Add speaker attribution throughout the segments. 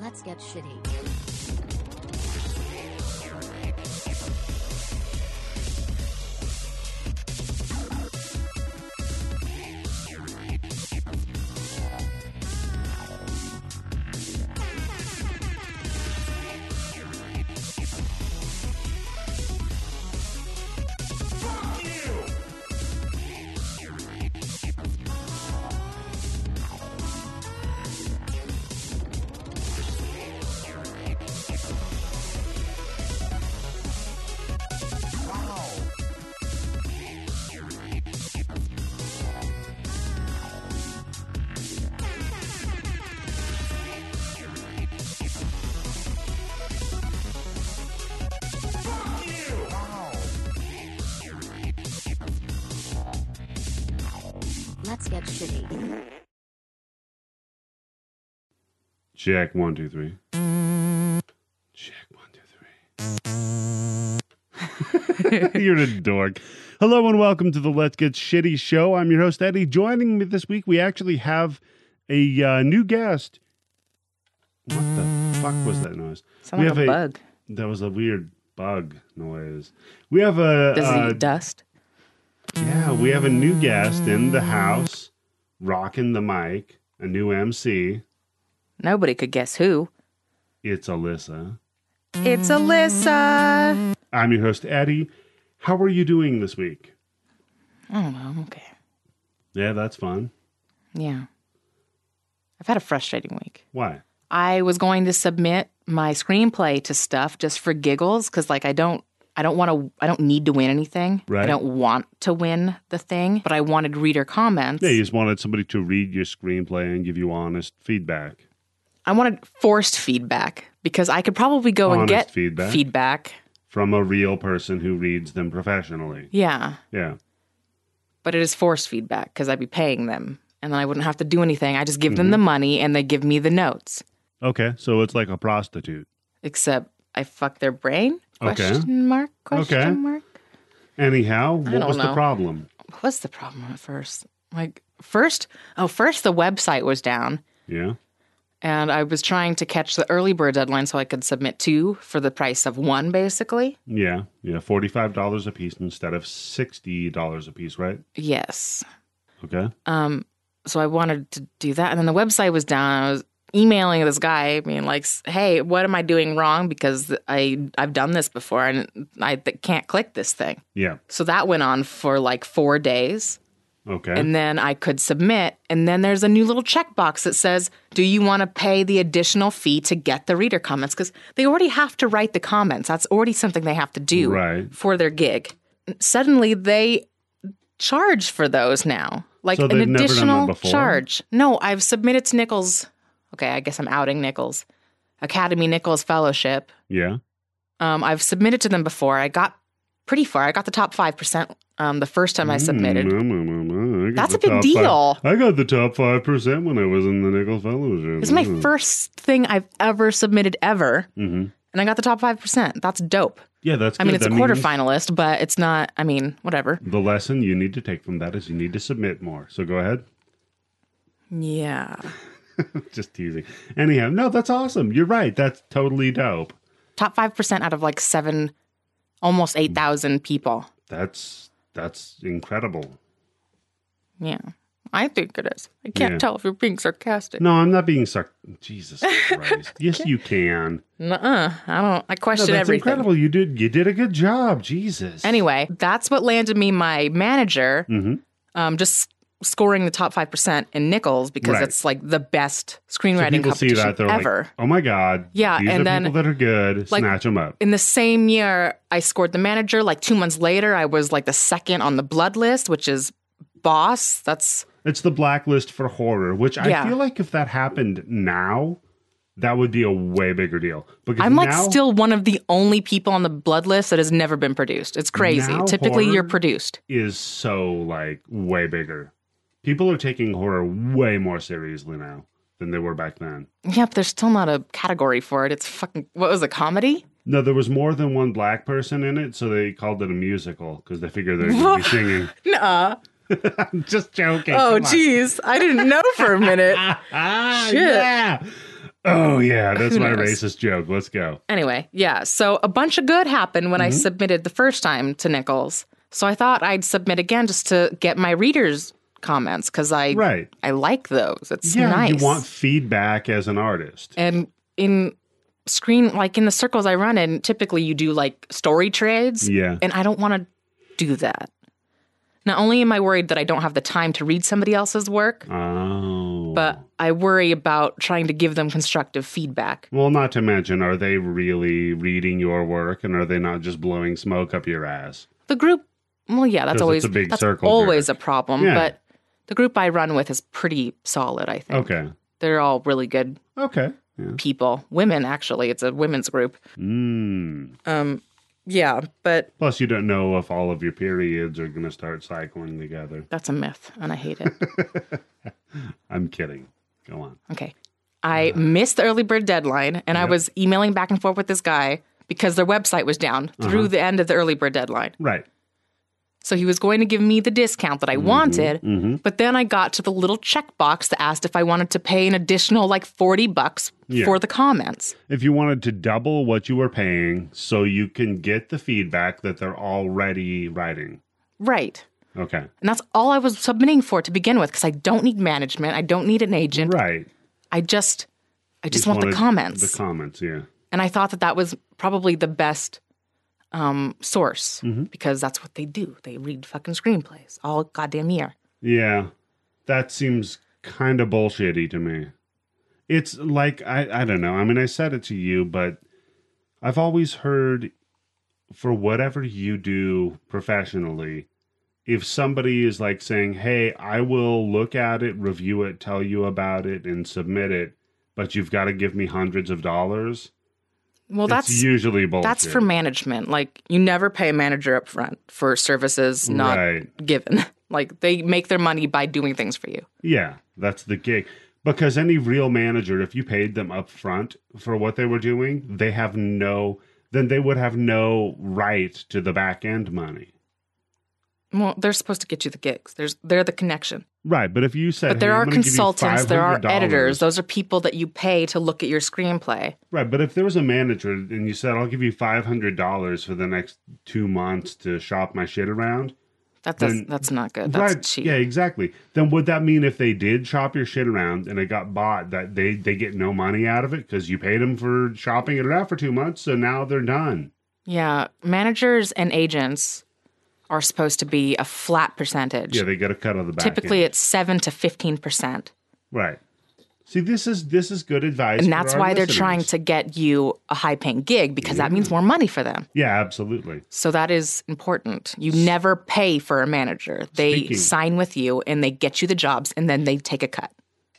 Speaker 1: Let's get shitty. Let's get shitty.
Speaker 2: Check one, two, three. Check one, two, three. You're a dork. Hello and welcome to the Let's Get Shitty show. I'm your host, Eddie. Joining me this week, we actually have a uh, new guest. What the fuck was that noise?
Speaker 3: Sound
Speaker 2: We
Speaker 3: like a,
Speaker 2: have a-
Speaker 3: bug.
Speaker 2: That was a weird bug noise. We have a.
Speaker 3: Does
Speaker 2: uh,
Speaker 3: it eat dust?
Speaker 2: Yeah, we have a new guest in the house, rocking the mic, a new MC.
Speaker 3: Nobody could guess who.
Speaker 2: It's Alyssa.
Speaker 3: It's Alyssa.
Speaker 2: I'm your host, Eddie. How are you doing this week?
Speaker 3: Oh, well, okay.
Speaker 2: Yeah, that's fun.
Speaker 3: Yeah. I've had a frustrating week.
Speaker 2: Why?
Speaker 3: I was going to submit my screenplay to stuff just for giggles cuz like I don't I don't want to I don't need to win anything.
Speaker 2: Right.
Speaker 3: I don't want to win the thing, but I wanted reader comments.
Speaker 2: Yeah, you just wanted somebody to read your screenplay and give you honest feedback.
Speaker 3: I wanted forced feedback because I could probably go and
Speaker 2: Honest
Speaker 3: get
Speaker 2: feedback?
Speaker 3: feedback.
Speaker 2: From a real person who reads them professionally.
Speaker 3: Yeah.
Speaker 2: Yeah.
Speaker 3: but it is forced feedback because I'd be paying them and then I wouldn't have to do anything. I just give them
Speaker 2: Mm-hmm.
Speaker 3: the money and they give me the notes.
Speaker 2: Okay, so it's like a prostitute.
Speaker 3: Except I fuck their brain?
Speaker 2: Okay.
Speaker 3: Question mark? Question
Speaker 2: Okay.
Speaker 3: mark?
Speaker 2: Anyhow, what
Speaker 3: don't
Speaker 2: was the
Speaker 3: know.
Speaker 2: problem?
Speaker 3: What was the problem at first? Like first, oh, first the website was down
Speaker 2: Yeah.
Speaker 3: and I was trying to catch the early bird deadline so I could submit two for the price of one, basically.
Speaker 2: Yeah. Yeah. $45 a piece instead of $60 a piece, right?
Speaker 3: Yes.
Speaker 2: Okay.
Speaker 3: Um, so I wanted to do that, and then the website was down. I was emailing this guy, being like, "Hey, what am I doing wrong? Because I I've done this before, and I th- can't click this thing."
Speaker 2: Yeah.
Speaker 3: So that went on for like four days,
Speaker 2: Okay.
Speaker 3: and then I could submit. And then there's a new little checkbox that says, "Do you want to pay the additional fee to get the reader comments?" Because they already have to write the comments. That's already something they have to do
Speaker 2: Right.
Speaker 3: for their gig. Suddenly they charge for those now. Like
Speaker 2: So
Speaker 3: an
Speaker 2: they've never done that
Speaker 3: additional
Speaker 2: before?
Speaker 3: charge. No, I've submitted to Nichols. Okay, I guess I'm outing Nichols. Academy Nichols Fellowship.
Speaker 2: yeah.
Speaker 3: Um, I've submitted to them before. I got pretty far. I got the top 5% um, the first time I submitted.
Speaker 2: Mm, mm, mm, mm, mm. I got
Speaker 3: That's a
Speaker 2: the
Speaker 3: big
Speaker 2: top
Speaker 3: deal.
Speaker 2: five- I got the top 5% when I was in the Nickel Fellowship.
Speaker 3: It's my
Speaker 2: Mm.
Speaker 3: first thing I've ever submitted ever.
Speaker 2: Mhm.
Speaker 3: And I got the top 5%. That's dope.
Speaker 2: Yeah, that's
Speaker 3: I mean,
Speaker 2: good.
Speaker 3: it's a
Speaker 2: That means-
Speaker 3: quarterfinalist, but it's not, I mean, whatever.
Speaker 2: The lesson you need to take from that is you need to submit more. So go ahead.
Speaker 3: Yeah.
Speaker 2: Just teasing. Anyhow, no, that's awesome. You're right. That's totally dope.
Speaker 3: top 5% out of like seven, almost 8,000 people.
Speaker 2: That's that's incredible.
Speaker 3: Yeah. I think it is. I can't
Speaker 2: Yeah.
Speaker 3: tell if you're being sarcastic.
Speaker 2: No, I'm not being sucked. Jesus Christ. yes, you can.
Speaker 3: Nuh-uh. I don't, I
Speaker 2: No,
Speaker 3: question
Speaker 2: that's
Speaker 3: everything.
Speaker 2: incredible. You did you did a good job. Jesus.
Speaker 3: Anyway, that's what landed me my manager,
Speaker 2: hmm
Speaker 3: um, just scoring the top 5% in Nichols because
Speaker 2: Right.
Speaker 3: it's like the best screenwriting
Speaker 2: people see
Speaker 3: competition
Speaker 2: that they're
Speaker 3: ever.
Speaker 2: like, oh my god.
Speaker 3: Yeah,
Speaker 2: these
Speaker 3: and
Speaker 2: are
Speaker 3: then,
Speaker 2: people that are good.
Speaker 3: like-
Speaker 2: Snatch them up.
Speaker 3: in the same year, I scored the manager. Like two months later, I was like the second on the blood list, which is boss. That's
Speaker 2: It's the blacklist for horror, which
Speaker 3: Yeah.
Speaker 2: I feel like if that happened now, that would be a way bigger deal. Because
Speaker 3: I'm like
Speaker 2: now,
Speaker 3: still one of the only people on the blood list that has never been produced. It's crazy.
Speaker 2: Now
Speaker 3: Typically,
Speaker 2: horror-
Speaker 3: you're produced.
Speaker 2: is so like way bigger. People are taking horror way more seriously now than they were back then.
Speaker 3: Yeah, but there's still not a category for it. It's fucking. What was it? Comedy?
Speaker 2: No, there was more than one black person in it, so they called it a musical because they figured they're going to be singing.
Speaker 3: Nuh-uh.
Speaker 2: I'm just joking.
Speaker 3: Oh,
Speaker 2: Come on.
Speaker 3: jeez. I didn't know for a minute.
Speaker 2: Ah,
Speaker 3: Shit.
Speaker 2: yeah. Oh yeah, that's
Speaker 3: Who
Speaker 2: my
Speaker 3: knows?
Speaker 2: racist joke. Let's go.
Speaker 3: Anyway, yeah. So a bunch of good happened when I
Speaker 2: Mm-hmm.
Speaker 3: submitted the first time to Nichols. So I thought I'd submit again just to get my readers' comments because I
Speaker 2: Right.
Speaker 3: I like those. It's
Speaker 2: yeah,
Speaker 3: nice.
Speaker 2: you want feedback as an artist.
Speaker 3: and in screen like in the circles I run in, typically you do like story trades.
Speaker 2: Yeah.
Speaker 3: And I don't want to do that. Not only am I worried that I don't have the time to read somebody else's work,
Speaker 2: Oh.
Speaker 3: but I worry about trying to give them constructive feedback.
Speaker 2: well, not to mention, are they really reading your work, and are they not just blowing smoke up your ass?
Speaker 3: The group, well, yeah, that's
Speaker 2: 'Cause
Speaker 3: always
Speaker 2: it's a big
Speaker 3: that's
Speaker 2: circle
Speaker 3: always a problem.
Speaker 2: Yeah.
Speaker 3: But the group I run with is pretty solid. I think
Speaker 2: Okay.
Speaker 3: they're all really good
Speaker 2: Okay. Yeah.
Speaker 3: people, women actually. It's a women's group.
Speaker 2: Mm.
Speaker 3: Um, yeah, but
Speaker 2: Plus, you don't know if all of your periods are going to start cycling together.
Speaker 3: that's a myth, and I hate it.
Speaker 2: I'm kidding. Go on.
Speaker 3: Okay. I missed the early bird deadline and I
Speaker 2: Yep.
Speaker 3: was emailing back and forth with this guy because their website was down
Speaker 2: Uh-huh.
Speaker 3: through the end of the early bird deadline.
Speaker 2: Right.
Speaker 3: So he was going to give me the discount that I
Speaker 2: Mm-hmm.
Speaker 3: wanted, but then I got to the little checkbox that asked if I wanted to pay an additional like 40 bucks
Speaker 2: Yeah.
Speaker 3: for the comments.
Speaker 2: If you wanted to double what you were paying so you can get the feedback that they're already writing.
Speaker 3: Right.
Speaker 2: Okay.
Speaker 3: And that's all I was submitting for to begin with because I don't need management, I don't need an agent.
Speaker 2: Right.
Speaker 3: I just I just,
Speaker 2: Just
Speaker 3: want the
Speaker 2: wanted
Speaker 3: comments.
Speaker 2: The comments, yeah.
Speaker 3: and I thought that that was probably the best um, source
Speaker 2: Mm-hmm.
Speaker 3: because that's what they do. They read fucking screenplays all goddamn year.
Speaker 2: Yeah. That seems kind of bullshitty to me. It's like I I don't know. I mean, I said it to you, but I've always heard for whatever you do professionally, if somebody is like saying, "Hey, I will look at it, review it, tell you about it and submit it, but you've got to give me hundreds of dollars."
Speaker 3: Well,
Speaker 2: it's
Speaker 3: that's
Speaker 2: usually bullshit.
Speaker 3: that's for management. Like you never pay a manager up front for services not
Speaker 2: Right.
Speaker 3: given. Like they make their money by doing things for you.
Speaker 2: Yeah, that's the gig. Because any real manager, if you paid them up front for what they were doing, they have no then they would have no right to the back end money.
Speaker 3: Well, they're supposed to get you the gigs. There's they're the connection.
Speaker 2: Right. But if you said
Speaker 3: But there
Speaker 2: "Hey, I'm
Speaker 3: are
Speaker 2: gonna give you
Speaker 3: consultants, there are
Speaker 2: $500"
Speaker 3: editors. Those are people that you pay to look at your screenplay.
Speaker 2: Right, but if there was a manager and you said I'll give you five hundred dollars for the next two months to shop my shit around,
Speaker 3: That does,
Speaker 2: Then-
Speaker 3: that's not good. That's cheap.
Speaker 2: Yeah, exactly. Then would that mean if they did shop your shit around and it got bought that they they get no money out of it because you paid them for shopping it around for two months, so now they're done.
Speaker 3: Yeah, managers and agents are supposed to be a flat percentage.
Speaker 2: Yeah, they get a cut of the back. end.
Speaker 3: Typically, it's seven to fifteen percent,
Speaker 2: right? See, this is this is good advice,
Speaker 3: and
Speaker 2: for
Speaker 3: that's
Speaker 2: our
Speaker 3: why they're
Speaker 2: listeners.
Speaker 3: trying to get you a high-paying gig because that means more money for them.
Speaker 2: Yeah, absolutely.
Speaker 3: So that is important. You never pay for a manager; they
Speaker 2: Speaking-
Speaker 3: sign with you and they get you the jobs, and then they take a cut.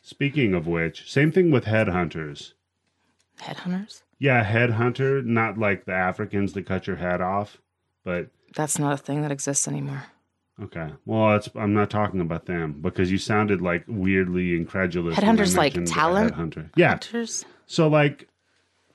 Speaker 2: Speaking of which, same thing with headhunters.
Speaker 3: Headhunters?
Speaker 2: Yeah, headhunter, not like the Africans that cut your head off, but
Speaker 3: That's not a thing that exists anymore.
Speaker 2: Okay. Well, it's, I'm not talking about them because you sounded like weirdly incredulous. when I
Speaker 3: Headhunters like
Speaker 2: mentioned a
Speaker 3: talent?
Speaker 2: Headhunter. Yeah.
Speaker 3: Hunters?
Speaker 2: So like,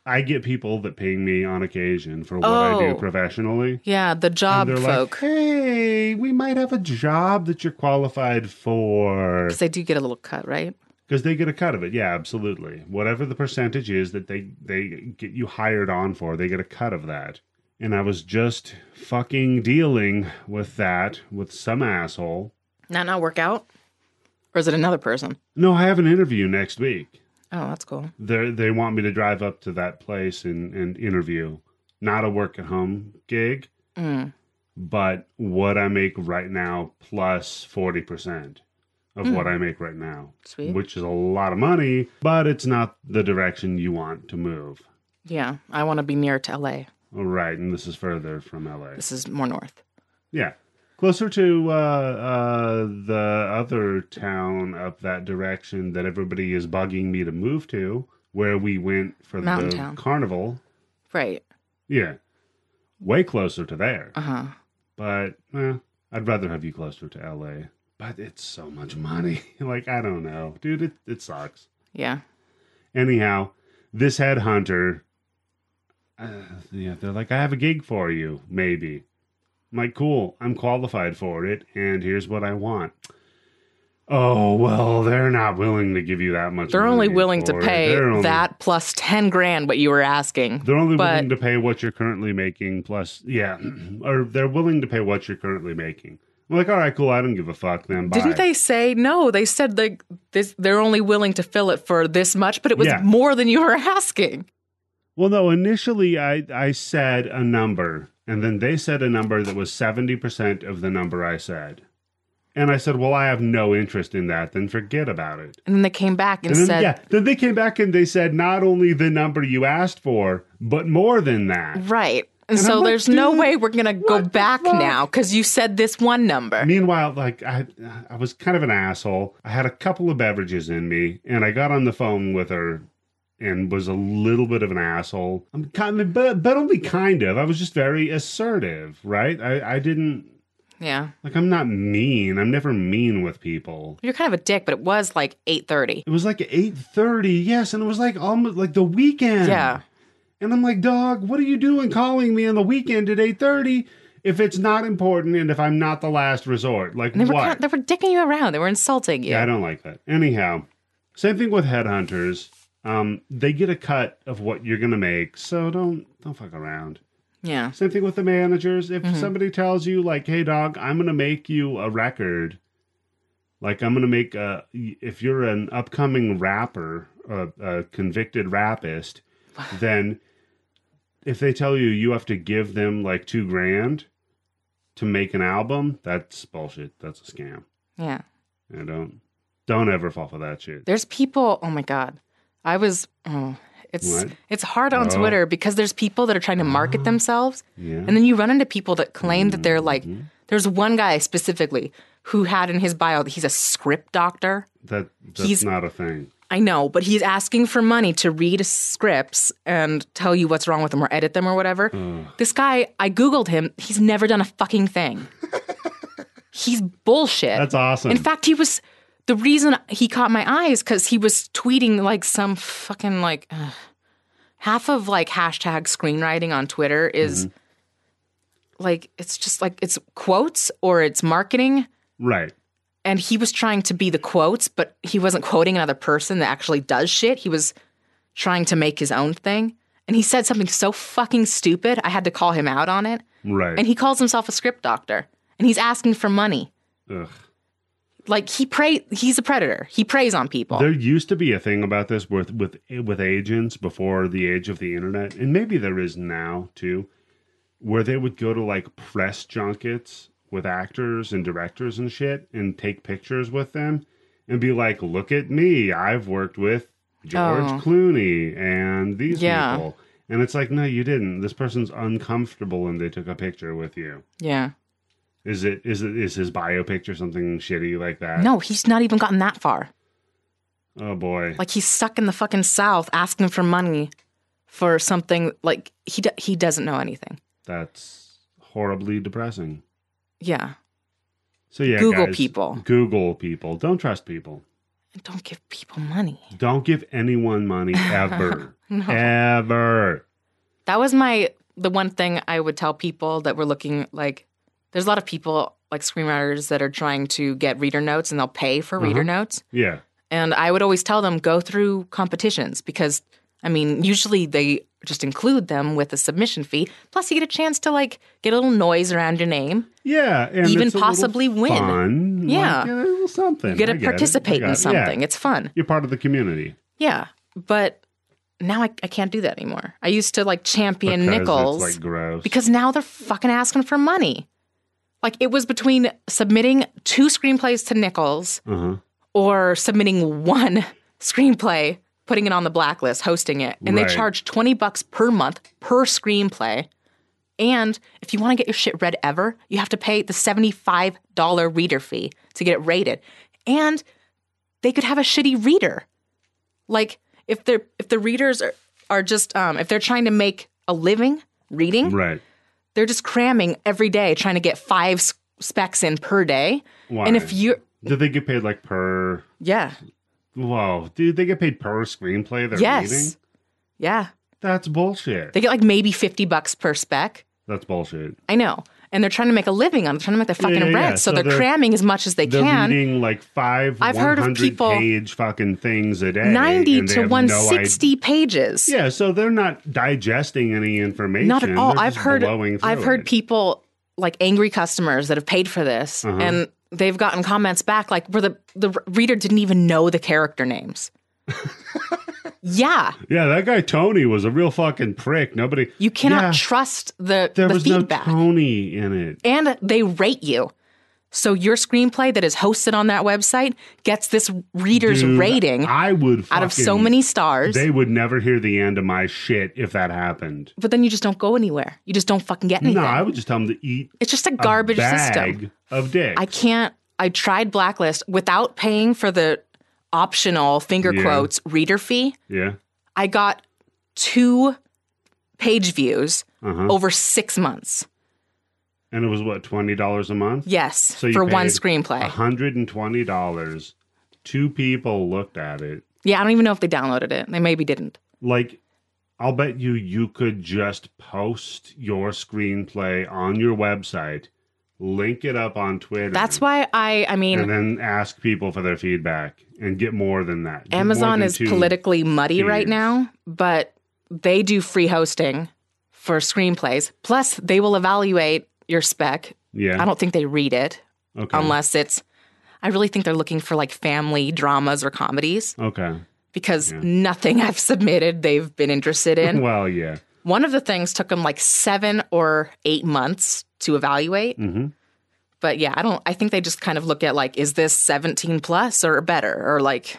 Speaker 2: I get people that ping me on occasion for what I do
Speaker 3: Oh.
Speaker 2: professionally.
Speaker 3: Yeah, the job
Speaker 2: They're like,
Speaker 3: folk.
Speaker 2: "Hey, we might have a job that you're qualified for."
Speaker 3: 'Cause they do get a little cut, right?
Speaker 2: Because they get a cut of it. Yeah, absolutely. Whatever the percentage is that they they get you hired on for, they get a cut of that. And I was just fucking dealing with that with some asshole.
Speaker 3: Not not work out, or is it another person?
Speaker 2: No, I have an interview next week.
Speaker 3: Oh, that's cool.
Speaker 2: They they want me to drive up to that place and and interview. Not a work at home gig,
Speaker 3: Mm.
Speaker 2: but what I make right now plus 40% of what I make right now,
Speaker 3: Sweet.
Speaker 2: which is a lot of money, but it's not the direction you want to move.
Speaker 3: Yeah, I want to be nearer to LA.
Speaker 2: All right, and this is further from LA.
Speaker 3: This is more north.
Speaker 2: Yeah. Closer to uh, uh, the other town up that direction that everybody is bugging me to move to, where we went for
Speaker 3: Mountain
Speaker 2: the
Speaker 3: town.
Speaker 2: carnival.
Speaker 3: Right.
Speaker 2: Yeah. Way closer to there.
Speaker 3: Uh huh.
Speaker 2: But eh, I'd rather have you closer to LA. But it's so much money. like, I don't know. Dude, it, it sucks.
Speaker 3: Yeah.
Speaker 2: Anyhow, this headhunter, uh, yeah, they're like, I have a gig for you, maybe. I'm like, cool, I'm qualified for it, and here's what I want. Oh well, they're not willing to give you that much.
Speaker 3: They're only
Speaker 2: money
Speaker 3: willing to
Speaker 2: for it.
Speaker 3: pay
Speaker 2: They're only-
Speaker 3: that plus 10 grand what you were asking.
Speaker 2: They're only
Speaker 3: but-
Speaker 2: willing to pay what you're currently making plus, yeah, or they're willing to pay what you're currently making. I'm like, all right, cool. I don't give a fuck. Then bye.
Speaker 3: Didn't they say no? They said they this, they're only willing to fill it for this much, but it was
Speaker 2: Yeah.
Speaker 3: more than you were asking.
Speaker 2: Well, no. Initially, I I said a number, and then they said a number that was seventy percent of the number I said, and I said, well, I have no interest in that. Then forget about it.
Speaker 3: And then they came back and,
Speaker 2: And then,
Speaker 3: said,
Speaker 2: yeah, then they came back and they said not only the number you asked for, but more than that.
Speaker 3: right. And,
Speaker 2: I'm
Speaker 3: so
Speaker 2: like,
Speaker 3: there's no
Speaker 2: dude,
Speaker 3: way we're going to go
Speaker 2: what the
Speaker 3: back
Speaker 2: fuck?
Speaker 3: now because you said this one number.
Speaker 2: Meanwhile, like I, I was kind of an asshole. I had a couple of beverages in me, and I got on the phone with her, and was a little bit of an asshole. I'm kind of, but but only kind of. I was just very assertive, right? I, I didn't
Speaker 3: Yeah.
Speaker 2: like. I'm not mean. I'm never mean with people.
Speaker 3: You're kind of a dick, but it was like 8:30.
Speaker 2: It was like eight thirty, yes, and it was like almost like the weekend.
Speaker 3: Yeah.
Speaker 2: And I'm like, dog, what are you doing calling me on the weekend at eight thirty? If it's not important and if I'm not the last resort, like
Speaker 3: And they were
Speaker 2: what?
Speaker 3: kind they were dicking you around. They were insulting you.
Speaker 2: Yeah, I don't like that. Anyhow, same thing with headhunters. Um, they get a cut of what you're gonna make, so don't don't fuck around.
Speaker 3: yeah.
Speaker 2: Same thing with the managers. If
Speaker 3: Mm-hmm.
Speaker 2: somebody tells you like, "Hey, dog, I'm gonna make you a record," like I'm gonna make a if you're an upcoming rapper, a, a convicted rapist, then if they tell you you have to give them like two grand to make an album, that's bullshit. That's a scam.
Speaker 3: Yeah.
Speaker 2: Yeah, don't don't ever fall for that shit.
Speaker 3: There's people, oh my god. I was oh, it's
Speaker 2: What?
Speaker 3: it's hard on
Speaker 2: Oh.
Speaker 3: Twitter because there's people that are trying to market themselves
Speaker 2: Yeah. Mm-hmm.
Speaker 3: and then you run into people that claim that they're like there's one guy specifically who had in his bio that he's a script doctor.
Speaker 2: That that's
Speaker 3: he's-
Speaker 2: not a thing.
Speaker 3: I know, but he's asking for money to read scripts and tell you what's wrong with them or edit them or whatever. This guy, I googled him, he's never done a fucking thing. he's bullshit.
Speaker 2: That's awesome.
Speaker 3: In fact, he was the reason he caught my eye is because he was tweeting like some fucking like ugh. half of like hashtag screenwriting on Twitter is like it's just like it's quotes or it's marketing.
Speaker 2: right.
Speaker 3: And he was trying to be the quotes, but he wasn't quoting another person that actually does shit. He was trying to make his own thing. And he said something so fucking stupid, I had to call him out on it.
Speaker 2: Right.
Speaker 3: And he calls himself a script doctor and he's asking for money
Speaker 2: Ugh.
Speaker 3: like he prey he's a predator he preys on people
Speaker 2: There used to be a thing about this with with with agents before the age of the internet, and maybe there is now too, where they would go to like press junkets with actors and directors and shit, and take pictures with them, and be like, "Look at me! I've worked with George
Speaker 3: Oh.
Speaker 2: Clooney and these
Speaker 3: Yeah.
Speaker 2: people." And it's like, no, you didn't. This person's uncomfortable, and they took a picture with you.
Speaker 3: yeah
Speaker 2: Is it is it is his biopic or something shitty like that?
Speaker 3: no he's not even gotten that far
Speaker 2: Oh boy.
Speaker 3: like he's stuck in the fucking south asking for money for something like he do- he doesn't know anything
Speaker 2: That's horribly depressing.
Speaker 3: yeah
Speaker 2: So yeah,
Speaker 3: Google
Speaker 2: guys,
Speaker 3: people.
Speaker 2: Google people. Don't trust people.
Speaker 3: and don't give people money
Speaker 2: Don't give anyone money ever. Ever.
Speaker 3: that was my the one thing i would tell people that were looking like there's a lot of people like screenwriters that are trying to get reader notes and they'll pay for reader notes
Speaker 2: Yeah.
Speaker 3: And I would always tell them go through competitions because I mean, usually they just include them with a submission fee. Plus, you get a chance to like get a little noise around your name.
Speaker 2: Yeah. And
Speaker 3: Even
Speaker 2: it's a little
Speaker 3: possibly win.
Speaker 2: fun. Like,
Speaker 3: Yeah.
Speaker 2: yeah, a little something.
Speaker 3: You get
Speaker 2: I
Speaker 3: to
Speaker 2: get it. I
Speaker 3: participate
Speaker 2: got
Speaker 3: in
Speaker 2: it.
Speaker 3: something.
Speaker 2: Yeah.
Speaker 3: It's fun.
Speaker 2: You're part of the community.
Speaker 3: Yeah. But now I, I can't do that anymore. I used to like champion
Speaker 2: because
Speaker 3: Nichols
Speaker 2: It's like gross.
Speaker 3: because now they're fucking asking for money. Like it was between submitting two screenplays to Nichols
Speaker 2: uh-huh.
Speaker 3: or submitting one screenplay, putting it on the blacklist, hosting it, and
Speaker 2: Right.
Speaker 3: they charge 20 bucks per month per screenplay. And if you want to get your shit read ever, you have to pay the $75 reader fee to get it rated. And they could have a shitty reader. Like if they're if the readers are, are just um, if they're trying to make a living reading,
Speaker 2: Right.
Speaker 3: they're just cramming every day trying to get five s- specs in per day.
Speaker 2: Why?
Speaker 3: And if you're
Speaker 2: Did they get paid like per
Speaker 3: yeah,
Speaker 2: Whoa, dude, they get paid per screenplay they're
Speaker 3: Yes.
Speaker 2: reading?
Speaker 3: Yeah.
Speaker 2: That's bullshit.
Speaker 3: They get like maybe 50 bucks per spec.
Speaker 2: That's bullshit.
Speaker 3: I know. and they're trying to make a living on it. They're trying to make their fucking
Speaker 2: yeah, yeah.
Speaker 3: bread. So,
Speaker 2: So
Speaker 3: they're,
Speaker 2: they're-
Speaker 3: cramming as much as they
Speaker 2: They're
Speaker 3: can.
Speaker 2: reading like five
Speaker 3: I've heard of people-
Speaker 2: page fucking things a day.
Speaker 3: 90
Speaker 2: and they
Speaker 3: to
Speaker 2: have no
Speaker 3: 160 pages.
Speaker 2: idea. yeah, so they're not digesting any information.
Speaker 3: Not at all.
Speaker 2: They're
Speaker 3: I've
Speaker 2: just
Speaker 3: heard
Speaker 2: blowing
Speaker 3: I've
Speaker 2: through
Speaker 3: heard
Speaker 2: it.
Speaker 3: people like angry customers that have paid for this
Speaker 2: Uh-huh.
Speaker 3: and they've gotten comments back like where the the reader didn't even know the character names. yeah,
Speaker 2: Yeah, that guy Tony was a real fucking prick. Nobody
Speaker 3: you cannot
Speaker 2: Yeah.
Speaker 3: trust the
Speaker 2: there
Speaker 3: the
Speaker 2: was
Speaker 3: feedback.
Speaker 2: no Tony in it.
Speaker 3: and they rate you. So your screenplay that is hosted on that website gets this reader's
Speaker 2: Dude,
Speaker 3: rating
Speaker 2: I would
Speaker 3: out of so
Speaker 2: fucking-
Speaker 3: many stars.
Speaker 2: They would never hear the end of my shit if that happened.
Speaker 3: but then you just don't go anywhere. You just don't fucking get anything.
Speaker 2: No, I would just tell them to eat
Speaker 3: it's just a
Speaker 2: a
Speaker 3: garbage
Speaker 2: bag
Speaker 3: system.
Speaker 2: of dick.
Speaker 3: I can't. I tried Blacklist without paying for the optional finger
Speaker 2: Yeah.
Speaker 3: quotes reader fee.
Speaker 2: yeah.
Speaker 3: I got two page views
Speaker 2: Uh-huh.
Speaker 3: over six months.
Speaker 2: And it was what, twenty dollars a month?
Speaker 3: Yes,
Speaker 2: you
Speaker 3: for one
Speaker 2: paid
Speaker 3: screenplay.
Speaker 2: hundred and twenty dollars. Two people looked at it.
Speaker 3: Yeah, I don't even know if they downloaded it. They maybe didn't.
Speaker 2: Like, I'll bet you you could just post your screenplay on your website, link it up on Twitter.
Speaker 3: That's why I. I mean,
Speaker 2: and then ask people for their feedback and get more than that. Get more
Speaker 3: Amazon
Speaker 2: than
Speaker 3: is
Speaker 2: two.
Speaker 3: politically muddy right
Speaker 2: feeds.
Speaker 3: now, but they do free hosting for screenplays. Plus, they will evaluate your spec.
Speaker 2: Yeah.
Speaker 3: I don't think they read it
Speaker 2: okay.
Speaker 3: unless it's. I really think they're looking for like family dramas or comedies
Speaker 2: okay.
Speaker 3: because nothing I've submitted they've been interested in.
Speaker 2: Well, yeah.
Speaker 3: One of the things took them like seven or eight months to evaluate.
Speaker 2: Mhm.
Speaker 3: But yeah, I don't, I think they just kind of look at like, is this 17 plus or better? Or like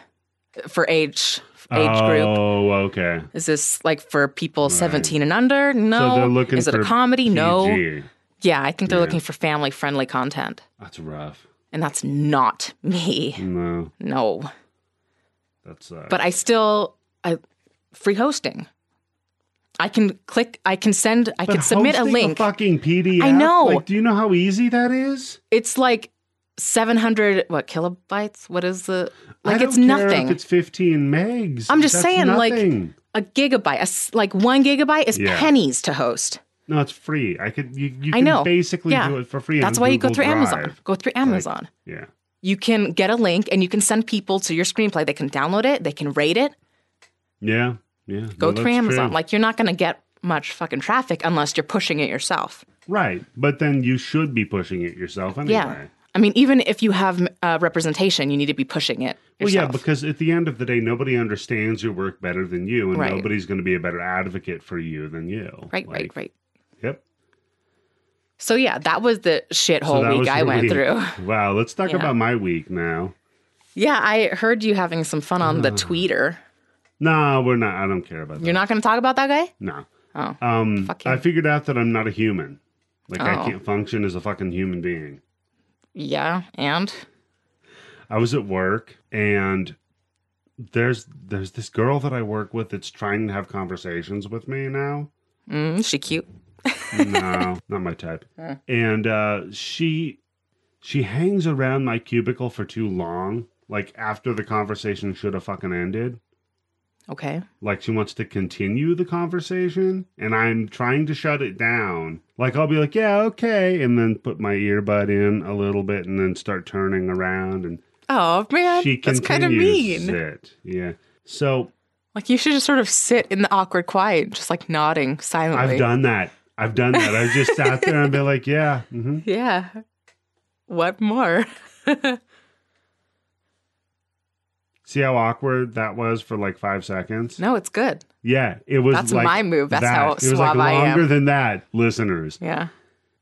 Speaker 3: for age, age group.
Speaker 2: Oh, okay.
Speaker 3: Is this like for people 17 and under? No.
Speaker 2: So they're looking
Speaker 3: is it
Speaker 2: for
Speaker 3: a comedy? No.
Speaker 2: PG.
Speaker 3: Yeah, I think they're looking for family friendly content.
Speaker 2: That's rough.
Speaker 3: And that's not me.
Speaker 2: No,
Speaker 3: No.
Speaker 2: that's uh,
Speaker 3: But I still, I, free hosting. I can click, I can send, I can submit a
Speaker 2: hosting
Speaker 3: link.
Speaker 2: fucking PDF.
Speaker 3: I know.
Speaker 2: Like, do you know how easy that is?
Speaker 3: it's like 700 what kilobytes what is the
Speaker 2: I
Speaker 3: like
Speaker 2: don't
Speaker 3: it's
Speaker 2: care
Speaker 3: nothing
Speaker 2: If it's fifteen megs.
Speaker 3: I'm just
Speaker 2: That's
Speaker 3: saying, like-
Speaker 2: nothing.
Speaker 3: a gigabyte a s like one gigabyte is
Speaker 2: Yeah.
Speaker 3: pennies to host
Speaker 2: no, it's free. I could. You, you
Speaker 3: I
Speaker 2: can
Speaker 3: know.
Speaker 2: Basically,
Speaker 3: Yeah.
Speaker 2: do it for free.
Speaker 3: that's
Speaker 2: on
Speaker 3: why you go
Speaker 2: Google
Speaker 3: through amazon
Speaker 2: Drive.
Speaker 3: go through amazon
Speaker 2: Yeah.
Speaker 3: you can get a link and you can send people to your screenplay they can download it they can rate it
Speaker 2: Yeah. Yeah.
Speaker 3: go
Speaker 2: No,
Speaker 3: through
Speaker 2: that's
Speaker 3: amazon
Speaker 2: true.
Speaker 3: like you're not going to get much fucking traffic unless you're pushing it yourself
Speaker 2: Right, but then you should be pushing it yourself anyway.
Speaker 3: yeah i mean even if you have uh, representation you need to be pushing it
Speaker 2: Well,
Speaker 3: yourself.
Speaker 2: yeah, because at the end of the day, nobody understands your work better than you, and
Speaker 3: Right.
Speaker 2: nobody's going to be a better advocate for you than you.
Speaker 3: right right
Speaker 2: Like,
Speaker 3: right
Speaker 2: Yep.
Speaker 3: so yeah that was the
Speaker 2: So
Speaker 3: shithole
Speaker 2: that was
Speaker 3: week i
Speaker 2: your
Speaker 3: went
Speaker 2: week.
Speaker 3: through
Speaker 2: Wow, let's talk
Speaker 3: Yeah.
Speaker 2: about my week now.
Speaker 3: Yeah, I heard you having some fun on
Speaker 2: Ah.
Speaker 3: the tweeter.
Speaker 2: No, we're not. I don't care about that.
Speaker 3: You're not going to talk about that guy?
Speaker 2: No.
Speaker 3: Oh.
Speaker 2: Um,
Speaker 3: Fuck you.
Speaker 2: I figured out that I'm not a human. Like I
Speaker 3: Oh.
Speaker 2: can't function as a fucking human being.
Speaker 3: Yeah, and
Speaker 2: I was at work and there's there's this girl that I work with that's trying to have conversations with me now.
Speaker 3: mm, she cute.
Speaker 2: no, not my type.
Speaker 3: Huh.
Speaker 2: And uh, she she hangs around my cubicle for too long. Like after the conversation should have fucking ended.
Speaker 3: Okay.
Speaker 2: Like she wants to continue the conversation, and I'm trying to shut it down. Like I'll be like, yeah, okay, and then put my earbud in a little bit, and then start turning around, and
Speaker 3: Oh man,
Speaker 2: she
Speaker 3: that's
Speaker 2: continues
Speaker 3: kind of mean.
Speaker 2: it. Yeah. So
Speaker 3: Like you should just sort of sit in the awkward quiet, just like nodding silently.
Speaker 2: I've done that. I've done that. I've just sat there and been like, yeah, hmm
Speaker 3: Yeah. What more?
Speaker 2: See how awkward that was for like five seconds?
Speaker 3: no, it's good.
Speaker 2: Yeah, it was.
Speaker 3: That's
Speaker 2: like
Speaker 3: my move. That's
Speaker 2: that.
Speaker 3: how
Speaker 2: it was like
Speaker 3: suave I am.
Speaker 2: longer than that, listeners.
Speaker 3: Yeah.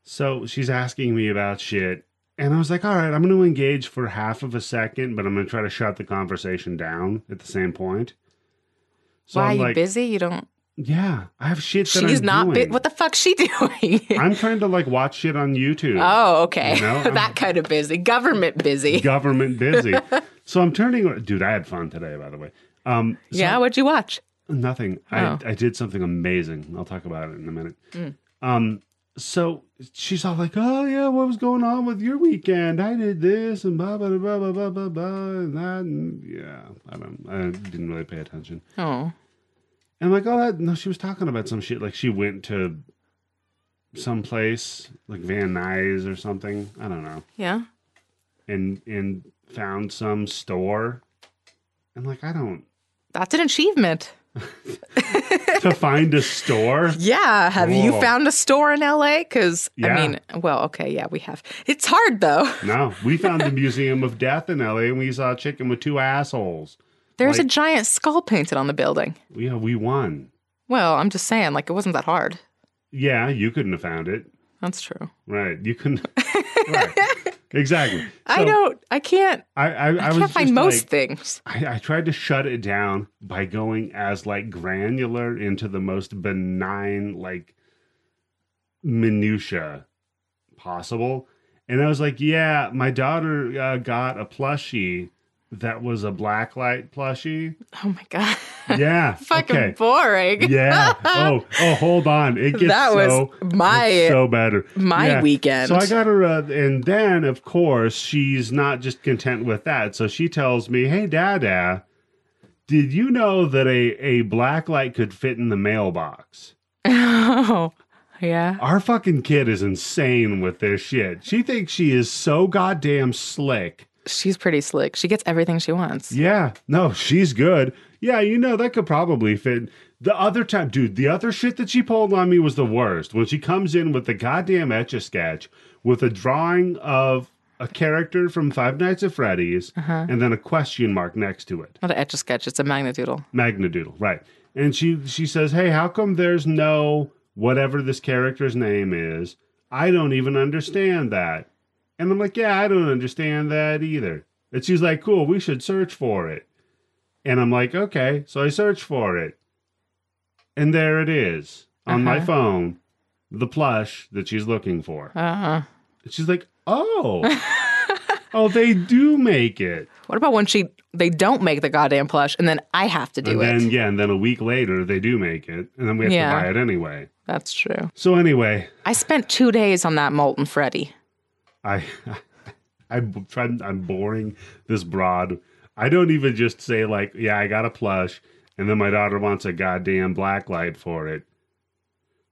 Speaker 2: So she's asking me about shit, and I was like, "All right, I'm going to engage for half of a second, but I'm going to try to shut the conversation down at the same point." So
Speaker 3: Why are
Speaker 2: I'm
Speaker 3: you
Speaker 2: like,
Speaker 3: busy? You don't.
Speaker 2: "Yeah, I have shit that
Speaker 3: She's
Speaker 2: I'm
Speaker 3: not. Bu-
Speaker 2: doing.
Speaker 3: what the fuck's she doing?
Speaker 2: I'm trying to like watch shit on YouTube.
Speaker 3: oh, okay.
Speaker 2: You know, I'm-
Speaker 3: that kind of busy. Government busy.
Speaker 2: Government busy. so I'm turning. Dude, I had fun today, by the way. Um, so
Speaker 3: yeah. What'd you watch?
Speaker 2: Nothing.
Speaker 3: Oh.
Speaker 2: I I did something amazing. I'll talk about it in a minute. Um, so she's all like, "Oh yeah, what was going on with your weekend? I did this and blah blah blah blah blah blah blah and that. And yeah, I don't. I didn't really pay attention.
Speaker 3: Oh.
Speaker 2: And I'm like, oh, that, no, she was talking about some shit. Like she went to someplace, like Van Nuys or something. I don't know.
Speaker 3: Yeah.
Speaker 2: And and found some store. And like I don't
Speaker 3: That's an achievement.
Speaker 2: to find a store.
Speaker 3: Yeah. Have you
Speaker 2: Cool.
Speaker 3: found a store in LA? Because,
Speaker 2: Yeah.
Speaker 3: I mean, well, okay. Yeah, we have. It's hard though.
Speaker 2: No, we found the Museum of Death in LA and we saw a chicken with two assholes.
Speaker 3: There's a
Speaker 2: Like-
Speaker 3: giant skull painted on the building.
Speaker 2: Yeah, we won.
Speaker 3: Well, I'm just saying, like, it wasn't that hard.
Speaker 2: Yeah, you couldn't have found it.
Speaker 3: That's true.
Speaker 2: Right. You couldn't Right. Exactly.
Speaker 3: I
Speaker 2: So
Speaker 3: don't, I can't,
Speaker 2: I I, I,
Speaker 3: I,
Speaker 2: was
Speaker 3: can't find
Speaker 2: just
Speaker 3: most
Speaker 2: like-
Speaker 3: things.
Speaker 2: I, I tried to shut it down by going as like granular into the most benign like minutia possible and i was like yeah my daughter uh, got a plushie that was a blacklight plushie
Speaker 3: Oh my God.
Speaker 2: yeah
Speaker 3: Fucking
Speaker 2: okay
Speaker 3: boring.
Speaker 2: yeah oh oh hold on it gets
Speaker 3: that
Speaker 2: so
Speaker 3: was my
Speaker 2: it's so better
Speaker 3: my
Speaker 2: Yeah.
Speaker 3: weekend.
Speaker 2: so I got her, uh, and then of course she's not just content with that. So she tells me, "Hey, Dada, did you know that a a black light could fit in the mailbox?"
Speaker 3: oh, yeah.
Speaker 2: Our fucking kid is insane with this shit. She thinks she is so goddamn slick.
Speaker 3: She's pretty slick. She gets everything she wants.
Speaker 2: Yeah, no, she's good. Yeah, you know that could probably fit. The other time, dude, the other shit that she pulled on me was the worst. When she comes in with the goddamn etch a sketch with a drawing of a character from Five Nights at Freddy's and then a question mark next to it,
Speaker 3: Not an etch a sketch. It's a magnadoodle.
Speaker 2: Magnadoodle, right? And she she says, "Hey, how come there's no whatever this character's name is? I don't even understand that." And I'm like, "Yeah, I don't understand that either." And she's like, "Cool, we should search for it." And I'm like, "Okay." So I search for it. And there it is on my
Speaker 3: Uh-huh.
Speaker 2: phone, the plush that she's looking for.
Speaker 3: Uh,
Speaker 2: And she's like, "Oh. oh, they do make it."
Speaker 3: what about when she they don't make the goddamn plush and then I have to do
Speaker 2: and
Speaker 3: it?
Speaker 2: then yeah, and then a week later they do make it, and then we have
Speaker 3: Yeah.
Speaker 2: to buy it anyway.
Speaker 3: That's true.
Speaker 2: So anyway,
Speaker 3: I spent two days on that molten Freddy.
Speaker 2: I I'm trying I'm boring this broad. I don't even just say like, yeah, I got a plush, and then my daughter wants a goddamn black light for it.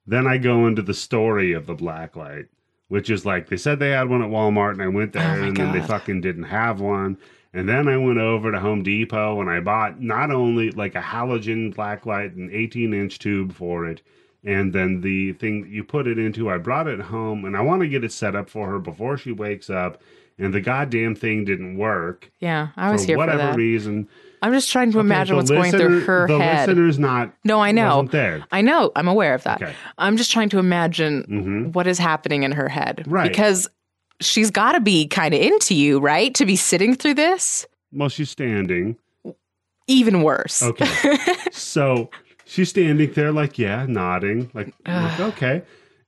Speaker 2: Then I go into the story of the black light, which is like they said they had one at Walmart, and I went there,
Speaker 3: Oh my
Speaker 2: and then they
Speaker 3: God.
Speaker 2: fucking didn't have one. And then I went over to Home Depot and I bought not only like a halogen black light, an 18 inch tube for it, and then the thing that you put it into, I brought it home and I want to get it set up for her before she wakes up. And the goddamn thing didn't work
Speaker 3: Yeah, I was
Speaker 2: for
Speaker 3: here for
Speaker 2: whatever
Speaker 3: that.
Speaker 2: reason.
Speaker 3: I'm just trying to imagine
Speaker 2: The
Speaker 3: what's going through
Speaker 2: listener-
Speaker 3: her
Speaker 2: the
Speaker 3: head.
Speaker 2: listener's not
Speaker 3: no, I know.
Speaker 2: wasn't there.
Speaker 3: I know. I'm aware of that.
Speaker 2: Okay.
Speaker 3: I'm just trying to imagine
Speaker 2: Mhm.
Speaker 3: what is happening in her head.
Speaker 2: Right.
Speaker 3: Because she's got to be kind of into you, right? To be sitting through this,
Speaker 2: Well, she's standing.
Speaker 3: even worse.
Speaker 2: Okay. so she's standing there, like, yeah, nodding, like, like, okay.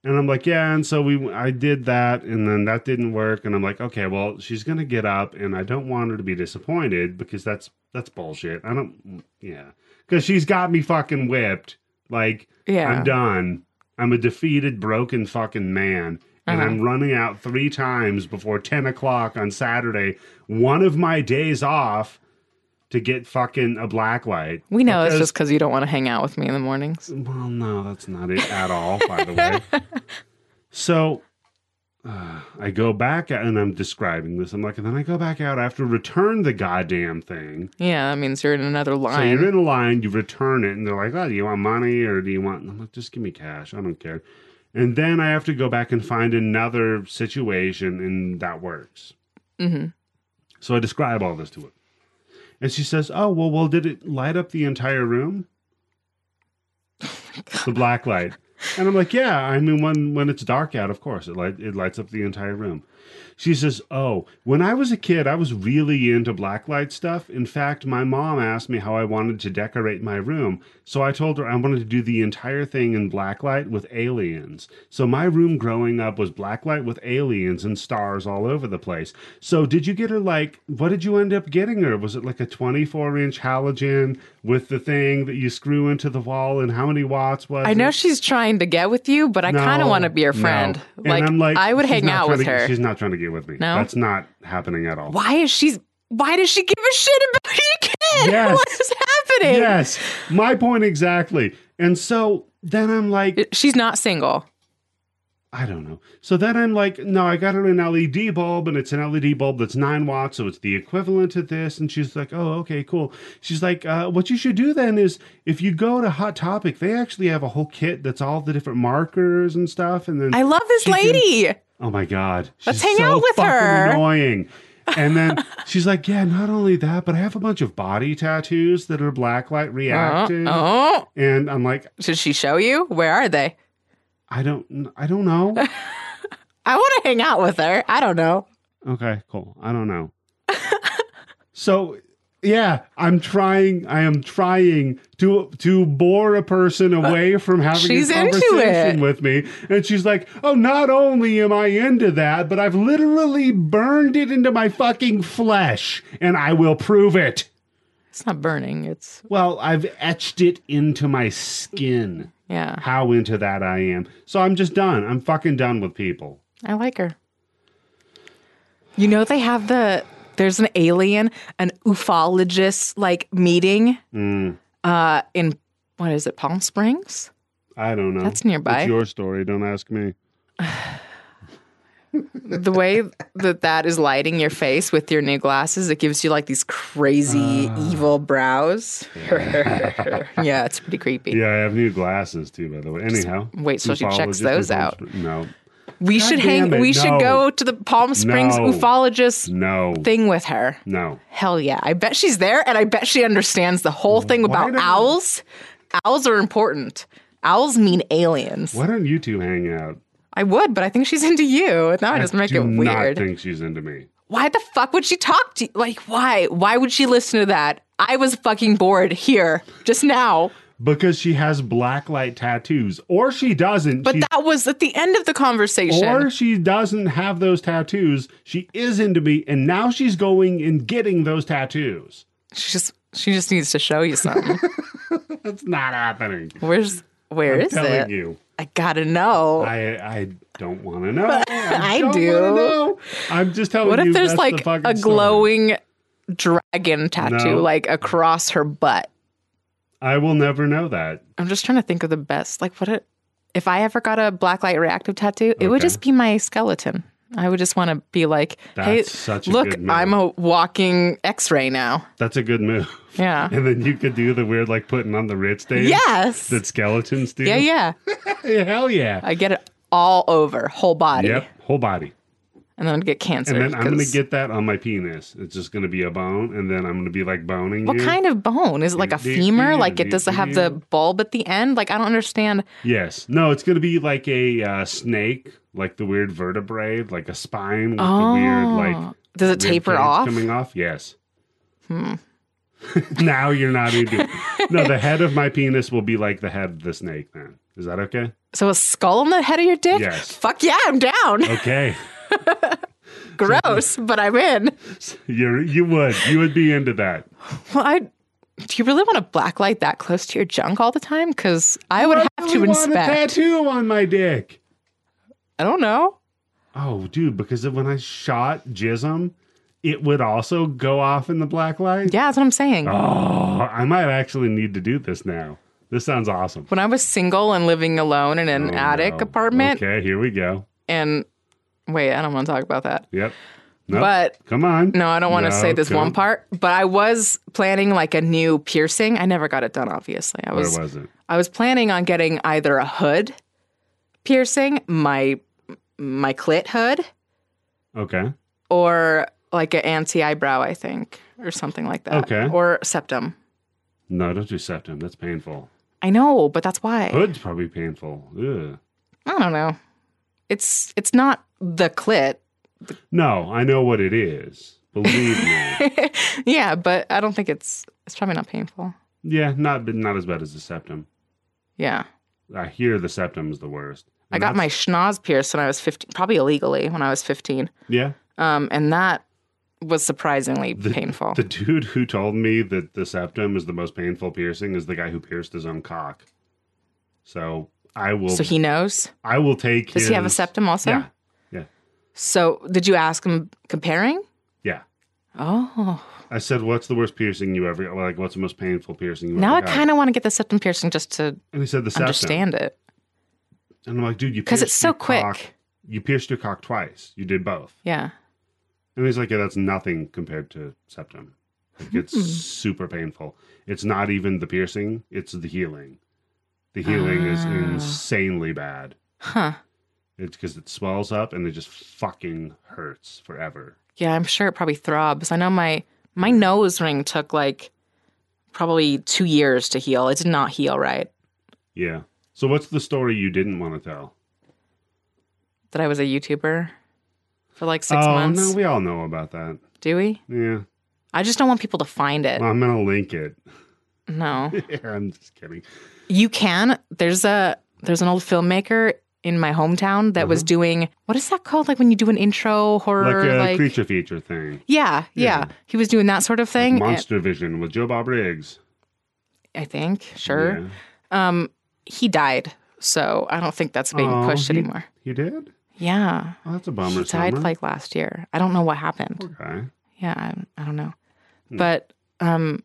Speaker 2: And I'm like, yeah. And so we, I did that, and then that didn't work. And I'm like, okay, well, she's gonna get up, and I don't want her to be disappointed because that's that's bullshit. I don't, yeah, because she's got me fucking whipped. Like,
Speaker 3: Yeah.
Speaker 2: I'm done. I'm a defeated, broken fucking man. And
Speaker 3: Uh-huh.
Speaker 2: I'm running out three times before 10 o'clock on Saturday, one of my days off to get fucking a black light.
Speaker 3: We know it's
Speaker 2: Because-
Speaker 3: just because you don't want to hang out with me in the mornings.
Speaker 2: Well, no, that's not it at all, by the way. So uh, I go back out, and I'm describing this. I'm like, and then I go back out after return the goddamn thing.
Speaker 3: Yeah, that means you're in another
Speaker 2: So
Speaker 3: line.
Speaker 2: you're in a line, you return it, and they're like, "Oh, do you want money or do you want?" And I'm like, "Just give me cash. I don't care." And then I have to go back and find another situation, and that works.
Speaker 3: Mhm.
Speaker 2: So I describe all this to her, and she says, "Oh, well, well, did it light up the entire room? the black light." And I'm like, "Yeah. I mean, when when it's dark out, of course, it light it lights up the entire room." She says, Oh, when I was a kid, I was really into blacklight stuff. In fact, my mom asked me how I wanted to decorate my room. So I told her I wanted to do the entire thing in blacklight with aliens. So my room growing up was blacklight with aliens and stars all over the place. So did you get her like, what did you end up getting her? Was it like a 24 inch halogen with the thing that you screw into the wall and how many watts was
Speaker 3: I know
Speaker 2: it?
Speaker 3: she's trying to get with you, but I kind of
Speaker 2: No,
Speaker 3: want to be her
Speaker 2: no.
Speaker 3: friend.
Speaker 2: And
Speaker 3: Like,
Speaker 2: I'm
Speaker 3: I would
Speaker 2: she's
Speaker 3: hang
Speaker 2: not
Speaker 3: out
Speaker 2: trying
Speaker 3: with
Speaker 2: to get-
Speaker 3: her.
Speaker 2: She's not trying to get with me.
Speaker 3: No?
Speaker 2: That's not happening at all.
Speaker 3: Why is she's? Why does she give a shit about your kid?
Speaker 2: Yes.
Speaker 3: What is happening?
Speaker 2: Yes, my point exactly. And so then I'm like,
Speaker 3: She's not single.
Speaker 2: I don't know. So then I'm like, no, I got her an LED bulb, and it's an LED bulb that's nine watts, so it's the equivalent to this. And she's like, oh, okay, cool. She's like, uh, what you should do then is if you go to Hot Topic, they actually have a whole kit that's all the different markers and stuff. And then,
Speaker 3: I love this
Speaker 2: She can-
Speaker 3: lady.
Speaker 2: oh my god,
Speaker 3: Let's
Speaker 2: she's
Speaker 3: hang
Speaker 2: so
Speaker 3: out with
Speaker 2: fucking
Speaker 3: her.
Speaker 2: Annoying. And then she's like, yeah, not only that, but I have a bunch of body tattoos that are blacklight
Speaker 3: Oh,
Speaker 2: reactive.
Speaker 3: oh,
Speaker 2: And I'm like,
Speaker 3: should she show you? Where are they?
Speaker 2: I don't, I don't know.
Speaker 3: I want to hang out with her. I don't know.
Speaker 2: Okay, cool. I don't know. so, yeah, I'm trying. I am trying to to bore a person away from having
Speaker 3: she's
Speaker 2: a
Speaker 3: into
Speaker 2: conversation
Speaker 3: it.
Speaker 2: with me, and she's like, "Oh, not only am I into that, but I've literally burned it into my fucking flesh, and I will prove it.
Speaker 3: It's not burning. It's
Speaker 2: Well, I've etched it into my skin.
Speaker 3: yeah.
Speaker 2: How into that I am. So I'm just done. I'm fucking done with people.
Speaker 3: I like her. You know they have the there's an alien, an ufologist like meeting
Speaker 2: Mm,
Speaker 3: uh in what is it, Palm Springs?
Speaker 2: I don't know.
Speaker 3: That's nearby.
Speaker 2: It's your story. Don't ask me.
Speaker 3: the way that that is lighting your face with your new glasses, it gives you like these crazy
Speaker 2: Ah.
Speaker 3: evil brows. yeah, it's pretty creepy.
Speaker 2: Yeah, I have new glasses too, by the way. Anyhow,
Speaker 3: wait till she checks
Speaker 2: ufologist
Speaker 3: those
Speaker 2: is on
Speaker 3: out.
Speaker 2: sp- No,
Speaker 3: We
Speaker 2: God
Speaker 3: should
Speaker 2: damn it,
Speaker 3: hang. we
Speaker 2: no.
Speaker 3: should go to the Palm Springs
Speaker 2: No.
Speaker 3: ufologist
Speaker 2: no,
Speaker 3: thing with her.
Speaker 2: no.
Speaker 3: Hell yeah! I bet she's there, and I bet she understands the whole thing about
Speaker 2: don't-
Speaker 3: owls. Owls are important. Owls mean aliens.
Speaker 2: Why don't you two hang out?
Speaker 3: I would, but I think she's into you. Now I just make
Speaker 2: Do
Speaker 3: it
Speaker 2: Not
Speaker 3: weird.
Speaker 2: think she's into me.
Speaker 3: why the fuck would she talk to you? Like, why? Why would she listen to that? I was fucking bored here just now.
Speaker 2: Because she has black light tattoos, or she doesn't.
Speaker 3: But
Speaker 2: she,
Speaker 3: that was at the end of the conversation.
Speaker 2: or she doesn't have those tattoos. She is into me, and now she's going and getting those tattoos.
Speaker 3: she just she just needs to show you something.
Speaker 2: That's not happening.
Speaker 3: Where's where
Speaker 2: I'm
Speaker 3: is
Speaker 2: telling
Speaker 3: it?
Speaker 2: you,
Speaker 3: I gotta know.
Speaker 2: I I don't want to know. I,
Speaker 3: I
Speaker 2: don't
Speaker 3: do.
Speaker 2: wanna know. I'm just telling
Speaker 3: what
Speaker 2: you.
Speaker 3: if there's
Speaker 2: that's
Speaker 3: like
Speaker 2: the fucking
Speaker 3: a
Speaker 2: story.
Speaker 3: glowing dragon tattoo
Speaker 2: No.
Speaker 3: like across her butt?
Speaker 2: I will never know that.
Speaker 3: I'm just trying to think of the best. Like what it, if I ever got a blacklight reactive tattoo, it would
Speaker 2: Okay.
Speaker 3: just be my skeleton. I would just want to be like, hey,
Speaker 2: That's such a
Speaker 3: look,
Speaker 2: good move.
Speaker 3: I'm a walking X-ray now.
Speaker 2: That's a good move.
Speaker 3: Yeah.
Speaker 2: And then you could do the weird, like putting on the Ritz dance.
Speaker 3: yes.
Speaker 2: That skeletons do.
Speaker 3: yeah, yeah.
Speaker 2: yeah. Hell yeah.
Speaker 3: I get it all over, whole body,
Speaker 2: Yep. Whole body.
Speaker 3: and then I'd get cancer.
Speaker 2: And then I'm going to
Speaker 3: 'cause-
Speaker 2: get that on my penis. It's just going to be a bone. And then I'm going to be like boning
Speaker 3: What
Speaker 2: you.
Speaker 3: kind of bone? Is it like a femur? Like it does it have the
Speaker 2: Yeah.
Speaker 3: bulb at the end? Like I don't understand.
Speaker 2: Yes. No, it's going to be like a uh, snake, like the weird vertebrae, like a spine with the weird, like.
Speaker 3: Oh. does it
Speaker 2: rib
Speaker 3: taper
Speaker 2: cage
Speaker 3: off?
Speaker 2: Coming off? Yes. Hmm. now you're not into it. No, the head of my penis will be like the head of the snake, then. Is that okay?
Speaker 3: So a skull on the head of your dick?
Speaker 2: Yes.
Speaker 3: Fuck yeah, I'm down.
Speaker 2: Okay.
Speaker 3: Gross, but I'm in.
Speaker 2: You're you would you would be into that.
Speaker 3: Well, I do you really want to blacklight that close to your junk all the time? Because I would have to
Speaker 2: really want a
Speaker 3: inspect.
Speaker 2: tattoo on my dick.
Speaker 3: I don't know.
Speaker 2: Oh, dude, because when I shot Jism, it would also go off in the black light.
Speaker 3: Yeah, that's what I'm saying.
Speaker 2: Oh, I might actually need to do this now. This sounds awesome.
Speaker 3: When I was single and living alone in an
Speaker 2: Oh,
Speaker 3: attic
Speaker 2: no.
Speaker 3: apartment,
Speaker 2: Okay, here we go.
Speaker 3: and wait, I don't want to talk about that.
Speaker 2: Yep. Nope.
Speaker 3: But
Speaker 2: come on.
Speaker 3: no, I don't want to
Speaker 2: No,
Speaker 3: say this
Speaker 2: come-
Speaker 3: one part. But I was planning like a new piercing. I never got it done, obviously. I
Speaker 2: Where
Speaker 3: was
Speaker 2: was it?
Speaker 3: I was planning on getting either a hood piercing, my my clit hood,
Speaker 2: Okay.
Speaker 3: or like an anti eyebrow, I think, or something like that.
Speaker 2: Okay.
Speaker 3: Or septum.
Speaker 2: No, don't do septum. That's painful.
Speaker 3: I know, but that's why.
Speaker 2: Hood's probably painful. Ugh.
Speaker 3: I don't know. It's it's not the clit.
Speaker 2: No, I know what it is. Believe me.
Speaker 3: yeah, but I don't think it's it's probably not painful.
Speaker 2: Yeah, not not as bad as the septum.
Speaker 3: Yeah.
Speaker 2: I hear the septum is the worst.
Speaker 3: I got my schnoz pierced when I was 15, probably illegally when I was 15.
Speaker 2: yeah.
Speaker 3: Um, and that was surprisingly painful.
Speaker 2: The dude who told me that the septum is the most painful piercing is the guy who pierced his own cock. So I will.
Speaker 3: so he knows.
Speaker 2: I will take.
Speaker 3: Does he have a
Speaker 2: his-
Speaker 3: septum also?
Speaker 2: Yeah, yeah,
Speaker 3: So did you ask him comparing?
Speaker 2: yeah.
Speaker 3: Oh,
Speaker 2: I said, "What's the worst piercing you ever? Like, what's the most painful piercing you
Speaker 3: now I
Speaker 2: ever?" got?"
Speaker 3: kind of want to get the septum piercing just to
Speaker 2: And he said, "The septum."
Speaker 3: understand it.
Speaker 2: And I'm like, dude, you
Speaker 3: because it's
Speaker 2: pierced
Speaker 3: so
Speaker 2: your
Speaker 3: quick.
Speaker 2: cock- you pierced your cock twice. You did both.
Speaker 3: Yeah.
Speaker 2: And he's like, yeah, that's nothing compared to septum. Like
Speaker 3: Hmm.
Speaker 2: it's super painful. It's not even the piercing; it's the healing. The healing is
Speaker 3: Ah.
Speaker 2: insanely bad.
Speaker 3: Huh.
Speaker 2: It's because it swells up and it just fucking hurts forever.
Speaker 3: Yeah, I'm sure it probably throbs. I know my my nose ring took like probably two years to heal. It did not heal right.
Speaker 2: Yeah. So what's the story you didn't want to tell?
Speaker 3: That I was a YouTuber for like six
Speaker 2: oh
Speaker 3: months.
Speaker 2: no, we all know about that.
Speaker 3: Do we?
Speaker 2: Yeah.
Speaker 3: I just don't want people to find it.
Speaker 2: Well, I'm gonna link it.
Speaker 3: No.
Speaker 2: I'm just kidding.
Speaker 3: You can. There's a there's an old filmmaker in my hometown that was doing what is that called? Like when you do an intro horror
Speaker 2: Uh-huh. like
Speaker 3: like,
Speaker 2: a creature feature thing.
Speaker 3: yeah, yeah,
Speaker 2: Yeah.
Speaker 3: He was doing that sort of thing. eh,
Speaker 2: Monster Vision with Joe Bob Riggs.
Speaker 3: I think, sure.
Speaker 2: Yeah.
Speaker 3: Um he died. So I don't think that's being
Speaker 2: Oh,
Speaker 3: pushed
Speaker 2: he-
Speaker 3: anymore.
Speaker 2: You did?
Speaker 3: Yeah.
Speaker 2: Oh, that's a bummer.
Speaker 3: he died
Speaker 2: Summer.
Speaker 3: like last year. I don't know what happened.
Speaker 2: okay.
Speaker 3: Yeah, I, I don't know.
Speaker 2: Hmm.
Speaker 3: But um,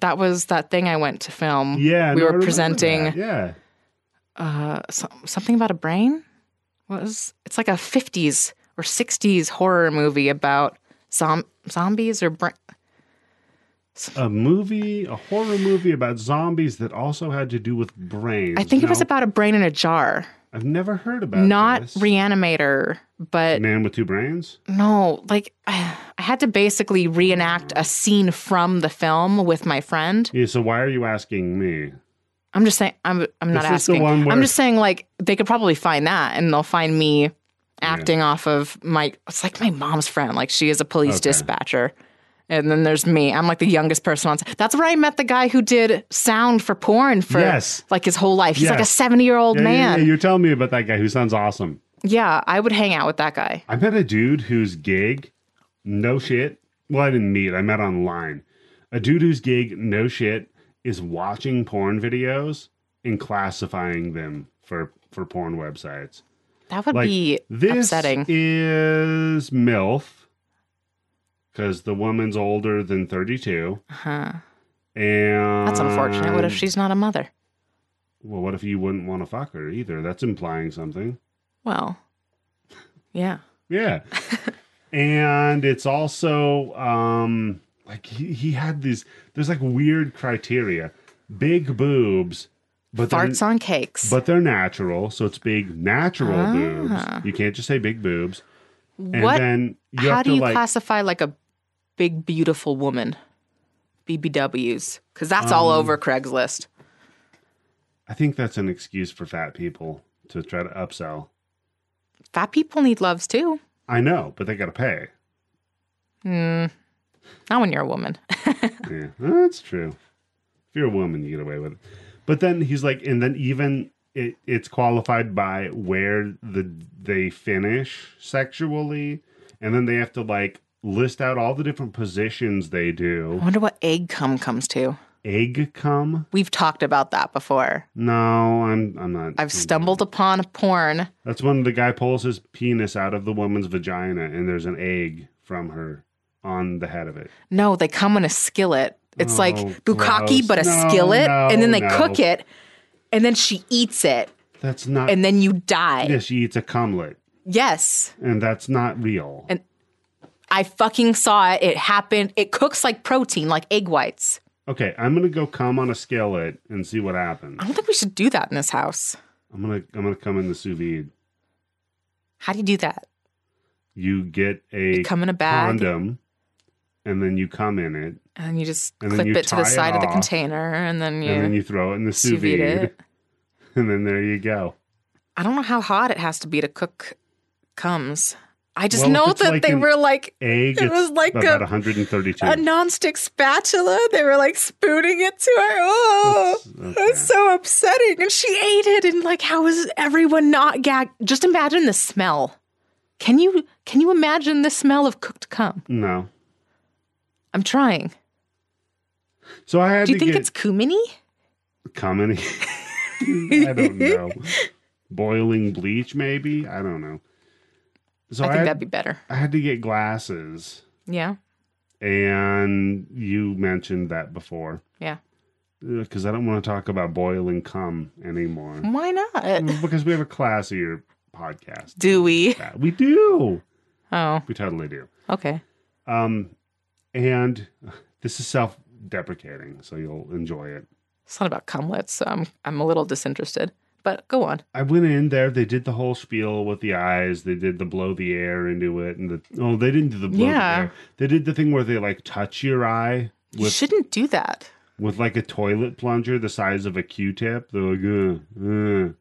Speaker 3: that was that thing I went to film.
Speaker 2: Yeah, no,
Speaker 3: we
Speaker 2: I
Speaker 3: were
Speaker 2: remember
Speaker 3: presenting
Speaker 2: that. Yeah,
Speaker 3: uh, so, something about a brain. What was it's like a '50s or '60s horror movie about zom- zombies or brain.
Speaker 2: a movie, a horror movie about zombies that also had to do with brains.
Speaker 3: I think it was
Speaker 2: No,
Speaker 3: about a brain in a jar,
Speaker 2: I've never heard about
Speaker 3: not
Speaker 2: this.
Speaker 3: Reanimator, but
Speaker 2: Man with two brains.
Speaker 3: No, like I had to basically reenact a scene from the film with my friend.
Speaker 2: Yeah. So why are you asking me?
Speaker 3: I'm just saying I'm I'm not
Speaker 2: This is the
Speaker 3: asking.
Speaker 2: one where-
Speaker 3: I'm just saying like they could probably find that and they'll find me acting off of my it's like my mom's friend. Like she is a police
Speaker 2: Okay.
Speaker 3: dispatcher. And then there's me. I'm like the youngest person on set. That's where I met the guy who did sound for porn for
Speaker 2: Yes.
Speaker 3: like his whole life. He's like a
Speaker 2: Yes.
Speaker 3: 70 year old
Speaker 2: Yeah, yeah,
Speaker 3: man.
Speaker 2: yeah,
Speaker 3: Yeah,
Speaker 2: you're telling me about that guy who sounds awesome.
Speaker 3: I would hang out with that guy.
Speaker 2: I met a dude whose gig, no shit. Well, I didn't meet. I met online. A dude whose gig, no shit, is watching porn videos and classifying them for for porn websites.
Speaker 3: That would
Speaker 2: Like
Speaker 3: be
Speaker 2: this
Speaker 3: upsetting.
Speaker 2: is MILF because the woman's older than thirty two,
Speaker 3: huh.
Speaker 2: and
Speaker 3: That's unfortunate. What if she's not a mother?
Speaker 2: Well, what if you wouldn't want to fuck her either? That's implying something.
Speaker 3: Well, yeah.
Speaker 2: Yeah. and it's also um like he, he had these there's like weird criteria. Big boobs, but they're,
Speaker 3: Farts on cakes.
Speaker 2: but they're natural, so it's big natural
Speaker 3: Ah.
Speaker 2: boobs. You can't just say big boobs. And
Speaker 3: what?
Speaker 2: then you
Speaker 3: How
Speaker 2: have
Speaker 3: do
Speaker 2: to
Speaker 3: you
Speaker 2: like
Speaker 3: classify like a big beautiful woman? BBWs, because that's all
Speaker 2: Um,
Speaker 3: over Craigslist.
Speaker 2: I think that's an excuse for fat people to try to upsell.
Speaker 3: Fat people need loves too.
Speaker 2: I know, but they got to pay.
Speaker 3: Not when you're a woman.
Speaker 2: Yeah, that's true. If you're a woman, you get away with it. But then he's like, and then even it, it's qualified by where the they finish sexually, and then they have to like list out all the different positions they
Speaker 3: I
Speaker 2: do.
Speaker 3: wonder what egg cum comes to.
Speaker 2: Egg cum?
Speaker 3: We've talked about that before.
Speaker 2: No, I'm I'm not.
Speaker 3: I've stumbled upon porn.
Speaker 2: That's when the guy pulls his penis out of the woman's vagina, and there's an egg from her on the head of it.
Speaker 3: No, they come in a skillet. It's like
Speaker 2: Oh,
Speaker 3: bukkake,
Speaker 2: gross.
Speaker 3: but a
Speaker 2: No,
Speaker 3: skillet,
Speaker 2: no,
Speaker 3: and then they
Speaker 2: no.
Speaker 3: cook it, and then she eats it,
Speaker 2: That's not.
Speaker 3: and then you die.
Speaker 2: yeah, she eats a cumlet,
Speaker 3: Yes.
Speaker 2: and that's not real.
Speaker 3: And- I fucking saw it. It happened. It cooks like protein, like egg whites.
Speaker 2: Okay, I'm gonna go come on a skillet and see what happens.
Speaker 3: I don't think we should do that in this house.
Speaker 2: I'm gonna I'm gonna come in the sous vide.
Speaker 3: How do you do that?
Speaker 2: You get a
Speaker 3: You come in a bag
Speaker 2: condom, and then you come in it,
Speaker 3: and then you just
Speaker 2: and then
Speaker 3: clip
Speaker 2: you
Speaker 3: it to the
Speaker 2: tie it
Speaker 3: side of the
Speaker 2: off,
Speaker 3: container and then you,
Speaker 2: and then you throw it in the sous
Speaker 3: sous vide
Speaker 2: vide,
Speaker 3: it.
Speaker 2: and then there you go.
Speaker 3: I don't know how hot it has to be to cook cums. I just
Speaker 2: Well, if
Speaker 3: know
Speaker 2: it's
Speaker 3: that
Speaker 2: like
Speaker 3: they
Speaker 2: an-
Speaker 3: were like
Speaker 2: Egg.
Speaker 3: It
Speaker 2: it's
Speaker 3: was like
Speaker 2: about
Speaker 3: a-
Speaker 2: 132.
Speaker 3: a nonstick spatula. They were like spooning it to her. Oh,
Speaker 2: That's-
Speaker 3: it
Speaker 2: okay.
Speaker 3: was so upsetting. And she ate it. And like, how is everyone not gagged? Just imagine the smell. Can you can you imagine the smell of cooked cum?
Speaker 2: no.
Speaker 3: I'm trying.
Speaker 2: So I had
Speaker 3: Do you
Speaker 2: to
Speaker 3: think
Speaker 2: get
Speaker 3: it's cuminy?
Speaker 2: coming. I don't know. Boiling bleach, maybe. I don't know. So
Speaker 3: I
Speaker 2: I,
Speaker 3: think
Speaker 2: had,
Speaker 3: that'd be better.
Speaker 2: I had to get glasses.
Speaker 3: Yeah.
Speaker 2: and you mentioned that before.
Speaker 3: Yeah.
Speaker 2: because I don't want to talk about boiling cum anymore.
Speaker 3: Why not?
Speaker 2: because we have a classier podcast.
Speaker 3: Do we?
Speaker 2: That we do.
Speaker 3: Oh,
Speaker 2: We totally do.
Speaker 3: okay.
Speaker 2: Um, and uh, this is self-deprecating, so you'll enjoy it.
Speaker 3: It's not about cumlets, so I'm I'm a little disinterested. But go on.
Speaker 2: I went in there. They did the whole spiel with the eyes. They did the blow the air into it, and the oh, they didn't do the blow
Speaker 3: Yeah.
Speaker 2: the air. They did the thing where they like touch your eye
Speaker 3: you
Speaker 2: with
Speaker 3: shouldn't do that.
Speaker 2: with like a toilet plunger the size of a Q-tip. They're like, uh, uh.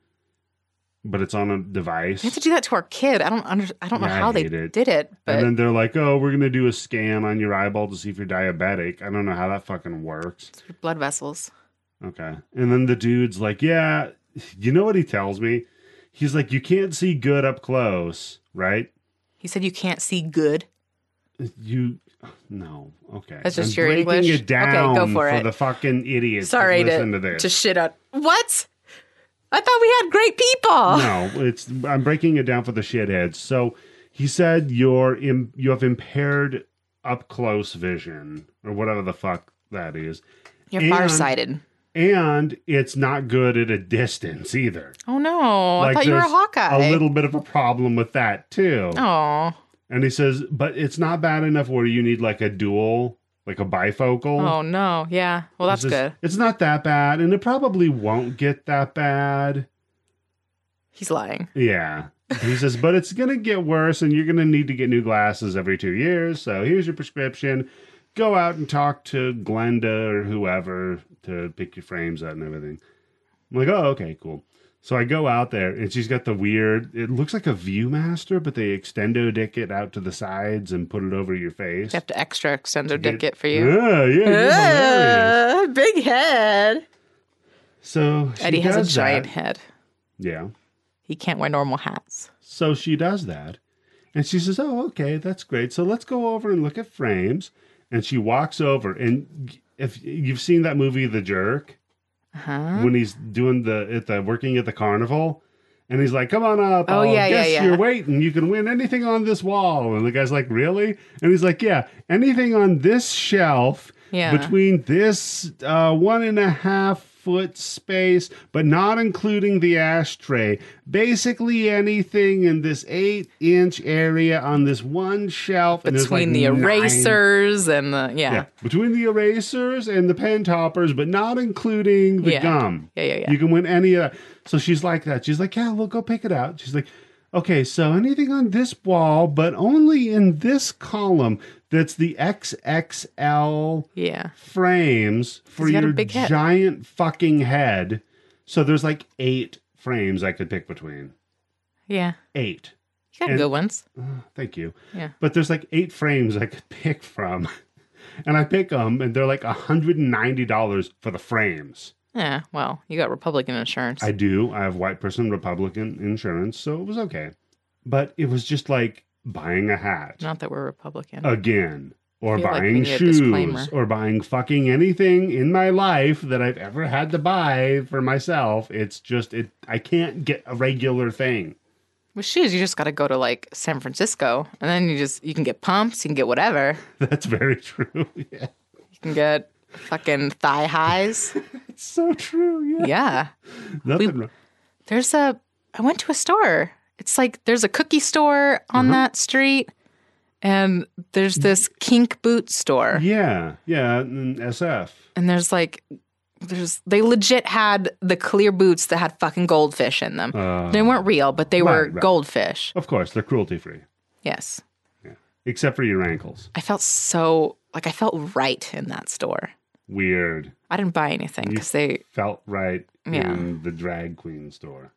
Speaker 2: but it's on a device.
Speaker 3: We have to do that to our kid. I don't under, I don't know
Speaker 2: Yeah, I
Speaker 3: how they
Speaker 2: hate it.
Speaker 3: did it, but
Speaker 2: and then they're like, "Oh, we're gonna do a scan on your eyeball to see if you're diabetic." I don't know how that fucking works.
Speaker 3: it's your blood vessels.
Speaker 2: Okay. And then the dude's like, "Yeah, you know what he tells me? He's like, you can't see good up close, right?
Speaker 3: He said you can't see good.
Speaker 2: You no, okay.
Speaker 3: That's just
Speaker 2: I'm
Speaker 3: your
Speaker 2: breaking
Speaker 3: English.
Speaker 2: it down
Speaker 3: Okay, go for it.
Speaker 2: the fucking idiots. that
Speaker 3: Sorry to,
Speaker 2: listen to this.
Speaker 3: to shit on. What? I thought we had great people.
Speaker 2: no, it's I'm breaking it down for the shitheads. So he said you're Im, you have impaired up close vision or whatever the fuck that is,
Speaker 3: You're
Speaker 2: and-
Speaker 3: farsighted.
Speaker 2: and it's not good at a distance either.
Speaker 3: Oh no! I thought you were a
Speaker 2: there's
Speaker 3: Hawkeye.
Speaker 2: A little bit of a problem with that too.
Speaker 3: Oh.
Speaker 2: And he says, but it's not bad enough where you need like a dual, like a bifocal.
Speaker 3: Oh no! Yeah. Well, that's
Speaker 2: It's just-
Speaker 3: good.
Speaker 2: It's not that bad, and it probably won't get that bad.
Speaker 3: He's lying.
Speaker 2: Yeah. He says, but it's going to get worse, and you're going to need to get new glasses every two years. So here's your prescription. Go out and talk to Glenda or whoever to pick your frames out and everything. I'm like, oh, okay, cool. So I go out there, and she's got the weird, it looks like a Viewmaster, but they extendo dick it out to the sides and put it over your face.
Speaker 3: You have to extra extend their
Speaker 2: Get-
Speaker 3: dick it for you.
Speaker 2: Yeah, yeah, you're hilarious.
Speaker 3: Ah, big head.
Speaker 2: So she
Speaker 3: Eddie has a
Speaker 2: does
Speaker 3: giant
Speaker 2: That.
Speaker 3: head.
Speaker 2: Yeah.
Speaker 3: He can't wear normal hats.
Speaker 2: So she does that. And she says, Oh, okay, that's great. So let's go over and look at frames. And she walks over. And if you've seen that movie, The Jerk,
Speaker 3: Huh?
Speaker 2: when he's doing the at the working at the carnival, and he's like, Come on up. Um,
Speaker 3: Oh,
Speaker 2: I'll
Speaker 3: yeah, yeah,
Speaker 2: guess
Speaker 3: yeah.
Speaker 2: your weight, and you can win anything on this wall. And the guy's like, Really? And he's like, Yeah, anything on this shelf
Speaker 3: Yeah.
Speaker 2: between this uh, one and a half foot space, but not including the ashtray. Basically, anything in this eight inch area on this one shelf and there's,
Speaker 3: Between
Speaker 2: like,
Speaker 3: the
Speaker 2: nine-
Speaker 3: erasers and the
Speaker 2: Yeah,
Speaker 3: yeah.
Speaker 2: between the erasers and the pen toppers, but not including the
Speaker 3: Yeah.
Speaker 2: gum.
Speaker 3: Yeah, yeah, yeah.
Speaker 2: You can win any of that. So she's like that. She's like, yeah, we'll go pick it out. She's like, okay, so anything on this wall, but only in this column. That's the XXL
Speaker 3: yeah.
Speaker 2: frames for
Speaker 3: He's got a
Speaker 2: your
Speaker 3: big head.
Speaker 2: giant fucking head. So there's like eight frames I could pick between.
Speaker 3: Yeah.
Speaker 2: Eight.
Speaker 3: You got
Speaker 2: And-
Speaker 3: good ones.
Speaker 2: Uh, thank you.
Speaker 3: Yeah.
Speaker 2: But there's like eight frames I could pick from. And I pick them, and they're like $190 for the frames.
Speaker 3: Yeah. Well, you got Republican insurance.
Speaker 2: I do. I have white person Republican insurance, so it was okay. But it was just like buying a hat
Speaker 3: Not that we're Republican.
Speaker 2: again, or
Speaker 3: feel like we
Speaker 2: buying
Speaker 3: need a disclaimer.
Speaker 2: shoes, or buying fucking anything in my life that I've ever had to buy for myself. It's just it. I can't get a regular thing.
Speaker 3: With shoes, you just got to go to like San Francisco, and then you just you can get pumps, you can get whatever,
Speaker 2: That's very true. yeah,
Speaker 3: you can get fucking thigh highs.
Speaker 2: it's so true. Yeah,
Speaker 3: yeah.
Speaker 2: nothing. wrong.
Speaker 3: There's a. I went to a store. It's like there's a cookie store on
Speaker 2: Mm-hmm.
Speaker 3: that street, and there's this kink boot store,
Speaker 2: Yeah, yeah. mm, SF.
Speaker 3: and there's like. There's, they legit had the clear boots that had fucking goldfish in them.
Speaker 2: Uh,
Speaker 3: they weren't real, but they were
Speaker 2: Right, right.
Speaker 3: goldfish.
Speaker 2: Of course, they're cruelty free,
Speaker 3: Yes.
Speaker 2: except for your ankles.
Speaker 3: I felt so like I felt right in that store.
Speaker 2: Weird.
Speaker 3: I didn't buy anything because they
Speaker 2: Felt right
Speaker 3: Yeah.
Speaker 2: in the drag queen store.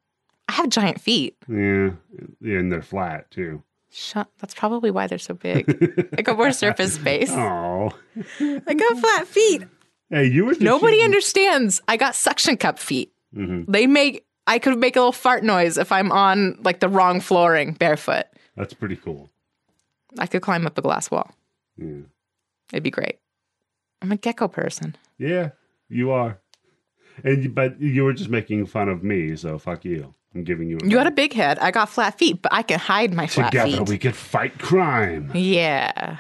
Speaker 3: I have giant feet.
Speaker 2: Yeah, yeah, and they're flat too.
Speaker 3: Shut, that's probably why they're so big. I got more surface space.
Speaker 2: Oh,
Speaker 3: I got flat feet.
Speaker 2: hey, you were the
Speaker 3: Nobody
Speaker 2: shit-
Speaker 3: understands. I got suction cup feet.
Speaker 2: Mhm.
Speaker 3: They make I could make a little fart noise if I'm on like the wrong flooring barefoot.
Speaker 2: That's pretty cool.
Speaker 3: I could climb up a glass wall.
Speaker 2: Yeah.
Speaker 3: It'd be great. I'm a gecko person.
Speaker 2: Yeah, you are. And but you were just making fun of me, so fuck you. I'm giving you. A
Speaker 3: You got a big head. I got flat feet, but I can hide my flat
Speaker 2: together
Speaker 3: feet.
Speaker 2: we could fight crime.
Speaker 3: yeah.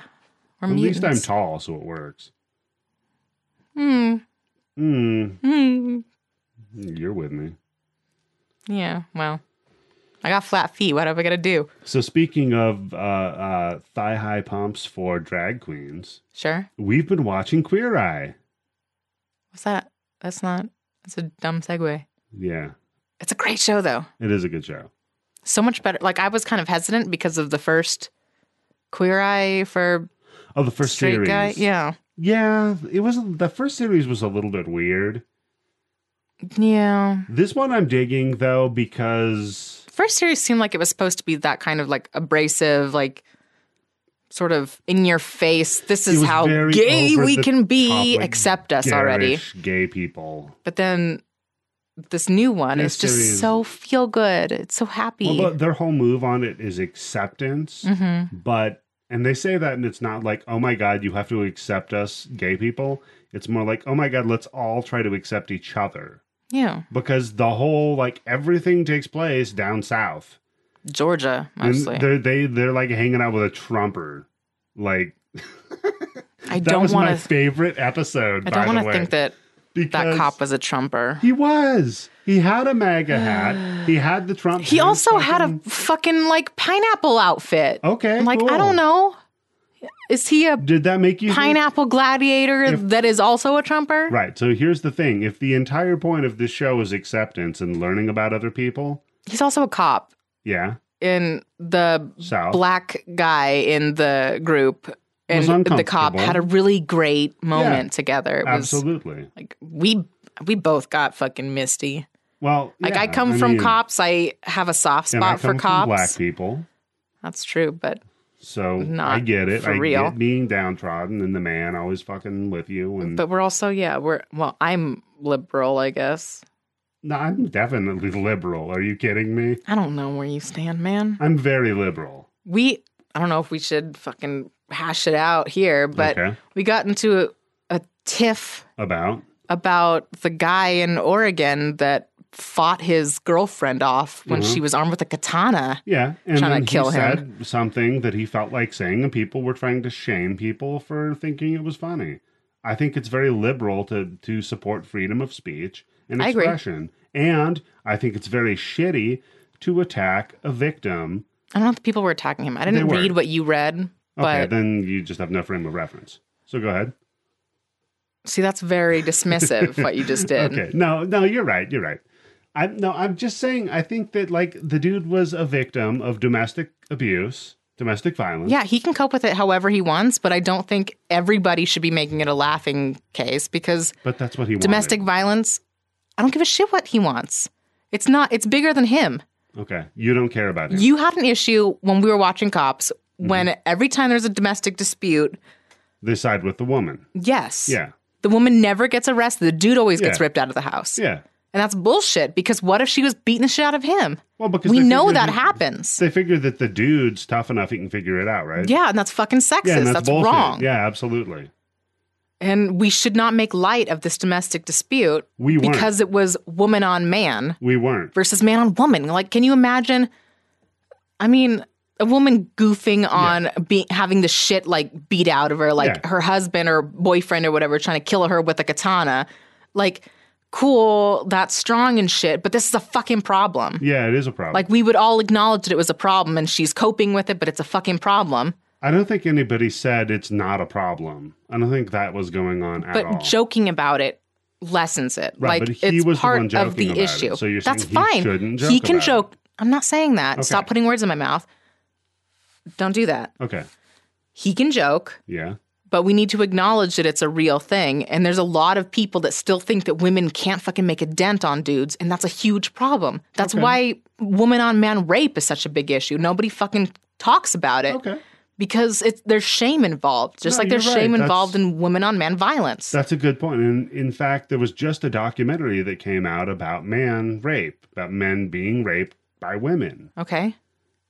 Speaker 3: We're
Speaker 2: At least I'm
Speaker 3: mutants.
Speaker 2: tall, so it works.
Speaker 3: Hmm.
Speaker 2: Mm,
Speaker 3: Hmm.
Speaker 2: you're with me.
Speaker 3: Yeah, well, I got flat feet. What am I going to do?
Speaker 2: So speaking of uh, uh, thigh high pumps for drag queens,
Speaker 3: Sure.
Speaker 2: we've been watching Queer Eye.
Speaker 3: What's that? That's not, that's a dumb segue.
Speaker 2: Yeah,
Speaker 3: It's a great show, though.
Speaker 2: it is a good show.
Speaker 3: So much better. Like, I was kind of hesitant because of the first Queer Eye for
Speaker 2: Oh, the first
Speaker 3: Straight
Speaker 2: series.
Speaker 3: Guy. Yeah.
Speaker 2: yeah. It was the first series was a little bit weird.
Speaker 3: Yeah.
Speaker 2: This one I'm digging though because
Speaker 3: First series seemed like it was supposed to be that kind of like abrasive, like sort of in your face. This
Speaker 2: It
Speaker 3: is
Speaker 2: was
Speaker 3: how
Speaker 2: very
Speaker 3: gay
Speaker 2: over
Speaker 3: we
Speaker 2: the
Speaker 3: can be.
Speaker 2: top, like,
Speaker 3: Accept us already.
Speaker 2: garish gay people.
Speaker 3: But then this new one
Speaker 2: New
Speaker 3: is just
Speaker 2: series.
Speaker 3: so feel good. It's so happy.
Speaker 2: Well, their whole move on it is acceptance,
Speaker 3: Mhm.
Speaker 2: but and they say that, and it's not like, oh my god, you have to accept us, gay people. It's more like, oh my god, let's all try to accept each other.
Speaker 3: Yeah.
Speaker 2: because the whole like everything takes place down south,
Speaker 3: Georgia, mostly.
Speaker 2: and they're they they're like hanging out with a trumper. Like
Speaker 3: I
Speaker 2: that
Speaker 3: don't
Speaker 2: was my
Speaker 3: want to.
Speaker 2: favorite episode.
Speaker 3: I
Speaker 2: by
Speaker 3: don't want
Speaker 2: the
Speaker 3: to
Speaker 2: way,
Speaker 3: think that that
Speaker 2: because
Speaker 3: cop was a trumper.
Speaker 2: He was. He had a MAGA hat. He had the Trump.
Speaker 3: He
Speaker 2: hat,
Speaker 3: also had a
Speaker 2: fucking-
Speaker 3: fucking like pineapple outfit.
Speaker 2: Okay,
Speaker 3: I'm like I
Speaker 2: cool.
Speaker 3: don't know. Is he a
Speaker 2: Did that make you think-
Speaker 3: pineapple gladiator
Speaker 2: If-
Speaker 3: that is also a trumper?
Speaker 2: Right. So here's the thing: if the entire point of this show is acceptance and learning about other people,
Speaker 3: He's also a cop.
Speaker 2: yeah,
Speaker 3: And the
Speaker 2: South.
Speaker 3: black guy in the group and
Speaker 2: Was
Speaker 3: the cop
Speaker 2: uncomfortable.
Speaker 3: had a really great moment
Speaker 2: Yeah.
Speaker 3: together. It was
Speaker 2: absolutely.
Speaker 3: like we we both got fucking misty.
Speaker 2: Well,
Speaker 3: Like
Speaker 2: yeah,
Speaker 3: I come from
Speaker 2: mean,
Speaker 3: cops. I have a soft
Speaker 2: and I
Speaker 3: spot for
Speaker 2: come from black
Speaker 3: cops.
Speaker 2: people.
Speaker 3: That's true, but
Speaker 2: So
Speaker 3: Not
Speaker 2: I get it.
Speaker 3: for
Speaker 2: I
Speaker 3: real.
Speaker 2: get being downtrodden and the man always fucking with you. And
Speaker 3: but we're also yeah we're well I'm liberal I guess.
Speaker 2: no, I'm definitely liberal. Are you kidding me?
Speaker 3: I don't know where you stand, man.
Speaker 2: I'm very liberal.
Speaker 3: We I don't know if we should fucking hash it out here, but
Speaker 2: okay.
Speaker 3: we got into a, a tiff
Speaker 2: About
Speaker 3: about the guy in Oregon that fought his girlfriend off when
Speaker 2: Mm-hmm.
Speaker 3: she was armed with a katana.
Speaker 2: yeah, and
Speaker 3: Trying to
Speaker 2: then he
Speaker 3: kill him.
Speaker 2: said something that he felt like saying, and people were trying to shame people for thinking it was funny. I think it's very liberal to to support freedom of speech and
Speaker 3: I agree.
Speaker 2: expression, and I think it's very shitty to attack a victim.
Speaker 3: I don't know if the people were attacking him. I
Speaker 2: They
Speaker 3: didn't
Speaker 2: were.
Speaker 3: read what you read,
Speaker 2: Okay,
Speaker 3: but
Speaker 2: then you just have no frame of reference. So go ahead.
Speaker 3: see, that's very dismissive what you just did.
Speaker 2: Okay. No, no, you're right. You're right. I'm no, I'm just saying I think that like the dude was a victim of domestic abuse, domestic violence.
Speaker 3: Yeah, he can cope with it however he wants, but I don't think everybody should be making it a laughing case because
Speaker 2: But that's what he
Speaker 3: domestic violence, I don't give a shit what he wants. It's not, it's bigger than him.
Speaker 2: wanted. Okay. You don't care about him.
Speaker 3: You had an issue when we were watching cops
Speaker 2: Mm-hmm.
Speaker 3: when every time there's a domestic dispute,
Speaker 2: they side with the woman.
Speaker 3: yes.
Speaker 2: Yeah.
Speaker 3: The woman never gets arrested. The dude always gets
Speaker 2: Yeah.
Speaker 3: ripped out of the house.
Speaker 2: Yeah.
Speaker 3: And that's bullshit because what if she was beating the shit out of him?
Speaker 2: Well, because
Speaker 3: We
Speaker 2: they
Speaker 3: know
Speaker 2: figured
Speaker 3: that
Speaker 2: he-
Speaker 3: happens.
Speaker 2: They figure that the dude's tough enough; he can figure it out, right?
Speaker 3: Yeah, and that's fucking sexist.
Speaker 2: and
Speaker 3: that's
Speaker 2: bullshit.
Speaker 3: wrong.
Speaker 2: Yeah, absolutely.
Speaker 3: And we should not make light of this domestic dispute
Speaker 2: We weren't.
Speaker 3: because it was woman on man
Speaker 2: We weren't.
Speaker 3: versus man on woman. Like, can you imagine? I mean, a woman goofing on being having the shit like beat out of her, like
Speaker 2: Yeah.
Speaker 3: her husband or boyfriend or whatever, trying to kill her with a katana. Like, cool, that's strong and shit, but this is a fucking problem.
Speaker 2: Yeah, it is a problem.
Speaker 3: Like, we would all acknowledge that it was a problem and she's coping with it, but it's a fucking problem.
Speaker 2: I don't think anybody said it's not a problem. I don't think that was going on at
Speaker 3: But
Speaker 2: all.
Speaker 3: joking about it lessens it.
Speaker 2: Right,
Speaker 3: like
Speaker 2: but he
Speaker 3: it's
Speaker 2: was the
Speaker 3: part
Speaker 2: one
Speaker 3: of
Speaker 2: joking
Speaker 3: the
Speaker 2: about it,
Speaker 3: issue.
Speaker 2: so you're
Speaker 3: That's
Speaker 2: saying he
Speaker 3: fine.
Speaker 2: shouldn't
Speaker 3: he
Speaker 2: joke
Speaker 3: can
Speaker 2: about it.
Speaker 3: joke. I'm not saying that. Stop
Speaker 2: Okay.
Speaker 3: putting words in my mouth. Don't do that.
Speaker 2: okay.
Speaker 3: He can joke,
Speaker 2: Yeah.
Speaker 3: but we need to acknowledge that it's a real thing. And there's a lot of people that still think that women can't fucking make a dent on dudes, and that's a huge problem. That's why woman on man rape is such a big issue. Nobody fucking talks about it
Speaker 2: Okay.
Speaker 3: because it's there's shame involved, just
Speaker 2: No,
Speaker 3: like there's
Speaker 2: you're
Speaker 3: shame
Speaker 2: right.
Speaker 3: involved in women on man violence.
Speaker 2: That's a good point. And in fact, there was just a documentary that came out about man rape, about men being raped by women.
Speaker 3: okay,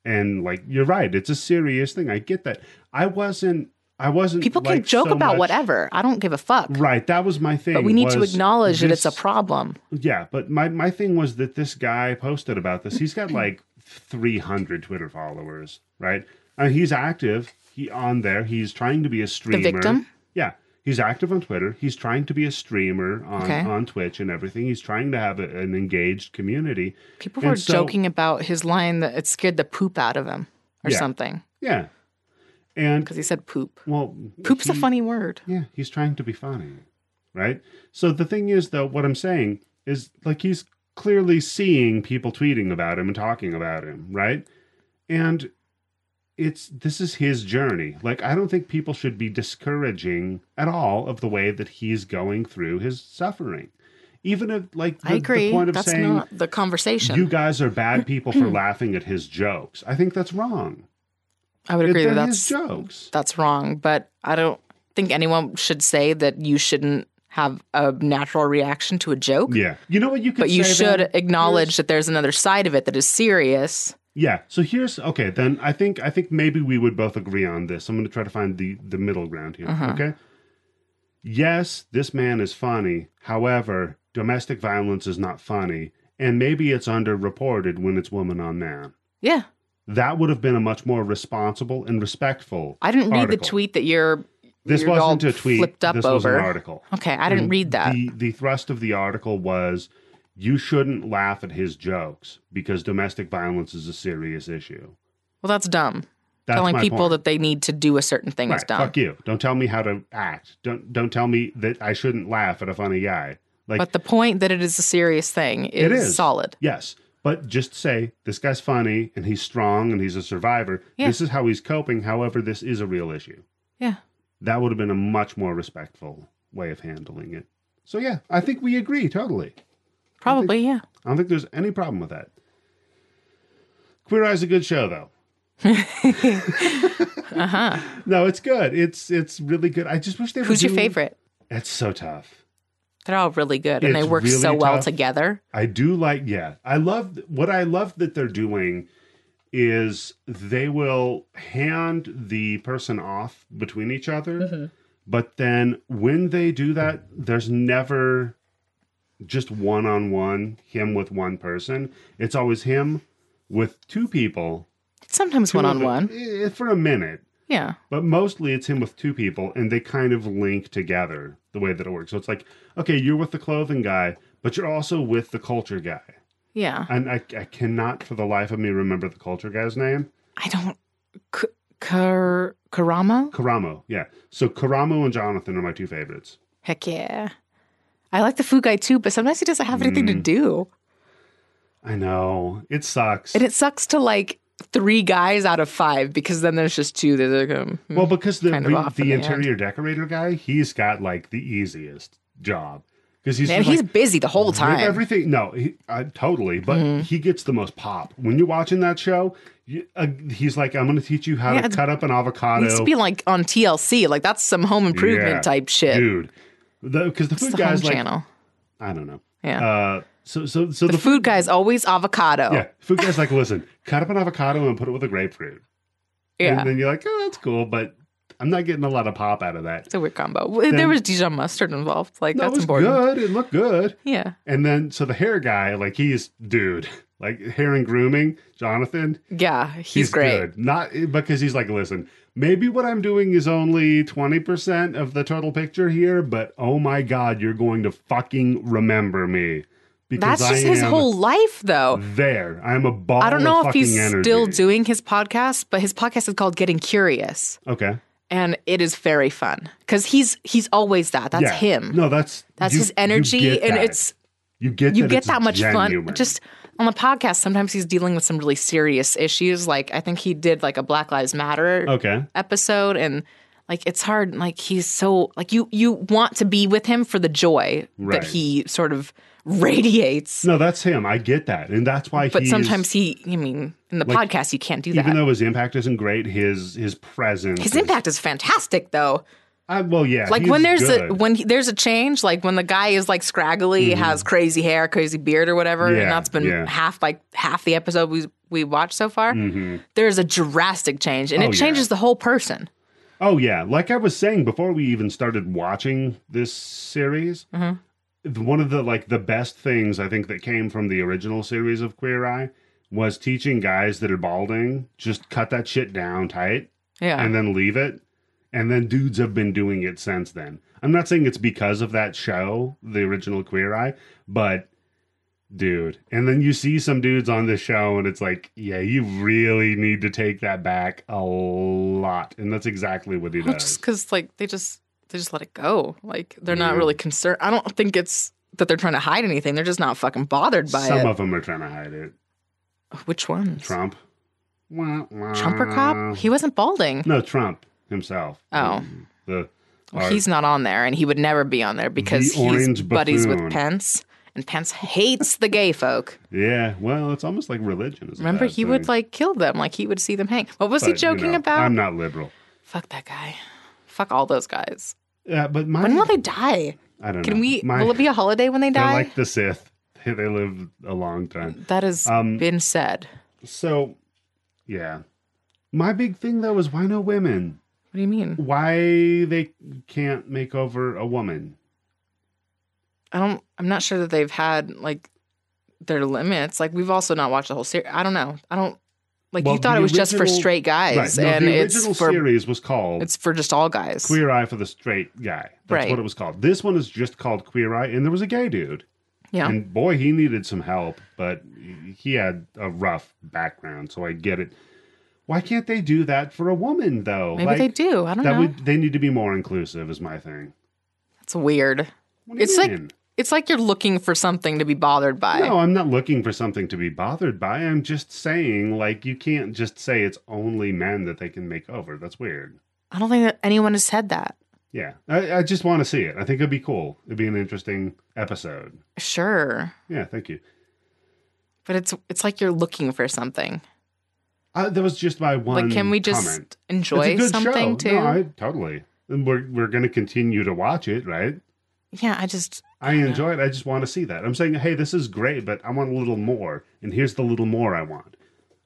Speaker 2: And like you're right, it's a serious thing. I get that. I wasn't I wasn't
Speaker 3: people can
Speaker 2: like,
Speaker 3: joke
Speaker 2: so
Speaker 3: about
Speaker 2: much-
Speaker 3: whatever. I don't give a fuck.
Speaker 2: Right, that was my thing.
Speaker 3: But we need to
Speaker 2: was
Speaker 3: acknowledge that it's a
Speaker 2: this-
Speaker 3: problem.
Speaker 2: Yeah, but my my thing was that this guy posted about this. He's got like 300 Twitter Uh, followers, right? I mean, he's active. He on there. He's trying to be a streamer.
Speaker 3: victim?
Speaker 2: Yeah, He's active on Twitter. He's trying to be a streamer on,
Speaker 3: Okay.
Speaker 2: on Twitch and everything. He's trying to have a, an engaged community.
Speaker 3: People
Speaker 2: And
Speaker 3: were
Speaker 2: so-
Speaker 3: joking about his line that it scared the poop out of him or
Speaker 2: Yeah.
Speaker 3: something
Speaker 2: Yeah. And,
Speaker 3: because he said poop.
Speaker 2: well,
Speaker 3: Poop's a
Speaker 2: he-
Speaker 3: funny word.
Speaker 2: Yeah, he's trying to be funny, right? So the thing is, though, what I'm saying is like he's clearly seeing people tweeting about him and talking about him, right? And it's this is his journey. Like I don't think people should be discouraging at all of the way that he's going through his suffering. Even if like the,
Speaker 3: I agree.
Speaker 2: the point of
Speaker 3: That's
Speaker 2: saying
Speaker 3: not the conversation.
Speaker 2: you guys are bad people for laughing at his jokes. I think that's wrong.
Speaker 3: I would agree
Speaker 2: They're
Speaker 3: that
Speaker 2: his
Speaker 3: that's
Speaker 2: jokes.
Speaker 3: that's wrong, but I don't think anyone should say that you shouldn't have a natural reaction to a joke.
Speaker 2: Yeah. You know what you could
Speaker 3: But you
Speaker 2: say
Speaker 3: should
Speaker 2: then?
Speaker 3: acknowledge
Speaker 2: Here's-
Speaker 3: that there's another side of it that is serious.
Speaker 2: Yeah. So here's okay. Then I think I think maybe we would both agree on this. I'm going to try to find the the middle ground here.
Speaker 3: Uh-huh.
Speaker 2: Okay. Yes, this man is funny. However, domestic violence is not funny, and maybe it's underreported when it's woman on man.
Speaker 3: Yeah.
Speaker 2: That would have been a much more responsible and respectful.
Speaker 3: I didn't read
Speaker 2: article.
Speaker 3: the tweet that you're
Speaker 2: This
Speaker 3: you're all
Speaker 2: wasn't a tweet.
Speaker 3: flipped up
Speaker 2: this was
Speaker 3: over.
Speaker 2: an article.
Speaker 3: Okay, I didn't
Speaker 2: And
Speaker 3: read that.
Speaker 2: Mm. The the thrust of the article was you shouldn't laugh at his jokes because domestic violence is a serious issue.
Speaker 3: well, that's dumb.
Speaker 2: That's
Speaker 3: Telling
Speaker 2: my
Speaker 3: people
Speaker 2: point.
Speaker 3: that they need to do a certain thing is
Speaker 2: Right,
Speaker 3: dumb.
Speaker 2: Fuck you. Don't tell me how to act. Don't don't tell me that I shouldn't laugh at a funny guy. Like
Speaker 3: but the point that it is a serious thing is,
Speaker 2: It is.
Speaker 3: solid.
Speaker 2: yes, but just say this guy's funny and he's strong and he's a survivor.
Speaker 3: Yeah.
Speaker 2: This is how he's coping. However, this is a real issue.
Speaker 3: Yeah.
Speaker 2: That would have been a much more respectful way of handling it. So yeah, I think we agree totally.
Speaker 3: Probably, yeah.
Speaker 2: I don't think there's any problem with that. Queer Eye's a good show though.
Speaker 3: Uh-huh.
Speaker 2: No, it's good. It's it's really good. I just wish they would
Speaker 3: Who's your
Speaker 2: do-
Speaker 3: favorite?
Speaker 2: It's so tough.
Speaker 3: They're all really good and they
Speaker 2: It's
Speaker 3: work
Speaker 2: really
Speaker 3: so well
Speaker 2: tough.
Speaker 3: together.
Speaker 2: I do like, yeah. I love what I love that they're doing is they will hand the person off between each other, but then when they do that, there's never just one on one him with one person. It's always him with two people,
Speaker 3: Sometimes
Speaker 2: two of
Speaker 3: one on
Speaker 2: it-
Speaker 3: one.
Speaker 2: eh, for a minute.
Speaker 3: Yeah.
Speaker 2: But mostly it's him with two people, and they kind of link together the way that it works. So it's like, okay, you're with the clothing guy, but you're also with the culture guy
Speaker 3: Yeah.
Speaker 2: and I, I cannot for the life of me remember the culture guy's name.
Speaker 3: I don't K- Kar- Karamo?
Speaker 2: Karamo, yeah. So Karamo and Jonathan are my two favorites.
Speaker 3: Heck yeah. I like the food guy too, but sometimes he doesn't have anything to
Speaker 2: Mm.
Speaker 3: do.
Speaker 2: I know it sucks.
Speaker 3: And it sucks to like three guys out of five because then there's just two that are going, "Hmm."
Speaker 2: well, because the
Speaker 3: kind of
Speaker 2: re-
Speaker 3: off in
Speaker 2: the
Speaker 3: the
Speaker 2: interior decorator guy, he's got like the easiest job because he's
Speaker 3: and
Speaker 2: just,
Speaker 3: he's
Speaker 2: like,
Speaker 3: busy the whole time.
Speaker 2: everything. No, he, uh, totally, but
Speaker 3: Mm-hmm.
Speaker 2: he gets the most pop when you're watching that show. You, uh, he's like, I'm going to teach you how
Speaker 3: Yeah,
Speaker 2: to
Speaker 3: it's-
Speaker 2: cut up an avocado.
Speaker 3: needs to be like on TLC. Like that's some home improvement
Speaker 2: Yeah,
Speaker 3: type shit.
Speaker 2: dude. Because the,
Speaker 3: it's
Speaker 2: food
Speaker 3: the home
Speaker 2: guy's like,
Speaker 3: channel.
Speaker 2: I don't know.
Speaker 3: Yeah.
Speaker 2: Uh, so so so
Speaker 3: the,
Speaker 2: the
Speaker 3: food guy's always avocado.
Speaker 2: Yeah, food guy's like, listen, cut up an avocado and put it with a grapefruit.
Speaker 3: Yeah.
Speaker 2: And then you're like, oh, that's cool, but I'm not getting a lot of pop out of that.
Speaker 3: it's a weird combo. W- there was Dijon mustard involved. Like
Speaker 2: No, it
Speaker 3: that's
Speaker 2: was
Speaker 3: important.
Speaker 2: good. It looked good.
Speaker 3: Yeah.
Speaker 2: And then, so the hair guy, like, he's dude, like hair and grooming, Jonathan.
Speaker 3: Yeah. He's, great.
Speaker 2: good. Not because he's like, listen, maybe what I'm doing is only 20% of the total picture here, but oh my God, you're going to fucking remember me. Because
Speaker 3: That's just
Speaker 2: I
Speaker 3: his
Speaker 2: am
Speaker 3: whole life though.
Speaker 2: there. I'm a ball.
Speaker 3: I don't know
Speaker 2: of
Speaker 3: if he's
Speaker 2: fucking
Speaker 3: still
Speaker 2: energy.
Speaker 3: doing his podcast, but his podcast is called Getting Curious.
Speaker 2: Okay.
Speaker 3: And it is very fun. Because he's he's always that. That's
Speaker 2: Yeah.
Speaker 3: him.
Speaker 2: No, that's
Speaker 3: that's
Speaker 2: you-
Speaker 3: his
Speaker 2: you
Speaker 3: energy.
Speaker 2: get
Speaker 3: And
Speaker 2: that.
Speaker 3: it's
Speaker 2: you get
Speaker 3: you
Speaker 2: that
Speaker 3: get
Speaker 2: it's
Speaker 3: that much
Speaker 2: genuine.
Speaker 3: fun just on the podcast sometimes he's dealing with some really serious issues like i think he did like a black lives matter
Speaker 2: okay.
Speaker 3: episode and like it's hard like he's so like you you want to be with him for the joy
Speaker 2: Right.
Speaker 3: that he sort of radiates
Speaker 2: No, that's him. I get that, and that's why.
Speaker 3: but
Speaker 2: he's,
Speaker 3: sometimes he i mean in the podcast you can't do that
Speaker 2: even though his impact isn't great, his his presence,
Speaker 3: his
Speaker 2: is-
Speaker 3: impact is fantastic though
Speaker 2: I, well, yeah,
Speaker 3: like
Speaker 2: he's
Speaker 3: when there's
Speaker 2: good. Mm-hmm.
Speaker 3: a when he, there's a change like when the guy is like scraggly has crazy hair crazy beard or whatever
Speaker 2: Yeah,
Speaker 3: and that's been
Speaker 2: yeah.
Speaker 3: half like half the episode we we watched so far there's a drastic change and
Speaker 2: Mm-hmm. Oh,
Speaker 3: it
Speaker 2: yeah.
Speaker 3: changes the whole person
Speaker 2: Oh yeah, like I was saying before we even started watching this series, th- one of the like the best things I think that came from the original series of Queer Eye was teaching guys that are balding just cut that shit down tight
Speaker 3: yeah
Speaker 2: and then leave it. And then dudes have been doing it since then. I'm not saying it's because of that show, the original Queer Eye, but dude. And then you see some dudes on the show and it's like, yeah, you really need to take that back a lot. And that's exactly what he
Speaker 3: Well,
Speaker 2: does.
Speaker 3: just because like they just they just let it go. Like they're not
Speaker 2: Yeah.
Speaker 3: really concerned. I don't think it's that they're trying to hide anything. They're just not fucking bothered by
Speaker 2: some
Speaker 3: it.
Speaker 2: of them are trying to hide it.
Speaker 3: Which ones?
Speaker 2: Trump. Wah, wah.
Speaker 3: Trump or cop? He wasn't balding.
Speaker 2: No, Trump himself. Mm-hmm.
Speaker 3: Oh.
Speaker 2: The
Speaker 3: Well,
Speaker 2: our-
Speaker 3: he's not on there, and he would never be on there because he's
Speaker 2: orange
Speaker 3: buddies
Speaker 2: buffoon.
Speaker 3: with Pence, and Pence hates the gay folk.
Speaker 2: yeah. Well, it's almost like religion. Is a
Speaker 3: Remember,
Speaker 2: bad
Speaker 3: he would
Speaker 2: thing.
Speaker 3: like kill them, like he would see them hang. What was he
Speaker 2: But, you know,
Speaker 3: joking about?
Speaker 2: I'm not liberal.
Speaker 3: Fuck that guy. Fuck all those guys.
Speaker 2: Yeah, but my
Speaker 3: When will they die?
Speaker 2: I don't know.
Speaker 3: Can we?
Speaker 2: My,
Speaker 3: will it be a holiday when they
Speaker 2: they're
Speaker 3: die?
Speaker 2: like the Sith. They, they live a long time.
Speaker 3: that has
Speaker 2: Um,
Speaker 3: been said.
Speaker 2: So, yeah. My big thing though is why no women?
Speaker 3: What do you mean?
Speaker 2: Why they can't make over a woman?
Speaker 3: I don't. I'm not sure that they've had like their limits. Like we've also not watched the whole series. I don't know. I don't like.
Speaker 2: Well,
Speaker 3: you thought
Speaker 2: the
Speaker 3: it was just for
Speaker 2: original-
Speaker 3: straight guys,
Speaker 2: No,
Speaker 3: and
Speaker 2: the
Speaker 3: it's
Speaker 2: original
Speaker 3: for
Speaker 2: series was called
Speaker 3: it's for just all guys.
Speaker 2: Queer Eye for the Straight Guy. That's
Speaker 3: Right.
Speaker 2: what it was called. This one is just called Queer Eye, and there was a gay dude.
Speaker 3: Yeah.
Speaker 2: And boy, he needed some help, but he had a rough background, so I get it. Why can't they do that for a woman though?
Speaker 3: Maybe they do. I don't
Speaker 2: That
Speaker 3: know.
Speaker 2: would they need to be more inclusive is my thing.
Speaker 3: That's weird.
Speaker 2: What do you
Speaker 3: It's like-
Speaker 2: mean?
Speaker 3: It's like you're looking for something to be bothered by.
Speaker 2: No, I'm not looking for something to be bothered by. I'm just saying, like, you can't just say it's only men that they can make over. That's weird.
Speaker 3: I don't think that anyone has said that.
Speaker 2: Yeah. I, I just want to see it. I think it'd be cool. It'd be an interesting episode.
Speaker 3: Sure,
Speaker 2: Yeah, thank you.
Speaker 3: but it's it's like you're looking for something.
Speaker 2: Uh, that was just my one.
Speaker 3: like, can we just
Speaker 2: comment. It's a
Speaker 3: enjoy
Speaker 2: good
Speaker 3: something
Speaker 2: show.
Speaker 3: too?
Speaker 2: No, I, totally. And we're we're gonna continue to watch it, right?
Speaker 3: yeah, I just
Speaker 2: I enjoy it. I just want to see that. I'm saying, hey, this is great, but I want a little more. And here's the little more I want.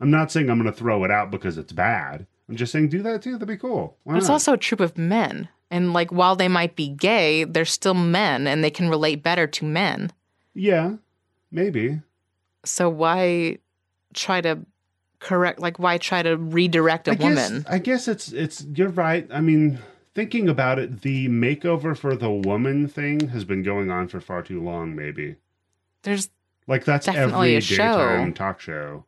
Speaker 2: I'm not saying I'm gonna throw it out because it's bad. I'm just saying do that too. That'd be cool. Why
Speaker 3: But it's
Speaker 2: not?
Speaker 3: also a troop of men. And like while they might be gay, they're still men and they can relate better to men.
Speaker 2: Yeah, maybe.
Speaker 3: So why try to correct like why try to redirect a
Speaker 2: I guess,
Speaker 3: woman?
Speaker 2: I guess it's it's you're right. I mean, thinking about it, the makeover for the woman thing has been going on for far too long. Maybe
Speaker 3: There's
Speaker 2: like that's every
Speaker 3: Definitely a show.
Speaker 2: daytime talk show.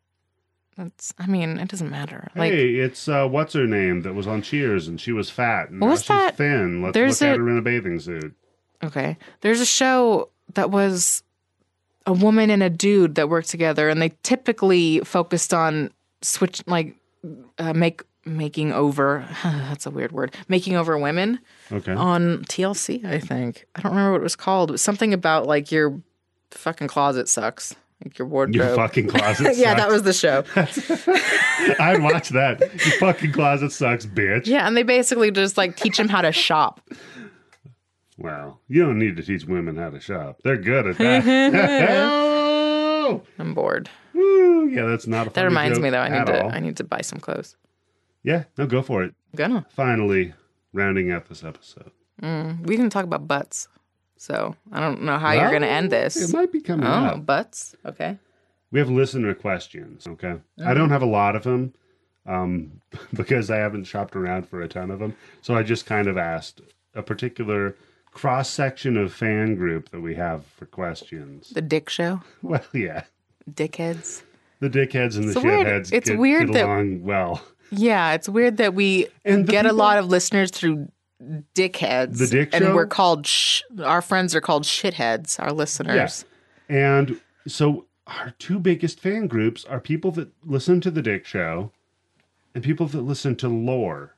Speaker 3: that's I mean, it doesn't matter. Like
Speaker 2: hey, it's uh, what's her name that was on Cheers and she was fat and
Speaker 3: What
Speaker 2: now
Speaker 3: was
Speaker 2: she's
Speaker 3: that?
Speaker 2: thin. Let's
Speaker 3: There's
Speaker 2: look at
Speaker 3: a-
Speaker 2: her in a bathing suit.
Speaker 3: okay. There's a show that was a woman and a dude that worked together and they typically focused on switch like uh, make making over that's a weird word making over women
Speaker 2: Okay,
Speaker 3: on TLC, I think. I don't remember what it was called. It was something about like your fucking closet sucks, like your
Speaker 2: your
Speaker 3: wardrobe.
Speaker 2: fucking closet.
Speaker 3: yeah, that
Speaker 2: sucks.
Speaker 3: was the show.
Speaker 2: I'd watch that. Your fucking closet sucks, bitch.
Speaker 3: yeah, and they basically just like teach him how to shop.
Speaker 2: Wow, you don't need to teach women how to shop. They're good at that.
Speaker 3: I'm bored.
Speaker 2: Woo, yeah, that's not a
Speaker 3: That
Speaker 2: funny
Speaker 3: reminds
Speaker 2: joke
Speaker 3: me though, I
Speaker 2: at
Speaker 3: need to
Speaker 2: all.
Speaker 3: I need to buy some clothes.
Speaker 2: Yeah, no, go for it.
Speaker 3: I'm gonna.
Speaker 2: Finally, rounding out this episode.
Speaker 3: We didn't talk about butts. So I don't know how you're gonna end
Speaker 2: It
Speaker 3: this.
Speaker 2: might be coming
Speaker 3: Oh,
Speaker 2: up.
Speaker 3: butts? Okay.
Speaker 2: We have listener questions. Okay, I don't have a lot of them um, because I haven't shopped around for a ton of them. So I just kind of asked a particular cross section of fan group that we have for questions.
Speaker 3: The dick show.
Speaker 2: Well, yeah,
Speaker 3: Dickheads.
Speaker 2: the dickheads and the
Speaker 3: It's weird-
Speaker 2: shitheads
Speaker 3: it's
Speaker 2: get,
Speaker 3: weird
Speaker 2: get
Speaker 3: that-
Speaker 2: along well.
Speaker 3: Yeah, it's weird that we
Speaker 2: And the
Speaker 3: get a
Speaker 2: people-
Speaker 3: lot of listeners through dickheads.
Speaker 2: The dick
Speaker 3: and
Speaker 2: show?
Speaker 3: we're called sh- our friends are called shitheads. Our listeners.
Speaker 2: And so our two biggest fan groups are people that listen to The Dick Show and people that listen to Lore.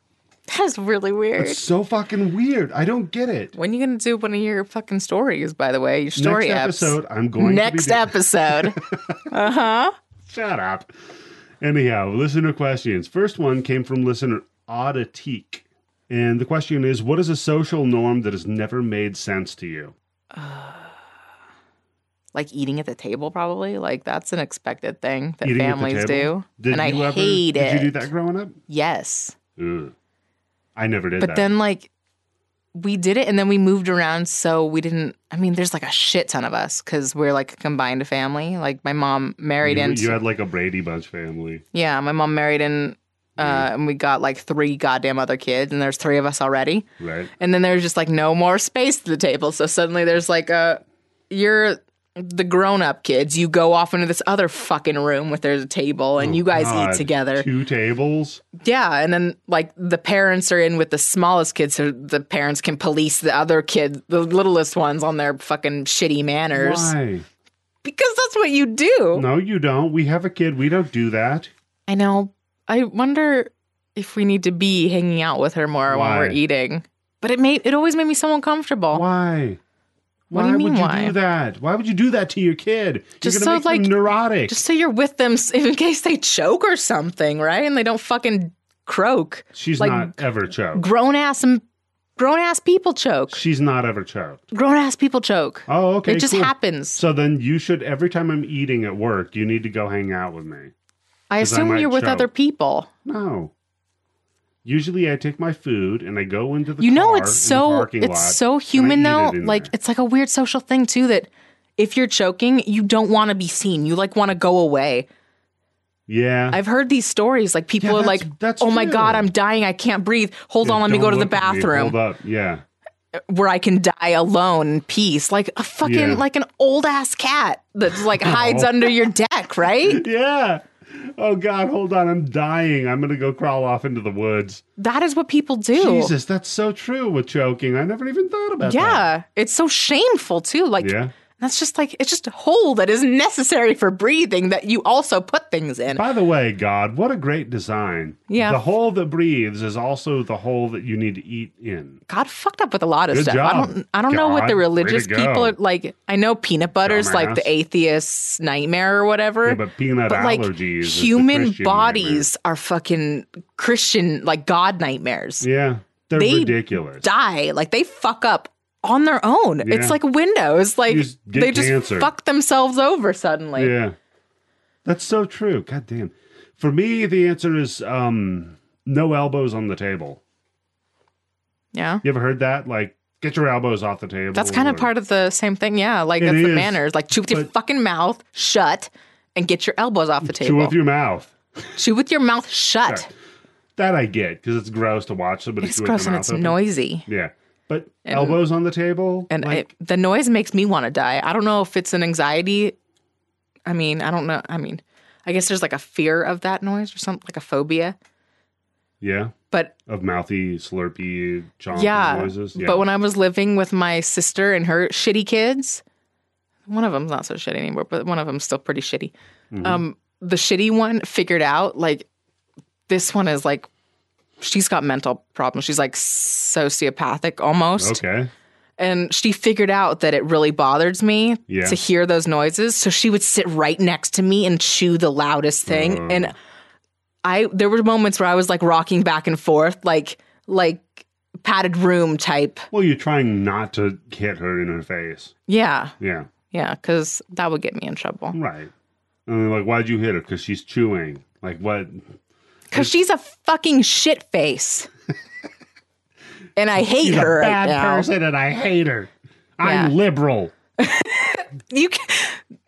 Speaker 3: That's really weird.
Speaker 2: It's so fucking weird. I don't get it.
Speaker 3: when you gonna do one of your fucking stories? By the way, your story
Speaker 2: Next
Speaker 3: apps.
Speaker 2: episode, I'm going
Speaker 3: Next
Speaker 2: to be do-
Speaker 3: episode. uh huh.
Speaker 2: Shut up. Anyhow, listener questions. First one came from listener Auditique. And the question is, what is a social norm that has never made sense to you?
Speaker 3: Like eating at the table, probably. Like that's an expected thing that
Speaker 2: Eating at the
Speaker 3: families
Speaker 2: table?
Speaker 3: do,
Speaker 2: Did
Speaker 3: and I
Speaker 2: you ever,
Speaker 3: hate
Speaker 2: Did
Speaker 3: it.
Speaker 2: you do that growing up?
Speaker 3: Yes,
Speaker 2: Ugh. I never did
Speaker 3: but
Speaker 2: that.
Speaker 3: then like. We did it and then we moved around. So we didn't. I mean, there's like a shit ton of us because we're like a combined family. Like, my mom married
Speaker 2: you,
Speaker 3: into.
Speaker 2: you had like a Brady Bunch family.
Speaker 3: Yeah, my mom married in uh, uh, and we got like three goddamn other kids, and there's three of us already.
Speaker 2: Right.
Speaker 3: And then there's just like no more space at the table. So suddenly there's like a you're the grown up kids. You go off into this other fucking room with there's a table and you guys
Speaker 2: Oh, God,
Speaker 3: eat together.
Speaker 2: Two tables.
Speaker 3: Yeah. And then like the parents are in with the smallest kids so the parents can police the other kid, the littlest ones on their fucking shitty manners.
Speaker 2: Why?
Speaker 3: Because that's what you do.
Speaker 2: No, you don't. We have a kid. We don't do that.
Speaker 3: I know. I wonder if we need to be hanging out with her more
Speaker 2: Why?
Speaker 3: when we're eating. But it made it always made me so uncomfortable.
Speaker 2: Why?
Speaker 3: Oh.
Speaker 2: why
Speaker 3: What do you mean,
Speaker 2: would you
Speaker 3: why?
Speaker 2: do that? Why would you do that to your kid?
Speaker 3: Just
Speaker 2: You're gonna
Speaker 3: so,
Speaker 2: make them
Speaker 3: like,
Speaker 2: neurotic.
Speaker 3: Just so you're with them s- in case they choke or something, right? And they don't fucking croak.
Speaker 2: She's
Speaker 3: like-
Speaker 2: not ever choked.
Speaker 3: Grown ass and grown ass people choke.
Speaker 2: She's not ever choked.
Speaker 3: Grown ass people choke.
Speaker 2: Oh, okay.
Speaker 3: it just
Speaker 2: cool.
Speaker 3: happens.
Speaker 2: So then you should every time I'm eating at work, you need to go hang out with me.
Speaker 3: I
Speaker 2: 'Cause I
Speaker 3: assume
Speaker 2: might
Speaker 3: you're with
Speaker 2: choke.
Speaker 3: other people.
Speaker 2: No. Usually I take my food and I go into the
Speaker 3: You know,
Speaker 2: car
Speaker 3: it's
Speaker 2: in the
Speaker 3: so
Speaker 2: parking lot,
Speaker 3: it's so
Speaker 2: and I
Speaker 3: human
Speaker 2: eat
Speaker 3: though.
Speaker 2: it in
Speaker 3: Like
Speaker 2: there.
Speaker 3: it's like a weird social thing too that if you're choking, you don't want to be seen. You like want to go away.
Speaker 2: yeah.
Speaker 3: I've heard these stories. Like people
Speaker 2: Yeah,
Speaker 3: are
Speaker 2: that's-
Speaker 3: like,
Speaker 2: that's
Speaker 3: "Oh my
Speaker 2: true.
Speaker 3: god, I'm dying. I can't breathe. Hold
Speaker 2: Yeah,
Speaker 3: on, let me
Speaker 2: don't
Speaker 3: go to the
Speaker 2: look at me. Hold
Speaker 3: bathroom
Speaker 2: up. Yeah.
Speaker 3: where I can die alone in peace." Like a fucking
Speaker 2: Yeah. Oh.
Speaker 3: like an old ass cat that like hides under your deck, right?
Speaker 2: Yeah. Oh God, hold on. I'm dying. I'm gonna go crawl off into the woods.
Speaker 3: That is what people do.
Speaker 2: Jesus, that's so true with choking. I never even thought about that.
Speaker 3: Yeah, it's so shameful too. Like
Speaker 2: Yeah.
Speaker 3: that's just like it's just a hole that is necessary for breathing that you also put things in.
Speaker 2: By the way, God, what a great design.
Speaker 3: Yeah.
Speaker 2: The hole that breathes is also the hole that you need to eat in.
Speaker 3: God fucked up with a lot of
Speaker 2: Good
Speaker 3: stuff. I
Speaker 2: job,
Speaker 3: don't I don't know what
Speaker 2: God.
Speaker 3: the
Speaker 2: Way to
Speaker 3: religious
Speaker 2: go.
Speaker 3: people are like. I know peanut butter's like
Speaker 2: Dumbass.
Speaker 3: the atheist's nightmare or whatever.
Speaker 2: Yeah, but peanut
Speaker 3: but like
Speaker 2: allergies. is the
Speaker 3: human
Speaker 2: Christian
Speaker 3: bodies are fucking Christian like God nightmares.
Speaker 2: nightmare. Yeah. They're
Speaker 3: They
Speaker 2: ridiculous.
Speaker 3: Die like they fuck up on their own.
Speaker 2: Yeah.
Speaker 3: It's like windows. Like
Speaker 2: You just get
Speaker 3: they just
Speaker 2: cancer.
Speaker 3: fuck themselves over suddenly.
Speaker 2: yeah. That's so true. God damn. For me, the answer is um, no elbows on the table.
Speaker 3: Yeah.
Speaker 2: You ever heard that? Like, get your elbows off the table.
Speaker 3: That's kind of part of the same thing. Yeah. Like
Speaker 2: It
Speaker 3: that's
Speaker 2: is,
Speaker 3: the manners. Like chew with your
Speaker 2: but-
Speaker 3: fucking mouth shut and get your elbows off the
Speaker 2: Chew
Speaker 3: table.
Speaker 2: with your mouth.
Speaker 3: chew with your mouth shut.
Speaker 2: Sorry. That I get because it's gross to watch somebody
Speaker 3: It's
Speaker 2: chew with
Speaker 3: gross
Speaker 2: their
Speaker 3: and
Speaker 2: mouth
Speaker 3: it's
Speaker 2: open.
Speaker 3: noisy.
Speaker 2: Yeah. But elbows on the table.
Speaker 3: And
Speaker 2: like,
Speaker 3: it, the noise makes me want to die. I don't know if it's an anxiety. I mean, I don't know. I mean, I guess there's like a fear of that noise or something, like a phobia.
Speaker 2: yeah.
Speaker 3: But
Speaker 2: Of mouthy, slurpy, chompy
Speaker 3: yeah,
Speaker 2: noises. Yeah.
Speaker 3: But when I was living with my sister and her shitty kids, one of them's not so shitty anymore, but one of them's still pretty shitty. Um, the shitty one figured out like this one is like she's got mental problems. She's like sociopathic almost.
Speaker 2: okay.
Speaker 3: and she figured out that it really bothers me
Speaker 2: Yeah.
Speaker 3: to hear those noises so she would sit right next to me and chew the loudest thing
Speaker 2: Oh.
Speaker 3: and i there were moments where i was like rocking back and forth like like padded room type
Speaker 2: Well, you're trying not to hit her in her face.
Speaker 3: yeah
Speaker 2: Yeah.
Speaker 3: yeah because that would get me in trouble
Speaker 2: Right. And they're like, why'd you hit her? Because she's chewing. Like, what?
Speaker 3: because she's a fucking shit face and i hate
Speaker 2: She's
Speaker 3: her
Speaker 2: a
Speaker 3: right
Speaker 2: bad
Speaker 3: now
Speaker 2: person and I hate her. I'm
Speaker 3: Yeah.
Speaker 2: liberal.
Speaker 3: you can,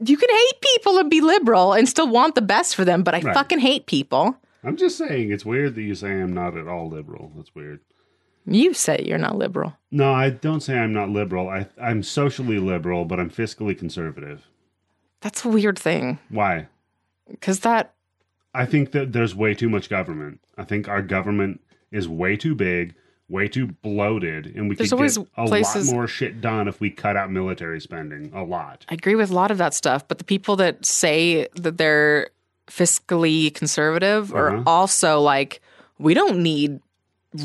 Speaker 3: you can hate people and be liberal and still want the best for them but i
Speaker 2: Right.
Speaker 3: fucking hate people
Speaker 2: I'm just saying, it's weird that you say I'm not at all liberal. That's weird.
Speaker 3: you say you're not liberal
Speaker 2: No, I don't say I'm not liberal. I, I'm socially liberal, but I'm fiscally conservative.
Speaker 3: That's a weird thing
Speaker 2: Why?
Speaker 3: because that
Speaker 2: I think that there's way too much government. I think our government is way too big, way too bloated, and we
Speaker 3: There's
Speaker 2: could
Speaker 3: always
Speaker 2: get a
Speaker 3: places-
Speaker 2: lot more shit done if we cut out military spending. A lot.
Speaker 3: I agree with a lot of that stuff, but the people that say that they're fiscally conservative
Speaker 2: Uh-huh.
Speaker 3: are also like, we don't need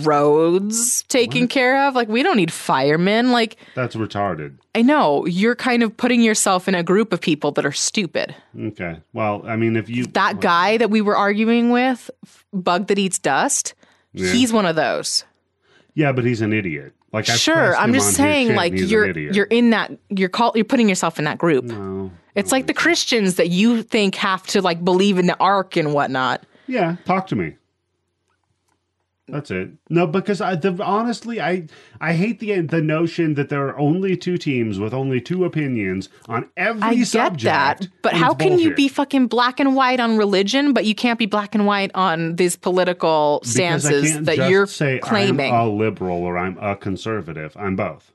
Speaker 3: roads taken care of. Like, we don't need firemen. Like,
Speaker 2: That's retarded.
Speaker 3: I know you're kind of putting yourself in a group of people that are stupid.
Speaker 2: Okay. Well, I mean, if you
Speaker 3: That guy that we were arguing with, Bug That Eats Dust,
Speaker 2: Yeah.
Speaker 3: he's one of those.
Speaker 2: yeah, but he's an idiot. Like I
Speaker 3: sure,
Speaker 2: pressed
Speaker 3: I'm
Speaker 2: him
Speaker 3: just
Speaker 2: on his shit
Speaker 3: saying,
Speaker 2: and
Speaker 3: like
Speaker 2: he's an
Speaker 3: you're
Speaker 2: idiot.
Speaker 3: you're in that you're call you're putting yourself in that group.
Speaker 2: No.
Speaker 3: It's like the Christians that you think have to like believe in the ark and whatnot.
Speaker 2: Yeah, talk to me. That's it. No, because I the, honestly, I I hate the the notion that there are only two teams with only two opinions on every
Speaker 3: I get
Speaker 2: subject.
Speaker 3: that, but
Speaker 2: and
Speaker 3: how
Speaker 2: it's
Speaker 3: can you
Speaker 2: bullshit.
Speaker 3: be fucking black and white on religion, but you can't be black and white on these political
Speaker 2: Because I
Speaker 3: stances
Speaker 2: can't
Speaker 3: that
Speaker 2: just
Speaker 3: you're
Speaker 2: say
Speaker 3: claiming?
Speaker 2: I'm a liberal or I'm a conservative. I'm both.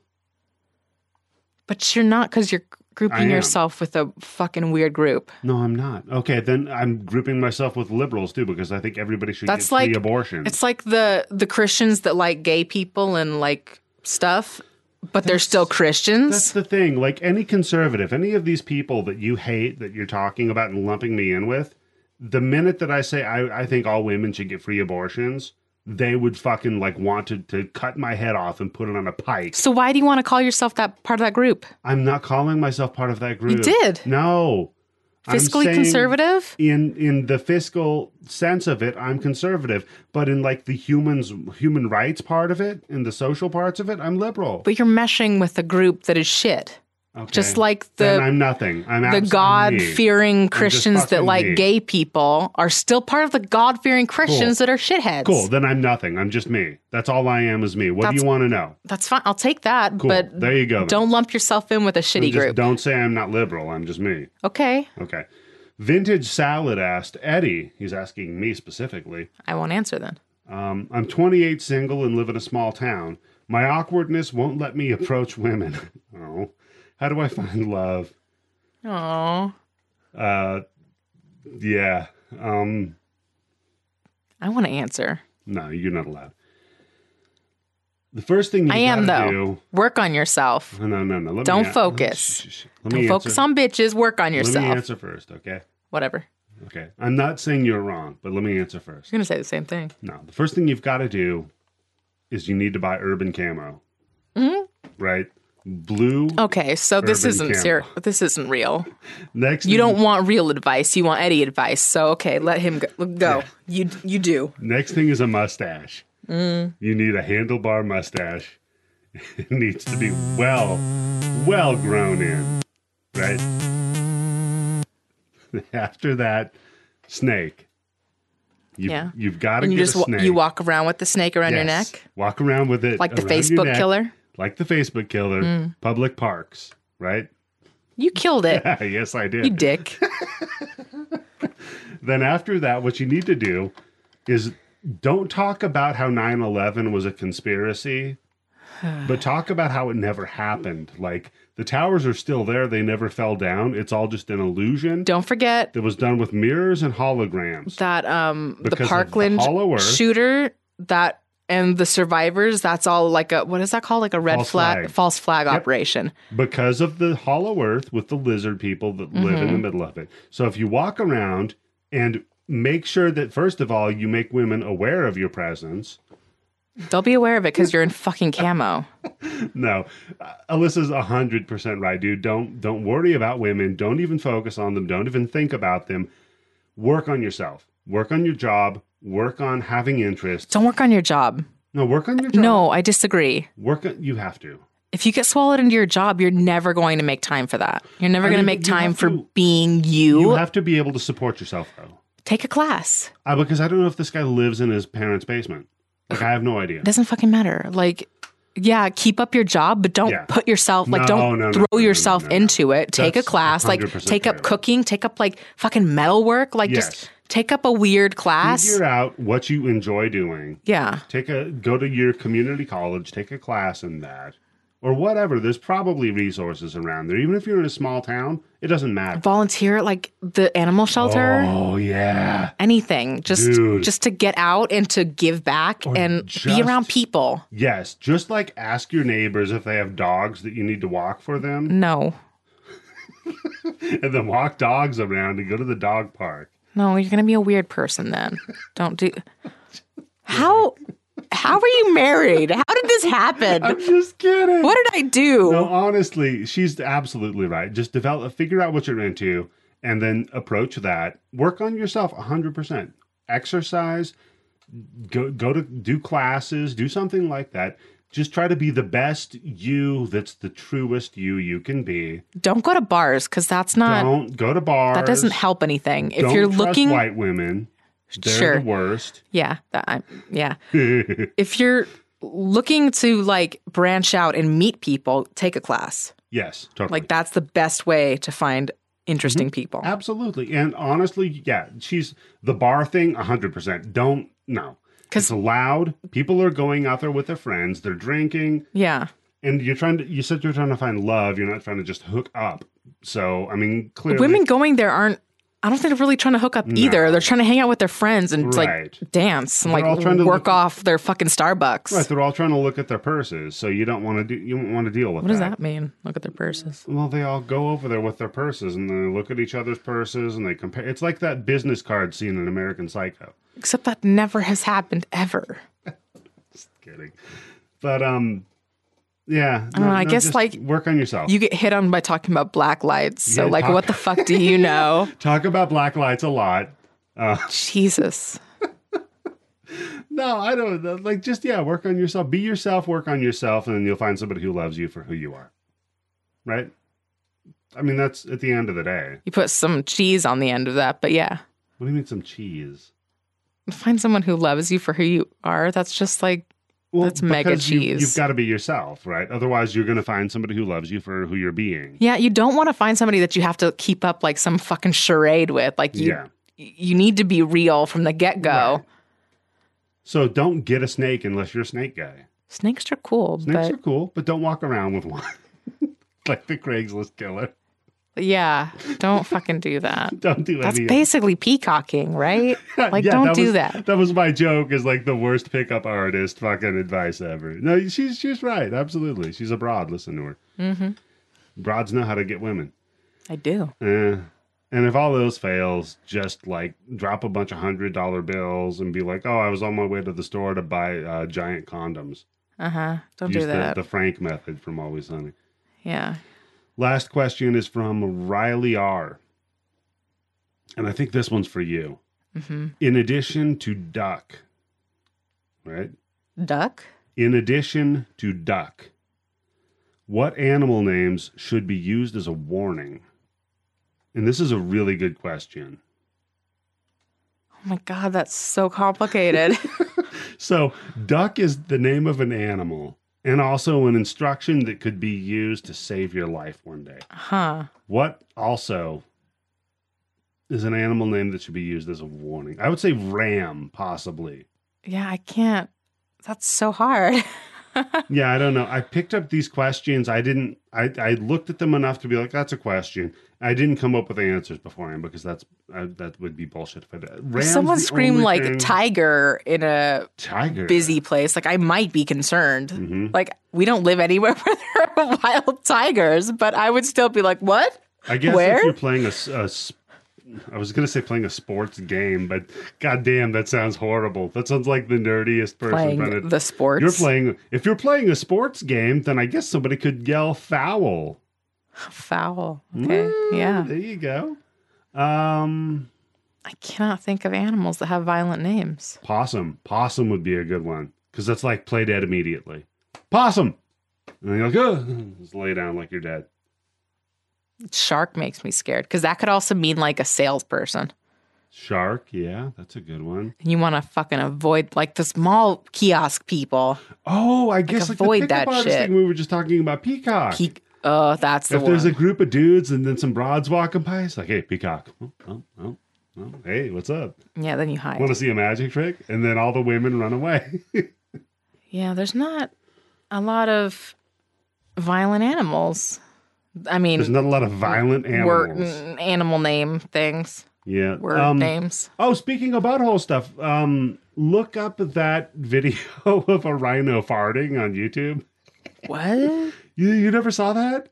Speaker 3: But you're not because you're
Speaker 2: I am.
Speaker 3: grouping yourself with a fucking weird group.
Speaker 2: No, I'm not. Okay, then I'm grouping myself with liberals too because I think everybody should get
Speaker 3: That's
Speaker 2: free
Speaker 3: like-
Speaker 2: abortion.
Speaker 3: It's like the the Christians that like gay people and like stuff, but they're still
Speaker 2: That's
Speaker 3: Christians.
Speaker 2: the thing. Like any conservative, any of these people that you hate that you're talking about and lumping me in with, the minute that I say I, I think all women should get free abortions, they would fucking like want to, to cut my head off and put it on a pike.
Speaker 3: So why do you want to call yourself that part of that group?
Speaker 2: I'm not calling myself part of that group.
Speaker 3: did.
Speaker 2: No. I'm
Speaker 3: Fiscally
Speaker 2: saying
Speaker 3: conservative?
Speaker 2: In in the fiscal sense of it, I'm conservative. But in like the humans human rights part of it and the social parts of it, I'm liberal.
Speaker 3: But you're meshing with a group that is shit.
Speaker 2: Okay.
Speaker 3: Just like
Speaker 2: then
Speaker 3: the
Speaker 2: I'm nothing. I'm
Speaker 3: the
Speaker 2: abs- I'm
Speaker 3: God
Speaker 2: me.
Speaker 3: fearing Christians that
Speaker 2: fucking
Speaker 3: like
Speaker 2: me.
Speaker 3: gay people are still part of the God fearing Christians that are shitheads.
Speaker 2: Cool. Then I'm nothing. I'm just me. That's all I am is me. What do
Speaker 3: That's-
Speaker 2: you want to know?
Speaker 3: That's fine. I'll take that,
Speaker 2: Cool.
Speaker 3: but
Speaker 2: there you go. then.
Speaker 3: don't lump yourself in with a shitty
Speaker 2: just
Speaker 3: group.
Speaker 2: don't say I'm not liberal. I'm just me.
Speaker 3: Okay.
Speaker 2: Okay. Vintage Salad asked Eddie. He's asking me specifically.
Speaker 3: I won't answer then.
Speaker 2: Um, I'm 28, single, and live in a small town. My awkwardness won't let me approach women. oh, how do I find love?
Speaker 3: Oh.
Speaker 2: Uh, yeah. Um,
Speaker 3: I want to answer.
Speaker 2: no, you're not allowed. The first thing you
Speaker 3: I am
Speaker 2: gotta
Speaker 3: though.
Speaker 2: do-
Speaker 3: Work on yourself.
Speaker 2: Oh, no, no, no. Let me
Speaker 3: Don't
Speaker 2: an-
Speaker 3: focus.
Speaker 2: Shh, shh, shh. Let
Speaker 3: Don't
Speaker 2: me
Speaker 3: focus
Speaker 2: answer.
Speaker 3: on bitches. Work on
Speaker 2: Let me
Speaker 3: yourself.
Speaker 2: answer first, okay?
Speaker 3: Whatever. I
Speaker 2: Okay. I'm not saying you're wrong, but let me answer
Speaker 3: was
Speaker 2: first.
Speaker 3: gonna say the same thing.
Speaker 2: No, the first thing you've got to do is you need to buy urban camo.
Speaker 3: Mm-hmm.
Speaker 2: Right? Blue.
Speaker 3: Okay, so this
Speaker 2: Urban
Speaker 3: isn't
Speaker 2: Camel.
Speaker 3: ser- this isn't real.
Speaker 2: Next
Speaker 3: You
Speaker 2: thing,
Speaker 3: don't want real advice. You want Eddie advice. So okay, let him go. go. You you do.
Speaker 2: Next thing is a mustache.
Speaker 3: Mm.
Speaker 2: You need a handlebar mustache. it needs to be well, well grown in. Right? After that, snake. You've,
Speaker 3: Yeah.
Speaker 2: You've got to
Speaker 3: And
Speaker 2: get
Speaker 3: you just
Speaker 2: a
Speaker 3: wa-
Speaker 2: snake.
Speaker 3: you walk around with the snake around your
Speaker 2: Yes.
Speaker 3: neck,
Speaker 2: Walk around with it.
Speaker 3: like the
Speaker 2: around your
Speaker 3: Facebook
Speaker 2: neck,
Speaker 3: killer. Hmm.
Speaker 2: Like the Facebook killer. Public parks, right?
Speaker 3: You killed it,
Speaker 2: yes, I did.
Speaker 3: you dick.
Speaker 2: Then after that, what you need to do is don't talk about how 9 11 was a conspiracy, but talk about how it never happened. Like the towers are still there, they never fell down. It's all just an illusion
Speaker 3: Don't forget
Speaker 2: that was done with mirrors and holograms.
Speaker 3: that um
Speaker 2: Because of
Speaker 3: the
Speaker 2: the
Speaker 3: Parkland
Speaker 2: Hollow Earth.
Speaker 3: shooter that and the survivors. That's all like a what is that called? Like a red
Speaker 2: False
Speaker 3: flag,
Speaker 2: flag.
Speaker 3: false flag operation.
Speaker 2: because of the hollow earth with the lizard people that live in the middle of it. So if you walk around and make sure that first of all you make women aware of your presence.
Speaker 3: They'll be aware of it because you're in fucking camo.
Speaker 2: No, uh, Alyssa's hundred percent right, dude. Don't don't worry about women. Don't even focus on them. Don't even think about them. Work on yourself. Work on your job. Work on having interests.
Speaker 3: Don't work on your job.
Speaker 2: No, work on your job.
Speaker 3: No, I disagree.
Speaker 2: work. On, you have to.
Speaker 3: If you get swallowed into your job, you're never going to make time for that. You're never
Speaker 2: I mean,
Speaker 3: going to make
Speaker 2: but you
Speaker 3: time
Speaker 2: have
Speaker 3: for
Speaker 2: to-
Speaker 3: being
Speaker 2: You
Speaker 3: you.
Speaker 2: have to be able to support yourself though.
Speaker 3: Take a class.
Speaker 2: Uh, because I don't know if this guy lives in his parents' basement. Like I have no idea.
Speaker 3: It doesn't fucking matter. Like, yeah, keep up your job, but don't
Speaker 2: Yeah.
Speaker 3: put yourself, like,
Speaker 2: No,
Speaker 3: don't
Speaker 2: no, no,
Speaker 3: throw
Speaker 2: no, no,
Speaker 3: yourself
Speaker 2: no, no.
Speaker 3: into it. Take
Speaker 2: That's
Speaker 3: a class, like,
Speaker 2: 100%
Speaker 3: take up
Speaker 2: fair.
Speaker 3: cooking, take up, like, fucking metal work. Like,
Speaker 2: Yes.
Speaker 3: just take up a weird class.
Speaker 2: Figure out what you enjoy doing.
Speaker 3: yeah.
Speaker 2: Take a go to your community college, take a class in that. Or whatever. There's probably resources around there. Even if you're in a small town, it doesn't matter.
Speaker 3: Volunteer, at, like, the animal shelter.
Speaker 2: Oh yeah.
Speaker 3: Anything, just
Speaker 2: Dude.
Speaker 3: just to get out and to give back and
Speaker 2: just-
Speaker 3: be around people.
Speaker 2: Yes. Just like ask your neighbors if they have dogs that you need to walk for them.
Speaker 3: No,
Speaker 2: And then walk dogs around and go to the dog park.
Speaker 3: No, you're gonna be a weird person then. Don't do how how were you married? How did this happen?
Speaker 2: I'm just kidding.
Speaker 3: What did I do?
Speaker 2: No, honestly, she's absolutely right. Just develop, figure out what you're into, and then approach that. Work on yourself 100%. Exercise, go go to do classes, do something like that. Just try to be the best you. That's the truest you you can be.
Speaker 3: Don't go to bars because that's not
Speaker 2: Don't go to bars.
Speaker 3: that doesn't help anything. If
Speaker 2: Don't
Speaker 3: you're
Speaker 2: trust
Speaker 3: looking
Speaker 2: white women. They're
Speaker 3: sure.
Speaker 2: the worst.
Speaker 3: Yeah, that, I, yeah. if you're looking to like branch out and meet people, take a class.
Speaker 2: yes, totally.
Speaker 3: Like that's the best way to find
Speaker 2: Mm-hmm.
Speaker 3: interesting people.
Speaker 2: Absolutely. And honestly, yeah, she's the bar thing 100%. Don't no.
Speaker 3: 'Cause-
Speaker 2: It's loud. People are going out there with their friends. They're drinking,
Speaker 3: Yeah.
Speaker 2: and you're trying to. You said you're trying to find love. You're not trying to just hook up. So I mean, clearly,
Speaker 3: Women going there aren't I don't think they're really trying to hook up either. They're trying to hang out with their friends and
Speaker 2: Right.
Speaker 3: like dance and
Speaker 2: all
Speaker 3: like
Speaker 2: trying to
Speaker 3: work
Speaker 2: look-
Speaker 3: off their fucking Starbucks.
Speaker 2: Right, they're all trying to look at their purses, so you don't want to do. You don't want to deal with
Speaker 3: What does that mean? Look at their purses.
Speaker 2: Well, they all go over there with their purses, and they look at each other's purses, and they compare. It's like that business card scene in American Psycho.
Speaker 3: Except that never has happened ever.
Speaker 2: Kidding, but um, yeah.
Speaker 3: don't know, I guess,
Speaker 2: just
Speaker 3: like,
Speaker 2: work on yourself.
Speaker 3: You get hit on by talking about black lights. So
Speaker 2: Yeah,
Speaker 3: like
Speaker 2: talk-
Speaker 3: what the fuck do you know?
Speaker 2: talk about black lights a lot.
Speaker 3: Jesus.
Speaker 2: No, I don't like just yeah, work on yourself. Be yourself, work on yourself, and then you'll find somebody who loves you for who you are. Right? I mean that's at the end of the day.
Speaker 3: You put some cheese on the end of that, but yeah.
Speaker 2: What do you mean some cheese?
Speaker 3: Find someone who loves you for who you are. That's just like
Speaker 2: Well,
Speaker 3: That's mega
Speaker 2: because you-
Speaker 3: cheese.
Speaker 2: You've got to be yourself, right? Otherwise you're gonna find somebody who loves you for who you're being.
Speaker 3: Yeah, you don't want to find somebody that you have to keep up like some fucking charade with. Like you
Speaker 2: Yeah.
Speaker 3: you need to be real from the get-go.
Speaker 2: Right. So don't get a snake unless you're a snake guy.
Speaker 3: Snakes are cool,
Speaker 2: Snakes
Speaker 3: but
Speaker 2: are cool, but don't walk around with one. like the Craigslist killer.
Speaker 3: yeah, don't fucking do that.
Speaker 2: Don't do
Speaker 3: That's
Speaker 2: any of
Speaker 3: basically peacocking, right? Like
Speaker 2: uh, Yeah,
Speaker 3: don't do
Speaker 2: was,
Speaker 3: that.
Speaker 2: That was my joke. Is like the worst pickup artist fucking advice ever. No, she's she's right. Absolutely, she's a broad. Listen to her. Mm-hmm. Broads know how to get women.
Speaker 3: I do.
Speaker 2: Eh. And if all those fails, just like drop a bunch of hundred dollar bills and be like, "Oh, I was on my way to the store to buy uh, giant condoms."
Speaker 3: Uh-huh. Don't
Speaker 2: Use
Speaker 3: do that.
Speaker 2: The, the Frank method from Always Sunny.
Speaker 3: yeah.
Speaker 2: Last question is from Riley R. And I think this one's for you. In addition to duck, right?
Speaker 3: Duck?
Speaker 2: In addition to duck, what animal names should be used as a warning? And this is a really good question.
Speaker 3: Oh my god, that's so complicated.
Speaker 2: So, duck is the name of an animal and also an instruction that could be used to save your life one day.
Speaker 3: huh.
Speaker 2: What also is an animal name that should be used as a warning? I would say ram, possibly.
Speaker 3: Yeah, I can't. That's so hard.
Speaker 2: yeah, I don't know. I picked up these questions. I didn't. I I looked at them enough to be like, that's a question. I didn't come up with the answers beforehand because that's I, that would be bullshit if I did. Ram's
Speaker 3: Someone
Speaker 2: the
Speaker 3: screamed
Speaker 2: only
Speaker 3: like
Speaker 2: thing-
Speaker 3: tiger in a
Speaker 2: tiger
Speaker 3: busy place, like I might be concerned.
Speaker 2: Mhm.
Speaker 3: Like we don't live anywhere where there are wild tigers, but I would still be like, what?
Speaker 2: I guess
Speaker 3: Where?
Speaker 2: if you're playing a, s- a s- I was gonna say playing a sports game, but goddamn, that sounds horrible. That sounds like the nerdiest person trying to-
Speaker 3: Playing the sports.
Speaker 2: You're playing. If you're playing a sports game, then I guess somebody could yell foul.
Speaker 3: foul. Okay.
Speaker 2: Mm,
Speaker 3: Yeah.
Speaker 2: There you go. Um,
Speaker 3: I cannot think of animals that have violent names.
Speaker 2: possum. Possum would be a good one because that's like play dead immediately. Possum. And then you're like, oh, just lay down like you're dead.
Speaker 3: Shark makes me scared because that could also mean like a salesperson.
Speaker 2: Shark. Yeah, that's a good one.
Speaker 3: And you want to fucking avoid like the small kiosk people.
Speaker 2: Oh, I guess like
Speaker 3: avoid
Speaker 2: the pickup
Speaker 3: that
Speaker 2: artist
Speaker 3: shit.
Speaker 2: thing we were just talking about. Peacock.
Speaker 3: Peak. Oh, that's the
Speaker 2: if there's
Speaker 3: one.
Speaker 2: a group of dudes and then some broads walking by, it's like, hey, peacock. Oh, oh, oh, oh. Hey, what's up?
Speaker 3: yeah, then you hide.
Speaker 2: Want to see a magic trick? And then all the women run away.
Speaker 3: Yeah, there's not a lot of violent animals. I
Speaker 2: There's
Speaker 3: mean,
Speaker 2: not a lot of violent
Speaker 3: word,
Speaker 2: animals.
Speaker 3: n- animal name things,
Speaker 2: yeah.
Speaker 3: word
Speaker 2: um,
Speaker 3: names.
Speaker 2: Oh, speaking of butthole stuff, um, look up that video of a rhino farting on YouTube.
Speaker 3: What?
Speaker 2: You, you never saw that?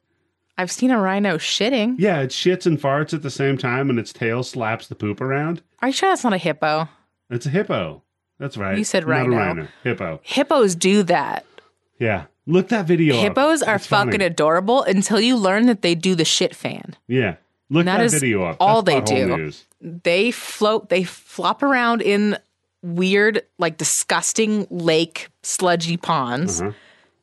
Speaker 3: I've seen a rhino shitting.
Speaker 2: Yeah, it shits and farts at the same time, and its tail slaps the poop around.
Speaker 3: Are you sure that's not a hippo?
Speaker 2: It's a hippo. That's right.
Speaker 3: You said
Speaker 2: Not a
Speaker 3: rhino.
Speaker 2: rhino. Hippo.
Speaker 3: Hippos do that.
Speaker 2: Yeah. Look that video. up.
Speaker 3: Hippos are
Speaker 2: It's funny.
Speaker 3: fucking adorable until you learn that they do the shit fan.
Speaker 2: Yeah. Look
Speaker 3: That
Speaker 2: that,
Speaker 3: is
Speaker 2: video up.
Speaker 3: all
Speaker 2: That's
Speaker 3: they
Speaker 2: butthole
Speaker 3: do.
Speaker 2: news.
Speaker 3: They float, they flop around in weird, like disgusting lake sludgy ponds.
Speaker 2: Uh-huh.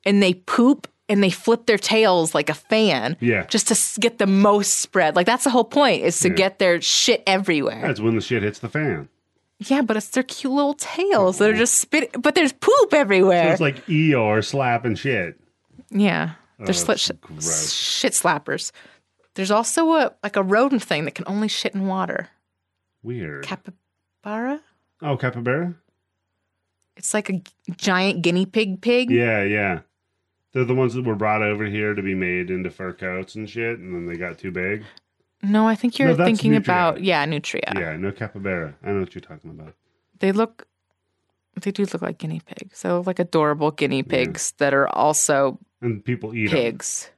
Speaker 3: and they poop and they flip their tails like a fan
Speaker 2: Yeah.
Speaker 3: just to s- get the most spread like that's the whole point is to get their shit everywhere
Speaker 2: That's when the shit hits the fan.
Speaker 3: Yeah, but it's their cute little tails that are just spit. But there's poop everywhere.
Speaker 2: It's like Eeyore slapping shit.
Speaker 3: yeah,
Speaker 2: Oh,
Speaker 3: they're slit
Speaker 2: it's
Speaker 3: sh-
Speaker 2: gross.
Speaker 3: shit slappers. There's also a like a rodent thing that can only shit in water.
Speaker 2: Weird.
Speaker 3: Capybara.
Speaker 2: oh, capybara.
Speaker 3: It's like a g- giant guinea pig pig.
Speaker 2: Yeah, yeah. They're the ones that were brought over here to be made into fur coats and shit, and then they got too big.
Speaker 3: No, I think you're
Speaker 2: No, that's
Speaker 3: thinking
Speaker 2: nutria.
Speaker 3: about yeah, nutria.
Speaker 2: Yeah, no capybara. I know what you're talking about.
Speaker 3: They look they do look like guinea pigs. So like adorable guinea pigs that are also
Speaker 2: And people eat 'em.
Speaker 3: pigs.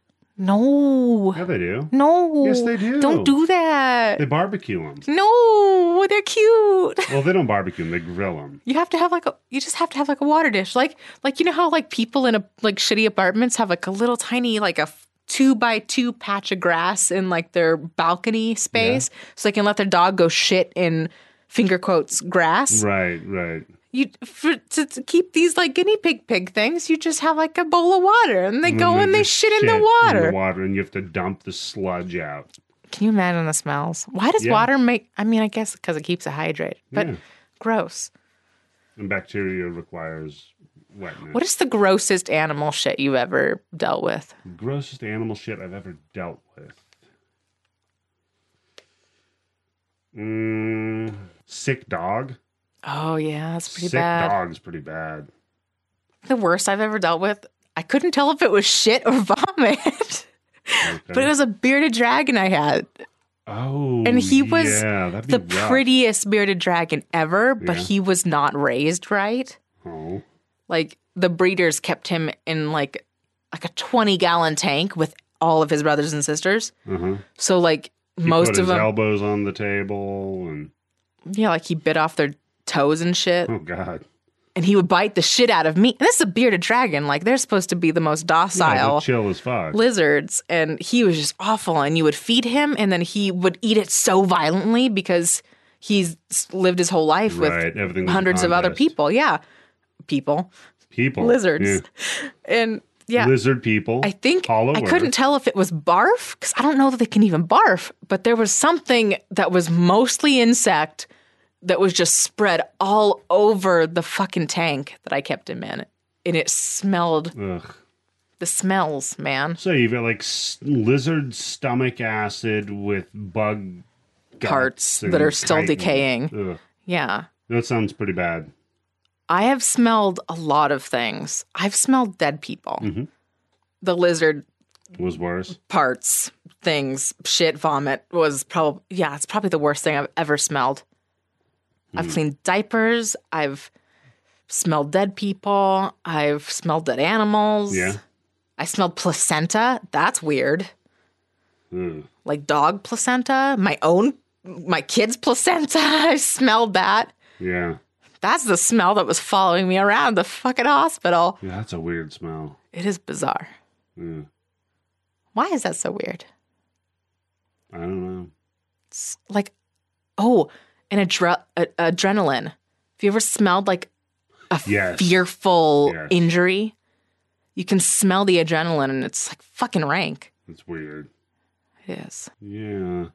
Speaker 3: No.
Speaker 2: Yeah, they do.
Speaker 3: No.
Speaker 2: Yes, they do.
Speaker 3: Don't do that.
Speaker 2: They barbecue them.
Speaker 3: No, they're cute.
Speaker 2: Well, they don't barbecue them. They grill them.
Speaker 3: You have to have like a you just have to have like a water dish. Like like you know how like people in a like shitty apartments have like a little tiny like a f- two by two patch of grass in like their balcony space so they can let their dog go shit in finger quotes grass.
Speaker 2: Right, right.
Speaker 3: You for, to, to keep these like guinea pig pig things, you just have like a bowl of water and they go and they
Speaker 2: Mm, just
Speaker 3: shit, in the
Speaker 2: In
Speaker 3: water.
Speaker 2: the water, and you have to dump the sludge out.
Speaker 3: Can you imagine the smells? Why does
Speaker 2: Yeah.
Speaker 3: water make? I mean, I guess because it keeps it hydrated, but
Speaker 2: Yeah.
Speaker 3: gross.
Speaker 2: And bacteria requires wetness.
Speaker 3: What is the grossest animal shit you've ever dealt with?
Speaker 2: Grossest animal shit I've ever dealt with. Mm, sick dog.
Speaker 3: Oh yeah, that's pretty
Speaker 2: sick
Speaker 3: bad.
Speaker 2: dog's pretty bad.
Speaker 3: The worst I've ever dealt with. I couldn't tell if it was shit or vomit, but it was a bearded dragon I had.
Speaker 2: oh,
Speaker 3: and he was
Speaker 2: yeah, that'd be
Speaker 3: The
Speaker 2: rough.
Speaker 3: prettiest bearded dragon ever, but
Speaker 2: Yeah.
Speaker 3: he was not raised right.
Speaker 2: Oh,
Speaker 3: like the breeders kept him in like like a 20 gallon tank with all of his brothers and sisters
Speaker 2: uh-huh.
Speaker 3: so like
Speaker 2: He
Speaker 3: most
Speaker 2: put
Speaker 3: of
Speaker 2: his
Speaker 3: them
Speaker 2: elbows on the table, and
Speaker 3: yeah like he bit off their toes and shit
Speaker 2: oh god,
Speaker 3: and he would bite the shit out of me and this is a bearded dragon like they're supposed to be the most
Speaker 2: Yeah, they're
Speaker 3: docile
Speaker 2: chill as fuck.
Speaker 3: lizards and he was just awful and you would feed him and then he would eat it so violently because he's lived his whole life
Speaker 2: right, everything
Speaker 3: with
Speaker 2: was a
Speaker 3: hundreds of other
Speaker 2: contest.
Speaker 3: people yeah people
Speaker 2: people,
Speaker 3: lizards
Speaker 2: Yeah.
Speaker 3: and yeah
Speaker 2: lizard people.
Speaker 3: I think
Speaker 2: all
Speaker 3: I
Speaker 2: over.
Speaker 3: couldn't tell if it was barf because I don't know that they can even barf, but there was something that was mostly insect that was just spread all over the fucking tank that I kept him in. And it smelled
Speaker 2: Ugh.
Speaker 3: the smells, man.
Speaker 2: So you've got like s- lizard stomach acid with bug guts
Speaker 3: Parts
Speaker 2: and
Speaker 3: that are still
Speaker 2: chitin.
Speaker 3: decaying.
Speaker 2: Ugh.
Speaker 3: Yeah.
Speaker 2: That sounds pretty bad.
Speaker 3: I have smelled a lot of things. I've smelled dead people,
Speaker 2: Mhm.
Speaker 3: the lizard
Speaker 2: was worse.
Speaker 3: parts, things, shit, vomit was probably yeah, it's probably the worst thing I've ever smelled. I've cleaned diapers, I've smelled dead people, I've smelled dead animals.
Speaker 2: Yeah.
Speaker 3: I smelled placenta. That's weird.
Speaker 2: Ugh.
Speaker 3: Like dog placenta, my own my kid's placenta. I smelled that.
Speaker 2: Yeah.
Speaker 3: That's the smell that was following me around the fucking hospital.
Speaker 2: Yeah, that's a weird smell.
Speaker 3: It is bizarre.
Speaker 2: Ugh.
Speaker 3: Why is that so weird?
Speaker 2: I don't know.
Speaker 3: s- like oh an adre- a- adrenaline have you ever smelled like a
Speaker 2: Yes.
Speaker 3: fearful
Speaker 2: Yes.
Speaker 3: injury you can smell the adrenaline and it's like fucking rank
Speaker 2: It's weird.
Speaker 3: it is
Speaker 2: Yeah.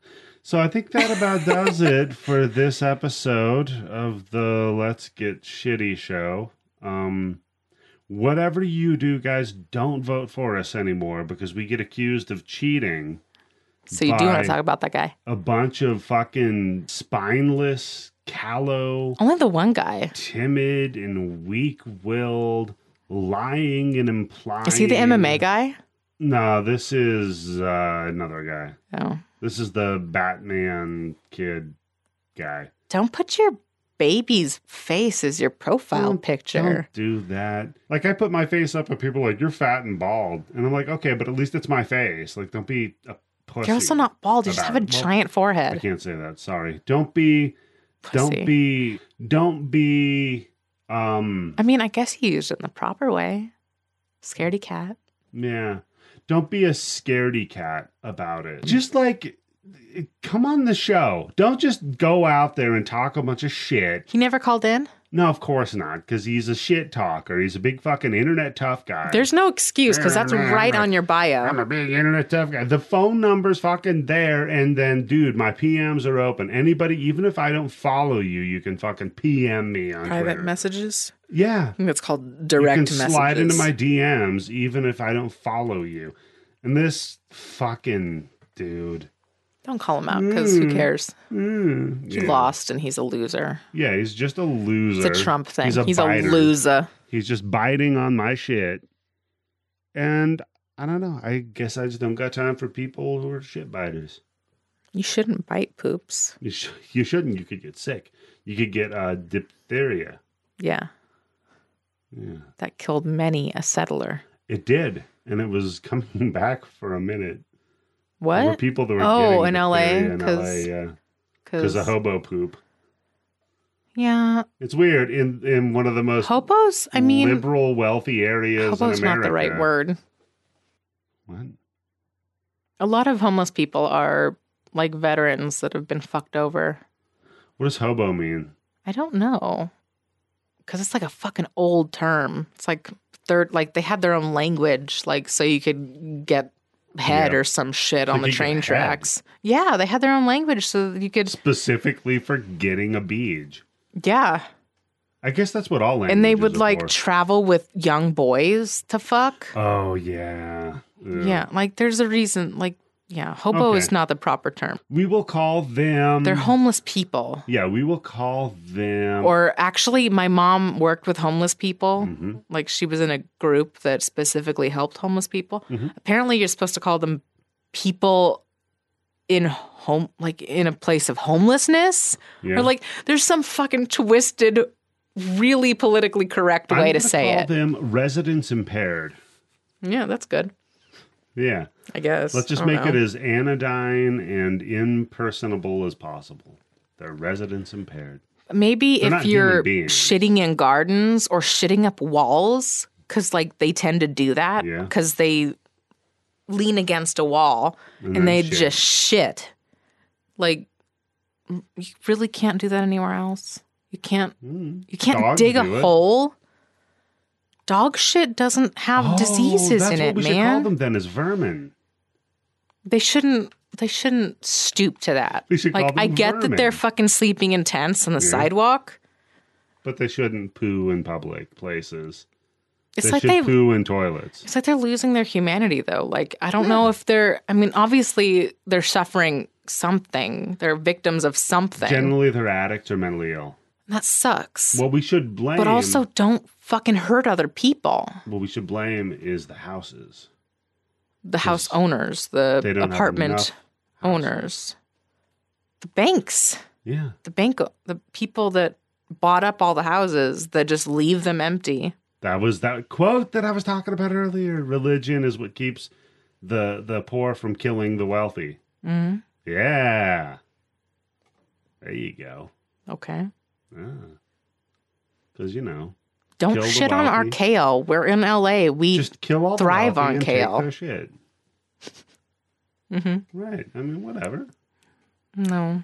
Speaker 2: So I think that about does it for this episode of the Let's Get Shitty show. Um whatever you do guys don't vote for us anymore because we get accused of cheating
Speaker 3: so you do want
Speaker 2: Bye.
Speaker 3: to talk about that guy
Speaker 2: a bunch of fucking spineless, callow,
Speaker 3: only the one guy
Speaker 2: timid and weak-willed, lying and implying
Speaker 3: is he the mma guy
Speaker 2: No, this is uh, another guy.
Speaker 3: no
Speaker 2: This is the Batman kid guy.
Speaker 3: don't put your baby's face as your profile
Speaker 2: Don't-
Speaker 3: picture
Speaker 2: Don't do that. Like I put my face up and people are like, You're fat and bald. And I'm like, Okay, but at least it's my face. Like don't be a pussy.
Speaker 3: you're also not bald you just
Speaker 2: about
Speaker 3: have a
Speaker 2: it. Well,
Speaker 3: giant
Speaker 2: I
Speaker 3: forehead
Speaker 2: can't say that. Sorry. Don't be
Speaker 3: Pussy.
Speaker 2: don't be don't be um
Speaker 3: i mean i guess he used it in the proper way scaredy cat
Speaker 2: Yeah. Don't be a scaredy cat about it. Just like come on the show. Don't just go out there and talk a bunch of shit.
Speaker 3: he never called in
Speaker 2: No, of course not, because he's a shit talker. He's a big fucking internet tough guy.
Speaker 3: There's no excuse because that's right on your
Speaker 2: I'm
Speaker 3: bio.
Speaker 2: a big internet tough guy. The phone number's fucking there, and then, dude, my PMs are open. Anybody, even if I don't follow you, you can fucking PM me on
Speaker 1: Private
Speaker 2: Twitter.
Speaker 1: messages.
Speaker 2: yeah,
Speaker 1: I think that's called
Speaker 2: you
Speaker 1: direct
Speaker 2: can
Speaker 1: messages.
Speaker 2: slide into my DMs even if I don't follow you. And this fucking dude,
Speaker 1: Don't
Speaker 3: Call him out because who
Speaker 2: Mm.
Speaker 3: cares?
Speaker 2: Mm,
Speaker 3: He
Speaker 2: yeah.
Speaker 3: lost and he's a loser.
Speaker 2: Yeah, he's just a loser.
Speaker 3: It's a Trump thing.
Speaker 2: He's a biter.
Speaker 3: loser.
Speaker 2: He's just biting on my shit. And I don't know. I guess I just don't got time for people who are shit biters.
Speaker 3: You shouldn't bite poops.
Speaker 2: You, sh- you shouldn't. You could get sick. You could get uh, diphtheria.
Speaker 3: Yeah,
Speaker 2: Yeah,
Speaker 3: that killed many a settler.
Speaker 2: it did, and it was coming back for a minute. There were
Speaker 3: What?
Speaker 2: people that were
Speaker 3: Oh,
Speaker 2: getting
Speaker 3: in LA?
Speaker 2: diphtheria in
Speaker 3: 'Cause-
Speaker 2: LA, yeah, because of hobo poop.
Speaker 3: yeah,
Speaker 2: It's weird in in one of the most
Speaker 3: hobos. I mean,
Speaker 2: liberal, wealthy areas.
Speaker 3: hobos
Speaker 2: in America.
Speaker 3: not the right word.
Speaker 2: What?
Speaker 3: A lot of homeless people are like veterans that have been fucked over.
Speaker 2: What does hobo mean?
Speaker 3: I don't know. Cause it's like a fucking old term. It's like third like they had their own language, like so you could get head
Speaker 2: Yeah.
Speaker 3: or some shit
Speaker 2: So
Speaker 3: on the
Speaker 2: you get
Speaker 3: train
Speaker 2: head.
Speaker 3: tracks. Yeah, they had their own language so that you could
Speaker 2: Specifically for getting a beach.
Speaker 3: Yeah.
Speaker 2: I guess that's what all
Speaker 3: And they
Speaker 2: languages
Speaker 3: would
Speaker 2: are
Speaker 3: like
Speaker 2: for.
Speaker 3: travel with young boys to fuck.
Speaker 2: oh yeah. Ugh.
Speaker 3: yeah. Like there's a reason like yeah, hobo
Speaker 2: Okay. Mm.
Speaker 3: is not the proper term.
Speaker 2: We will call them.
Speaker 3: They're homeless people.
Speaker 2: Yeah, we will call them.
Speaker 3: Or actually, my mom worked with homeless people.
Speaker 2: Mhm.
Speaker 3: Like she was in a group that specifically helped homeless people.
Speaker 2: Mhm.
Speaker 3: Apparently, you're supposed to call them people in home, like in a place of homelessness,
Speaker 2: yeah.
Speaker 3: or like there's some fucking twisted, really politically correct
Speaker 2: I'm
Speaker 3: way to
Speaker 2: gonna
Speaker 3: say
Speaker 2: call
Speaker 3: it.
Speaker 2: them residence impaired.
Speaker 3: yeah, that's good.
Speaker 2: Yeah,
Speaker 3: I guess.
Speaker 2: let's just
Speaker 3: I don't
Speaker 2: make it
Speaker 3: know.
Speaker 2: as anodyne and impersonable as possible. They're residence impaired.
Speaker 3: maybe
Speaker 2: they're
Speaker 3: if
Speaker 2: not human
Speaker 3: you're
Speaker 2: beings.
Speaker 3: shitting in gardens or shitting up walls, because like they tend to do that
Speaker 2: Yeah.
Speaker 3: because they lean against a wall and,
Speaker 2: then
Speaker 3: they
Speaker 2: shit.
Speaker 3: just shit. Like m- you really can't do that anywhere else. You can't.
Speaker 2: Mm.
Speaker 3: You can't
Speaker 2: Dogs
Speaker 3: dig a
Speaker 2: do it.
Speaker 3: hole. Dog shit doesn't have diseases
Speaker 2: Oh, that's
Speaker 3: in
Speaker 2: what
Speaker 3: it,
Speaker 2: we should call
Speaker 3: man.
Speaker 2: them then is vermin.
Speaker 3: They shouldn't. They shouldn't stoop to that.
Speaker 2: We should
Speaker 3: like
Speaker 2: call them
Speaker 3: I get that they're
Speaker 2: vermin.
Speaker 3: fucking sleeping in tents on the
Speaker 2: Yeah.
Speaker 3: sidewalk.
Speaker 2: But they shouldn't poo in public places.
Speaker 3: It's
Speaker 2: they
Speaker 3: like
Speaker 2: should
Speaker 3: they.
Speaker 2: poo in toilets.
Speaker 3: It's like they're losing their humanity, though. Like I don't know if they're. I mean, obviously they're suffering something. They're victims of something.
Speaker 2: Generally, they're addicts or mentally ill.
Speaker 3: that sucks.
Speaker 2: What we should blame,
Speaker 3: but also don't fucking hurt other people.
Speaker 2: what we should blame is the houses.
Speaker 3: The house owners, the
Speaker 2: They don't have
Speaker 3: apartment
Speaker 2: enough
Speaker 3: owners, the banks,
Speaker 2: Yeah,
Speaker 3: the bank, the people that bought up all the houses that just leave them empty.
Speaker 2: that was that quote that I was talking about earlier. Religion is what keeps the the poor from killing the wealthy.
Speaker 3: Mhm.
Speaker 2: Yeah, there you go.
Speaker 3: Okay.
Speaker 2: Because you know,
Speaker 3: Don't
Speaker 2: Kill the
Speaker 3: shit on our
Speaker 2: wealthy.
Speaker 3: kale. We're in LA. We
Speaker 2: just kill all
Speaker 3: Thrive
Speaker 2: the wealthy
Speaker 3: on
Speaker 2: and
Speaker 3: kale.
Speaker 2: Take their shit.
Speaker 3: Mhm.
Speaker 2: Right. I mean, whatever.
Speaker 3: no.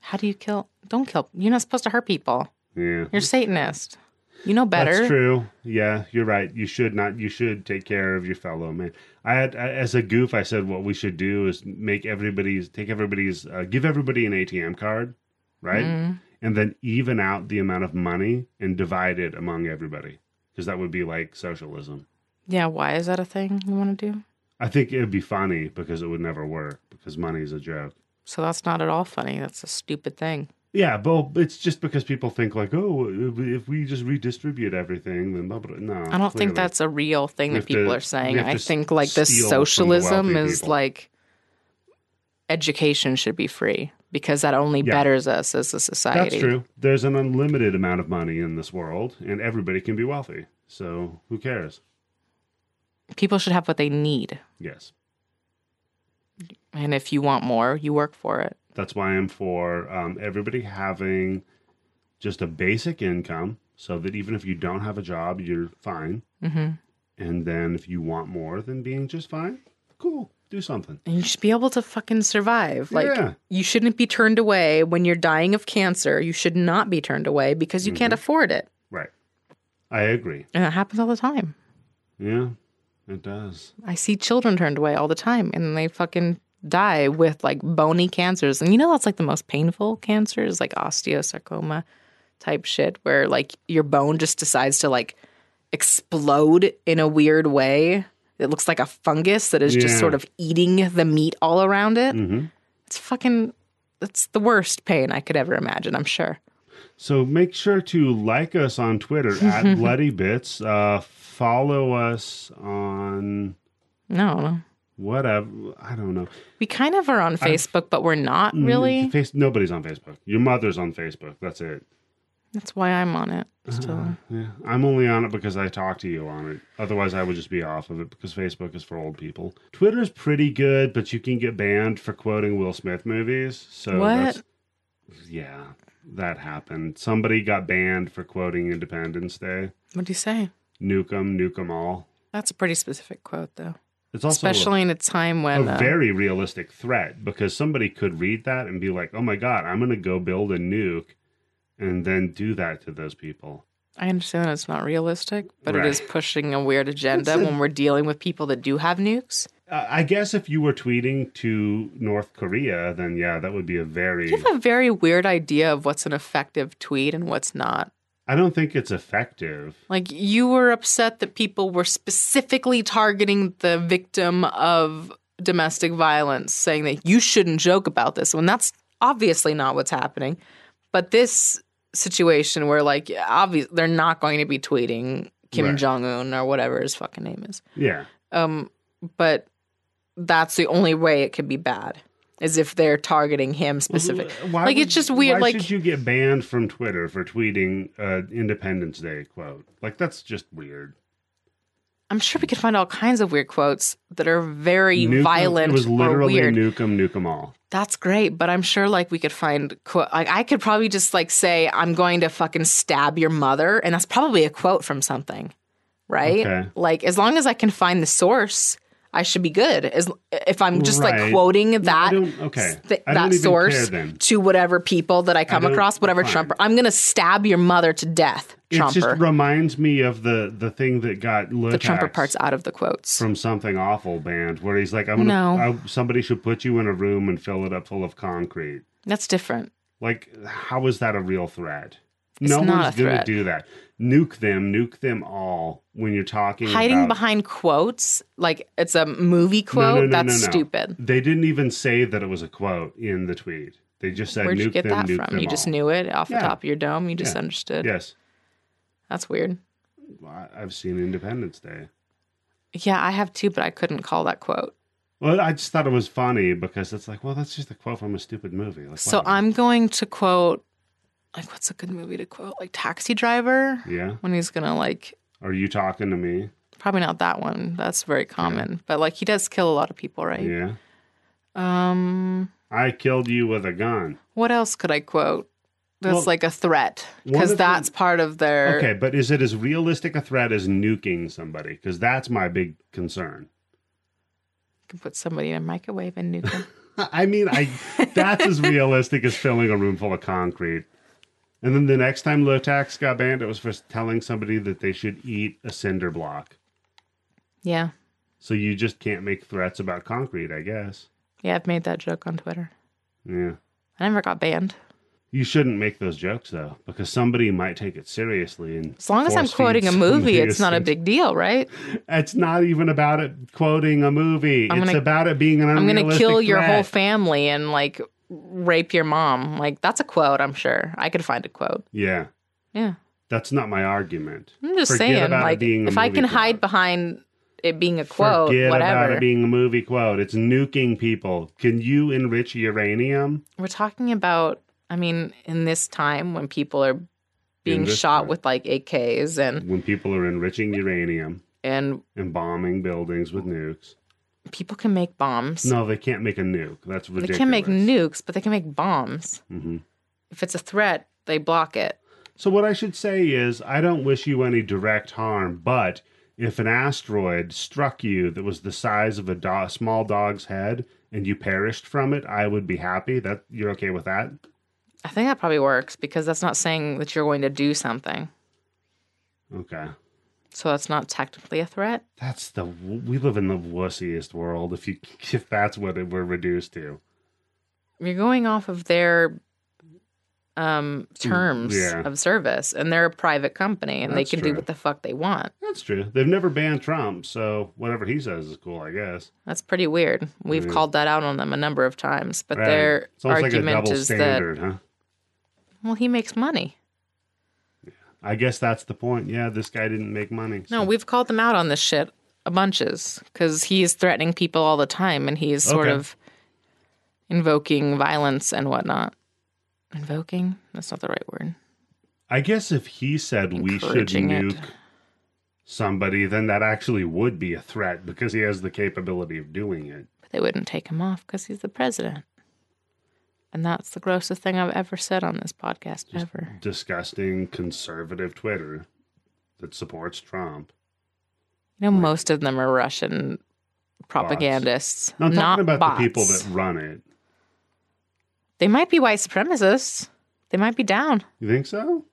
Speaker 3: How do you kill? Don't kill. You're not supposed to hurt people.
Speaker 2: Yeah.
Speaker 3: You're Satanist. You know better.
Speaker 2: Mm. That's true. Yeah, you're right. You should not. You should take care of your fellow man. I had I- as a goof. I said what we should do is make everybody's take everybody's uh, give everybody an ATM card, right?
Speaker 3: Mm-hmm.
Speaker 2: And then even out the amount of money and divide it among everybody because that would be like socialism.
Speaker 3: Yeah. Why is that a thing you want to do?
Speaker 2: I think it would be funny because it would never work because money is a joke.
Speaker 3: So that's not at all funny. That's a stupid thing.
Speaker 2: Yeah, but it's just because people think like, oh, if we just redistribute everything, then blah blah. blah. No,
Speaker 3: I don't think that's a real thing
Speaker 2: We
Speaker 3: that
Speaker 2: have to-
Speaker 3: people
Speaker 2: we
Speaker 3: are saying.
Speaker 2: have to
Speaker 3: I
Speaker 2: s-
Speaker 3: think like this
Speaker 2: steal from the
Speaker 3: socialism
Speaker 2: wealthy
Speaker 3: is
Speaker 2: people.
Speaker 3: like education should be free because that only
Speaker 2: Yeah.
Speaker 3: betters us as a society.
Speaker 2: That's true. There's an unlimited amount of money in this world, and everybody can be wealthy. So who cares?
Speaker 3: People should have what they need.
Speaker 2: Yes.
Speaker 3: And if you want more, you work for it.
Speaker 2: That's why I'm for um, everybody having just a basic income so that even if you don't have a job, you're fine.
Speaker 3: hmm
Speaker 2: And then if you want more than being just fine, cool. Do something.
Speaker 3: And you should be able to fucking survive. Like
Speaker 2: Yeah.
Speaker 3: you shouldn't be turned away when you're dying of cancer. You should not be turned away because you can't afford it.
Speaker 2: Right. I agree.
Speaker 3: And it happens all the time.
Speaker 2: Yeah, it does.
Speaker 3: I see children turned away all the time and then they fucking die with like bony cancers. And you know that's like the most painful cancers, like osteosarcoma type shit where like your bone just decides to like explode in a weird way. It looks like a fungus that is
Speaker 2: Yeah.
Speaker 3: just sort of eating the meat all around it.
Speaker 2: Mhm.
Speaker 3: It's fucking that's the worst pain I could ever imagine, I'm sure.
Speaker 2: So make sure to like us on Twitter at Bloody Bits. Uh, follow us on
Speaker 3: No.
Speaker 2: whatever. I don't know.
Speaker 3: We kind of are on Facebook, but we're not
Speaker 2: Mm,
Speaker 3: really.
Speaker 2: Face, nobody's on Facebook. Your mother's on Facebook. That's it.
Speaker 3: That's why I'm on it still.
Speaker 2: Yeah, I'm only on it because I talk to you on it. Otherwise, I would just be off of it because Facebook is for old people. Twitter's pretty good, but you can get banned for quoting Will Smith movies. So
Speaker 3: What?
Speaker 2: That's, yeah, that happened. Somebody got banned for quoting Independence Day.
Speaker 3: What do you say?
Speaker 2: Nuke 'em, nuke 'em all.
Speaker 3: That's a pretty specific quote, though.
Speaker 2: It's also a-
Speaker 3: Especially in a time
Speaker 2: a,
Speaker 3: when. uh,
Speaker 2: very realistic threat because somebody could read that and be like, "Oh my god, I'm going to go build a nuke." And then do that to those people.
Speaker 3: I understand that it's not realistic, but
Speaker 2: Right.
Speaker 3: it is pushing a weird agenda when we're dealing with people that do have nukes.
Speaker 2: Uh, I guess if you were tweeting to North Korea, then yeah, that would be a very.
Speaker 3: You have a very weird idea of what's an effective tweet and what's not.
Speaker 2: I don't think it's effective.
Speaker 3: Like, you were upset that people were specifically targeting the victim of domestic violence, saying that you shouldn't joke about this when that's obviously not what's happening. But this situation where, like, obvious, they're not going to be tweeting Kim
Speaker 2: Right.
Speaker 3: Jong un or whatever his fucking name is.
Speaker 2: Yeah,
Speaker 3: Um, but that's the only way it could be bad is if they're targeting him specific.
Speaker 2: Why
Speaker 3: like it's
Speaker 2: would-
Speaker 3: just weird.
Speaker 2: Why
Speaker 3: Like
Speaker 2: should you get banned from Twitter for tweeting uh, Independence Day quote? Like that's just weird.
Speaker 3: I'm sure we could find all kinds of weird quotes that are very
Speaker 2: Nuke 'em-
Speaker 3: violent
Speaker 2: It was
Speaker 3: or
Speaker 2: literally
Speaker 3: weird.
Speaker 2: nuke 'em, nuke 'em all.
Speaker 3: That's great, but I'm sure like we could find quote. Like I could probably just like say I'm going to fucking stab your mother, and that's probably a quote from something, right?
Speaker 2: Okay.
Speaker 3: Like as long as I can find the source, I should be good. As if I'm just
Speaker 2: Right.
Speaker 3: like quoting
Speaker 2: I
Speaker 3: that
Speaker 2: don't. Okay,
Speaker 3: th-
Speaker 2: I
Speaker 3: that
Speaker 2: don't even
Speaker 3: source
Speaker 2: care then.
Speaker 3: to whatever people that I come
Speaker 2: don't-
Speaker 3: across, whatever
Speaker 2: fine.
Speaker 3: Trumper. I'm gonna stab your mother to death,
Speaker 2: It just
Speaker 3: Trumper.
Speaker 2: reminds me of the the thing that got
Speaker 3: the Trumper part's out of the quotes.
Speaker 2: from something awful band where he's like, I'm gonna
Speaker 3: No.
Speaker 2: I, somebody should put you in a room and fill it up full of concrete.
Speaker 3: That's different.
Speaker 2: Like, how is that a real threat?
Speaker 3: It's
Speaker 2: no
Speaker 3: not
Speaker 2: one's
Speaker 3: a
Speaker 2: gonna
Speaker 3: threat.
Speaker 2: do that. Nuke them, nuke them all when you're talking.
Speaker 3: Hiding
Speaker 2: Mm-hmm. about-
Speaker 3: behind quotes, like it's a movie quote. that's stupid.
Speaker 2: They didn't even say that it was a quote in the tweet. They just said
Speaker 3: Where'd
Speaker 2: nuke
Speaker 3: you get
Speaker 2: them,
Speaker 3: that
Speaker 2: nuke
Speaker 3: from?
Speaker 2: them
Speaker 3: You just
Speaker 2: all."
Speaker 3: knew it off
Speaker 2: Yeah.
Speaker 3: the top of your dome. You just
Speaker 2: Yeah.
Speaker 3: understood.
Speaker 2: Yes,
Speaker 3: That's weird.
Speaker 2: I- I've seen Independence Day.
Speaker 3: Yeah, I have two, but I couldn't call that quote.
Speaker 2: Well, I just thought it was funny because it's like, well, that's just a quote from a stupid movie. Like,
Speaker 3: So
Speaker 2: whatever.
Speaker 3: I'm going to quote, like, what's a good movie to quote? Like Taxi Driver,
Speaker 2: yeah.
Speaker 3: when he's gonna like
Speaker 2: Are you talking to me?
Speaker 3: Probably not that one. That's very common. But like he does kill a lot of people, right?
Speaker 2: Yeah.
Speaker 3: Um
Speaker 2: I killed you with a gun.
Speaker 3: what else could I quote? That's
Speaker 2: Well,
Speaker 3: like a threat
Speaker 2: one of
Speaker 3: because
Speaker 2: the-
Speaker 3: that's part of their
Speaker 2: Okay, but is it as realistic a threat as nuking somebody? Because that's my big concern.
Speaker 3: You can put somebody in a microwave and nuke them.
Speaker 2: I mean, I that's as realistic as filling a room full of concrete. And then the next time Low Tax got banned, it was for telling somebody that they should eat a cinder block.
Speaker 3: yeah.
Speaker 2: So you just can't make threats about concrete, I guess.
Speaker 3: Yeah, I've made that joke on Twitter.
Speaker 2: Yeah.
Speaker 3: I never got banned.
Speaker 2: You shouldn't make those jokes though, because somebody might take it seriously. And
Speaker 3: As long as I'm
Speaker 2: force feed
Speaker 3: quoting a
Speaker 2: somebody
Speaker 3: movie, it's not a
Speaker 2: cinder-
Speaker 3: big deal, right?
Speaker 2: It's not even about it quoting a movie.
Speaker 3: I'm
Speaker 2: it's
Speaker 3: gonna-
Speaker 2: about it being an
Speaker 3: I'm
Speaker 2: unrealistic
Speaker 3: gonna kill your
Speaker 2: threat.
Speaker 3: whole family and like rape your mom. Like that's a quote, I'm sure. I could find a quote.
Speaker 2: yeah,
Speaker 3: Yeah.
Speaker 2: that's not my argument.
Speaker 3: I'm just
Speaker 2: Forget
Speaker 3: saying,
Speaker 2: about it
Speaker 3: like
Speaker 2: being a
Speaker 3: if I
Speaker 2: movie
Speaker 3: can
Speaker 2: quote.
Speaker 3: hide behind it being a quote,
Speaker 2: Forget
Speaker 3: whatever.
Speaker 2: about it being a movie quote. It's nuking people. Can you enrich uranium?
Speaker 3: we're talking about i mean in this time when people are being
Speaker 2: this
Speaker 3: shot
Speaker 2: time.
Speaker 3: with like ak's and
Speaker 2: When people are enriching uranium
Speaker 3: and
Speaker 2: and bombing buildings with nukes.
Speaker 3: people can make bombs
Speaker 2: No, they can't make a nuke. That's
Speaker 3: they
Speaker 2: ridiculous.
Speaker 3: can make nukes but they can make bombs
Speaker 2: Mhm.
Speaker 3: if it's a threat they block it
Speaker 2: So what I should say is I don't wish you any direct harm, but if an asteroid struck you that was the size of a do- small dog's head and you perished from it, I would be happy. That you're okay with that?
Speaker 3: I think that probably works because that's not saying that you're going to do something.
Speaker 2: Okay.
Speaker 3: So that's not technically a threat.
Speaker 2: That's the we live in the wussiest world. If you if that's what it, we're reduced to,
Speaker 3: You're going off of their um, terms
Speaker 2: Mm, yeah.
Speaker 3: of service, and they're a private company, and
Speaker 2: That's
Speaker 3: they can
Speaker 2: true.
Speaker 3: do what the fuck they want.
Speaker 2: that's true. They've never banned Trump, so whatever he says is cool, I guess.
Speaker 3: That's pretty weird. We've
Speaker 2: Yeah.
Speaker 3: called that out on them a number of times, but
Speaker 2: Right.
Speaker 3: their
Speaker 2: it's almost like a
Speaker 3: argument
Speaker 2: double
Speaker 3: is
Speaker 2: standard, huh?
Speaker 3: that well, he makes money.
Speaker 2: I guess that's the point. Yeah, this guy didn't make money.
Speaker 3: No, we've called them out on this shit a bunches because he is threatening people all the time, and he is sort
Speaker 2: Okay.
Speaker 3: of invoking violence and whatnot. Invoking? That's not the right word.
Speaker 2: I guess if he said we should
Speaker 3: Encouraging it.
Speaker 2: nuke somebody, then that actually would be a threat because he has the capability of doing it.
Speaker 3: But they wouldn't take him off because he's the president. And that's the grossest thing I've ever said on this podcast ever.
Speaker 2: Disgusting conservative Twitter that supports Trump.
Speaker 3: You know, most of them are Russian propagandists,
Speaker 2: No, I'm
Speaker 3: not
Speaker 2: talking about
Speaker 3: bots.
Speaker 2: the people that run it.
Speaker 3: They might be white supremacists. They might be down.
Speaker 2: You think so?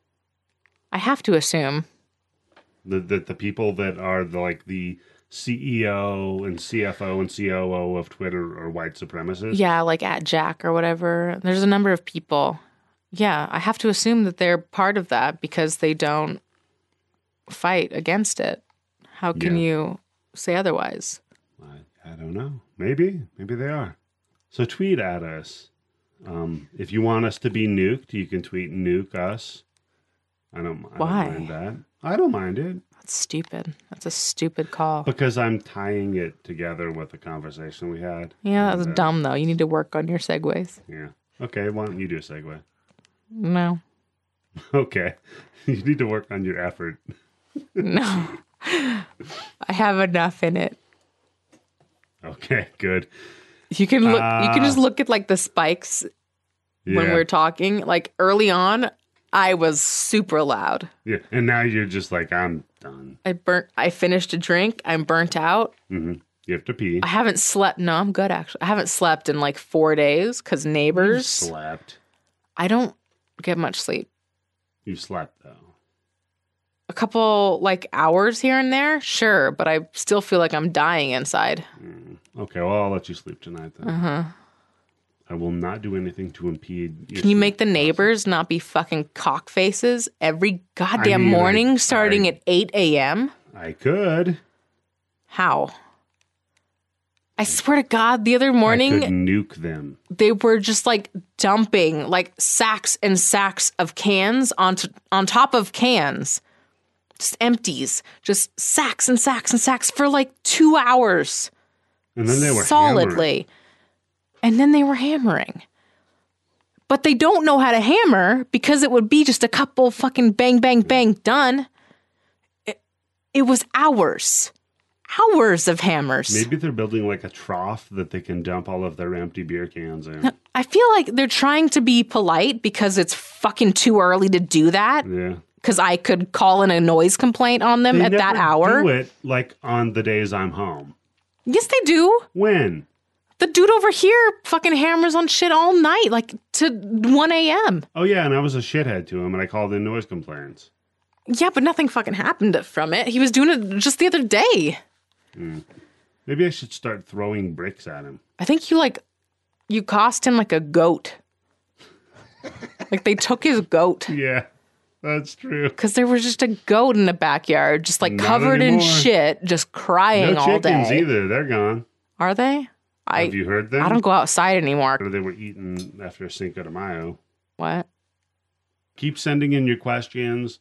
Speaker 3: I have to assume.
Speaker 2: That the, the people that are the, like the CEO and CFO and COO of Twitter are white supremacists.
Speaker 3: Yeah, like at Jack or whatever. There's a number of people. Yeah, I have to assume that they're part of that because they don't fight against it. How can
Speaker 2: Yeah.
Speaker 3: you say otherwise?
Speaker 2: I, I don't know. Maybe. Maybe they are. So tweet at us. Um, if you want us to be nuked, you can tweet nuke us. I don't, I
Speaker 3: Why?
Speaker 2: don't mind that. I don't mind it
Speaker 3: That's stupid. That's a stupid call.
Speaker 2: because I'm tying it together with the conversation we had.
Speaker 3: Yeah, that was
Speaker 2: And, uh,
Speaker 3: dumb though. You need to work on your segues.
Speaker 2: Yeah. Okay. Why don't you do a segue?
Speaker 3: No,
Speaker 2: Okay. you need to work on your effort.
Speaker 3: no. I have enough in it.
Speaker 2: Okay. Good.
Speaker 3: You can look. you can
Speaker 2: Ah.
Speaker 3: just look at like the spikes
Speaker 2: Yeah.
Speaker 3: when we're talking. Like early on, I was super loud.
Speaker 2: yeah. And now you're just like, I'm done.
Speaker 3: I burnt. I finished a drink. I'm burnt out.
Speaker 2: hmm You have to pee.
Speaker 3: I haven't slept. No, I'm good actually. I haven't slept in like four days because
Speaker 2: You
Speaker 3: neighbors.
Speaker 2: slept.
Speaker 3: I don't get much sleep.
Speaker 2: You slept though.
Speaker 3: A couple like hours here and there, sure, but I still feel like I'm dying inside.
Speaker 2: Mm. Okay, well, I'll let you sleep tonight then.
Speaker 3: Uh huh.
Speaker 2: I will not do anything to impede. your
Speaker 3: Can you
Speaker 2: sleep.
Speaker 3: make the neighbors not be fucking cock faces every goddamn
Speaker 2: mean, I-
Speaker 3: morning starting
Speaker 2: I-
Speaker 3: at 8 a.m.?
Speaker 2: I could.
Speaker 3: How? I swear to God, the other
Speaker 2: I could
Speaker 3: morning
Speaker 2: nuke them.
Speaker 3: they were just like dumping like sacks and sacks of cans onto on top of cans. Just empties. Just sacks and sacks and sacks for like two hours
Speaker 2: And then they were
Speaker 3: solidly.
Speaker 2: hammering.
Speaker 3: And then they were hammering. But they don't know how to hammer because it would be just a couple fucking bang, bang, bang done. It, it was hours, hours of hammers.
Speaker 2: Maybe they're building like a trough that they can dump all of their empty beer cans in.
Speaker 3: I feel like they're trying to be polite because it's fucking too early to do that.
Speaker 2: yeah.
Speaker 3: Because I could call in a noise complaint on them
Speaker 2: They
Speaker 3: at that
Speaker 2: never
Speaker 3: hour.
Speaker 2: do it like on the days I'm home.
Speaker 3: Yes, they do.
Speaker 2: When?
Speaker 3: The dude over here fucking hammers on shit all night, like to 1 a.m.
Speaker 2: Oh yeah, and I was a shithead to him, and I called in noise complaints.
Speaker 3: Yeah, but nothing fucking happened from it. He was doing it just the other day.
Speaker 2: Maybe I should start throwing bricks at him.
Speaker 3: I think you like you cost him like a goat. like they took his goat
Speaker 2: Yeah, that's true.
Speaker 3: because there was just a goat in the backyard, just like
Speaker 2: Not
Speaker 3: covered in
Speaker 2: anymore.
Speaker 3: shit, just crying
Speaker 2: No
Speaker 3: all
Speaker 2: chickens
Speaker 3: day.
Speaker 2: either. They're gone.
Speaker 3: Are they? I
Speaker 2: Have you heard them?
Speaker 3: I don't go outside anymore.
Speaker 2: Or they were eaten after Cinco de Mayo.
Speaker 3: What?
Speaker 2: keep sending in your questions.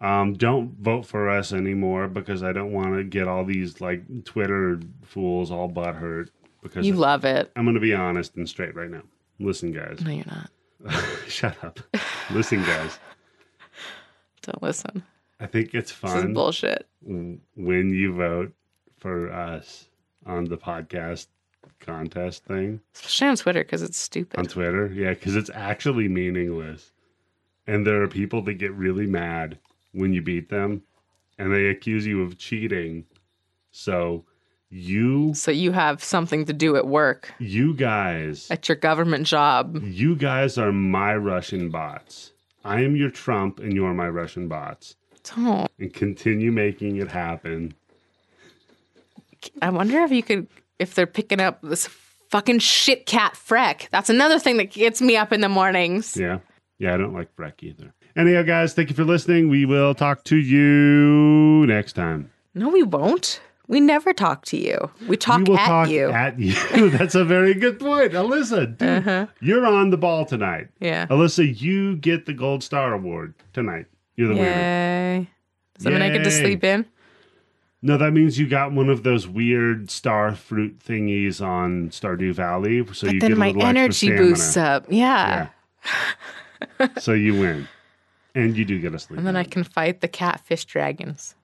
Speaker 2: Um, don't vote for us anymore because I don't want to get all these like Twitter fools all butthurt. Because
Speaker 3: You love it.
Speaker 2: I'm going to be honest and straight right now. Listen, guys.
Speaker 3: No, you're not.
Speaker 2: Shut up. Listen, guys.
Speaker 3: Don't listen.
Speaker 2: I think it's
Speaker 3: This is
Speaker 2: fun
Speaker 3: bullshit.
Speaker 2: w- when you vote for us on the podcast contest thing
Speaker 3: Especially on Twitter because it's
Speaker 2: on
Speaker 3: stupid.
Speaker 2: Twitter. Yeah, because it's actually meaningless. And there are people that get really mad when you beat them and they accuse you of cheating. So you
Speaker 3: So you have something to do at work,
Speaker 2: you guys
Speaker 3: at your government job.
Speaker 2: you guys are my Russian bots. I am your Trump and you are my Russian bots.
Speaker 3: Don't.
Speaker 2: And continue making it happen.
Speaker 3: I wonder if you could, if they're picking up this fucking shit cat Freck. That's another thing that gets me up in the mornings.
Speaker 2: Yeah. Yeah, I don't like Breck either. Anyhow, guys, thank you for listening. We will talk to you next time.
Speaker 3: No, we won't. We never talk to you. We talk
Speaker 2: we will
Speaker 3: at
Speaker 2: talk
Speaker 3: you.
Speaker 2: at you. That's a very good point. Alyssa, dude, you're on the ball tonight.
Speaker 3: Uh-huh. yeah.
Speaker 2: Alyssa, you get the Gold Star Award tonight. You're the winner.
Speaker 3: Yay. Does that mean I get to
Speaker 2: Yay.
Speaker 3: sleep in?
Speaker 2: No, that means you got one of those weird star fruit thingies on Stardew Valley. So you get
Speaker 3: then
Speaker 2: a
Speaker 3: my
Speaker 2: little
Speaker 3: energy
Speaker 2: extra
Speaker 3: boosts
Speaker 2: stamina.
Speaker 3: up. Yeah.
Speaker 2: Yeah. so you win. And you do get a sleep.
Speaker 3: And then I
Speaker 2: in.
Speaker 3: can fight the catfish dragons.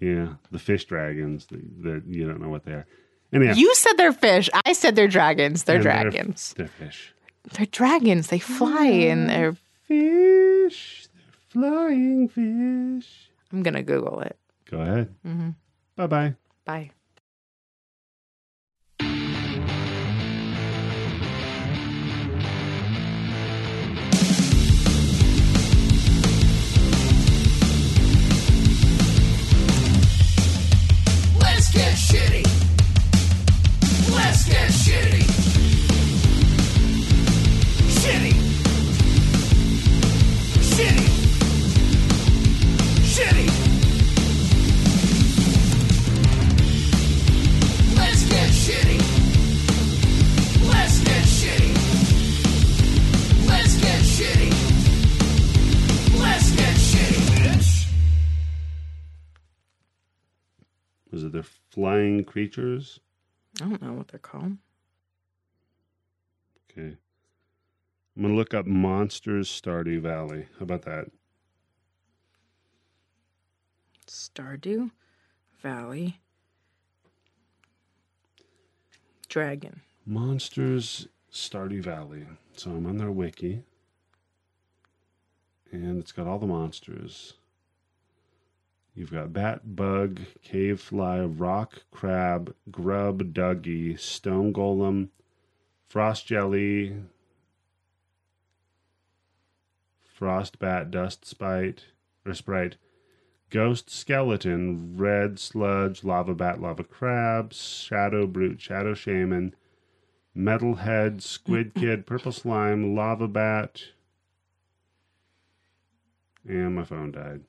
Speaker 2: Yeah. The fish dragons that, that you don't know what they are. Anyhow,
Speaker 3: You said they're fish. I said they're dragons. They're
Speaker 2: and
Speaker 3: dragons.
Speaker 2: They're, fish.
Speaker 3: They're, dragons. They fly and they're.
Speaker 2: Fish. They're flying fish.
Speaker 3: I'm going to Google it.
Speaker 2: Go ahead.
Speaker 3: hmm
Speaker 2: Bye bye.
Speaker 3: Bye.
Speaker 1: Let's get shitty. Let's get shitty. Shitty. Shitty. Shitty. Let's get shitty. Let's get shitty. Let's get shitty. Let's get shitty, bitch.
Speaker 2: Was it the flying creatures?
Speaker 3: I don't know what they're called.
Speaker 2: Okay. I'm going to look up Monsters Stardew Valley. How about that?
Speaker 3: Stardew Valley Dragon.
Speaker 2: Monsters Stardew Valley. So I'm on their wiki. And it's got all the monsters. You've got bat, bug, cave fly, rock crab, grub, duggy, stone golem, frost jelly, frost bat, dust spite, or sprite, ghost skeleton, red sludge, lava bat, lava crab, shadow brute, shadow shaman, Metalhead, Squid Kid, Purple Slime, Lava Bat. And my phone died.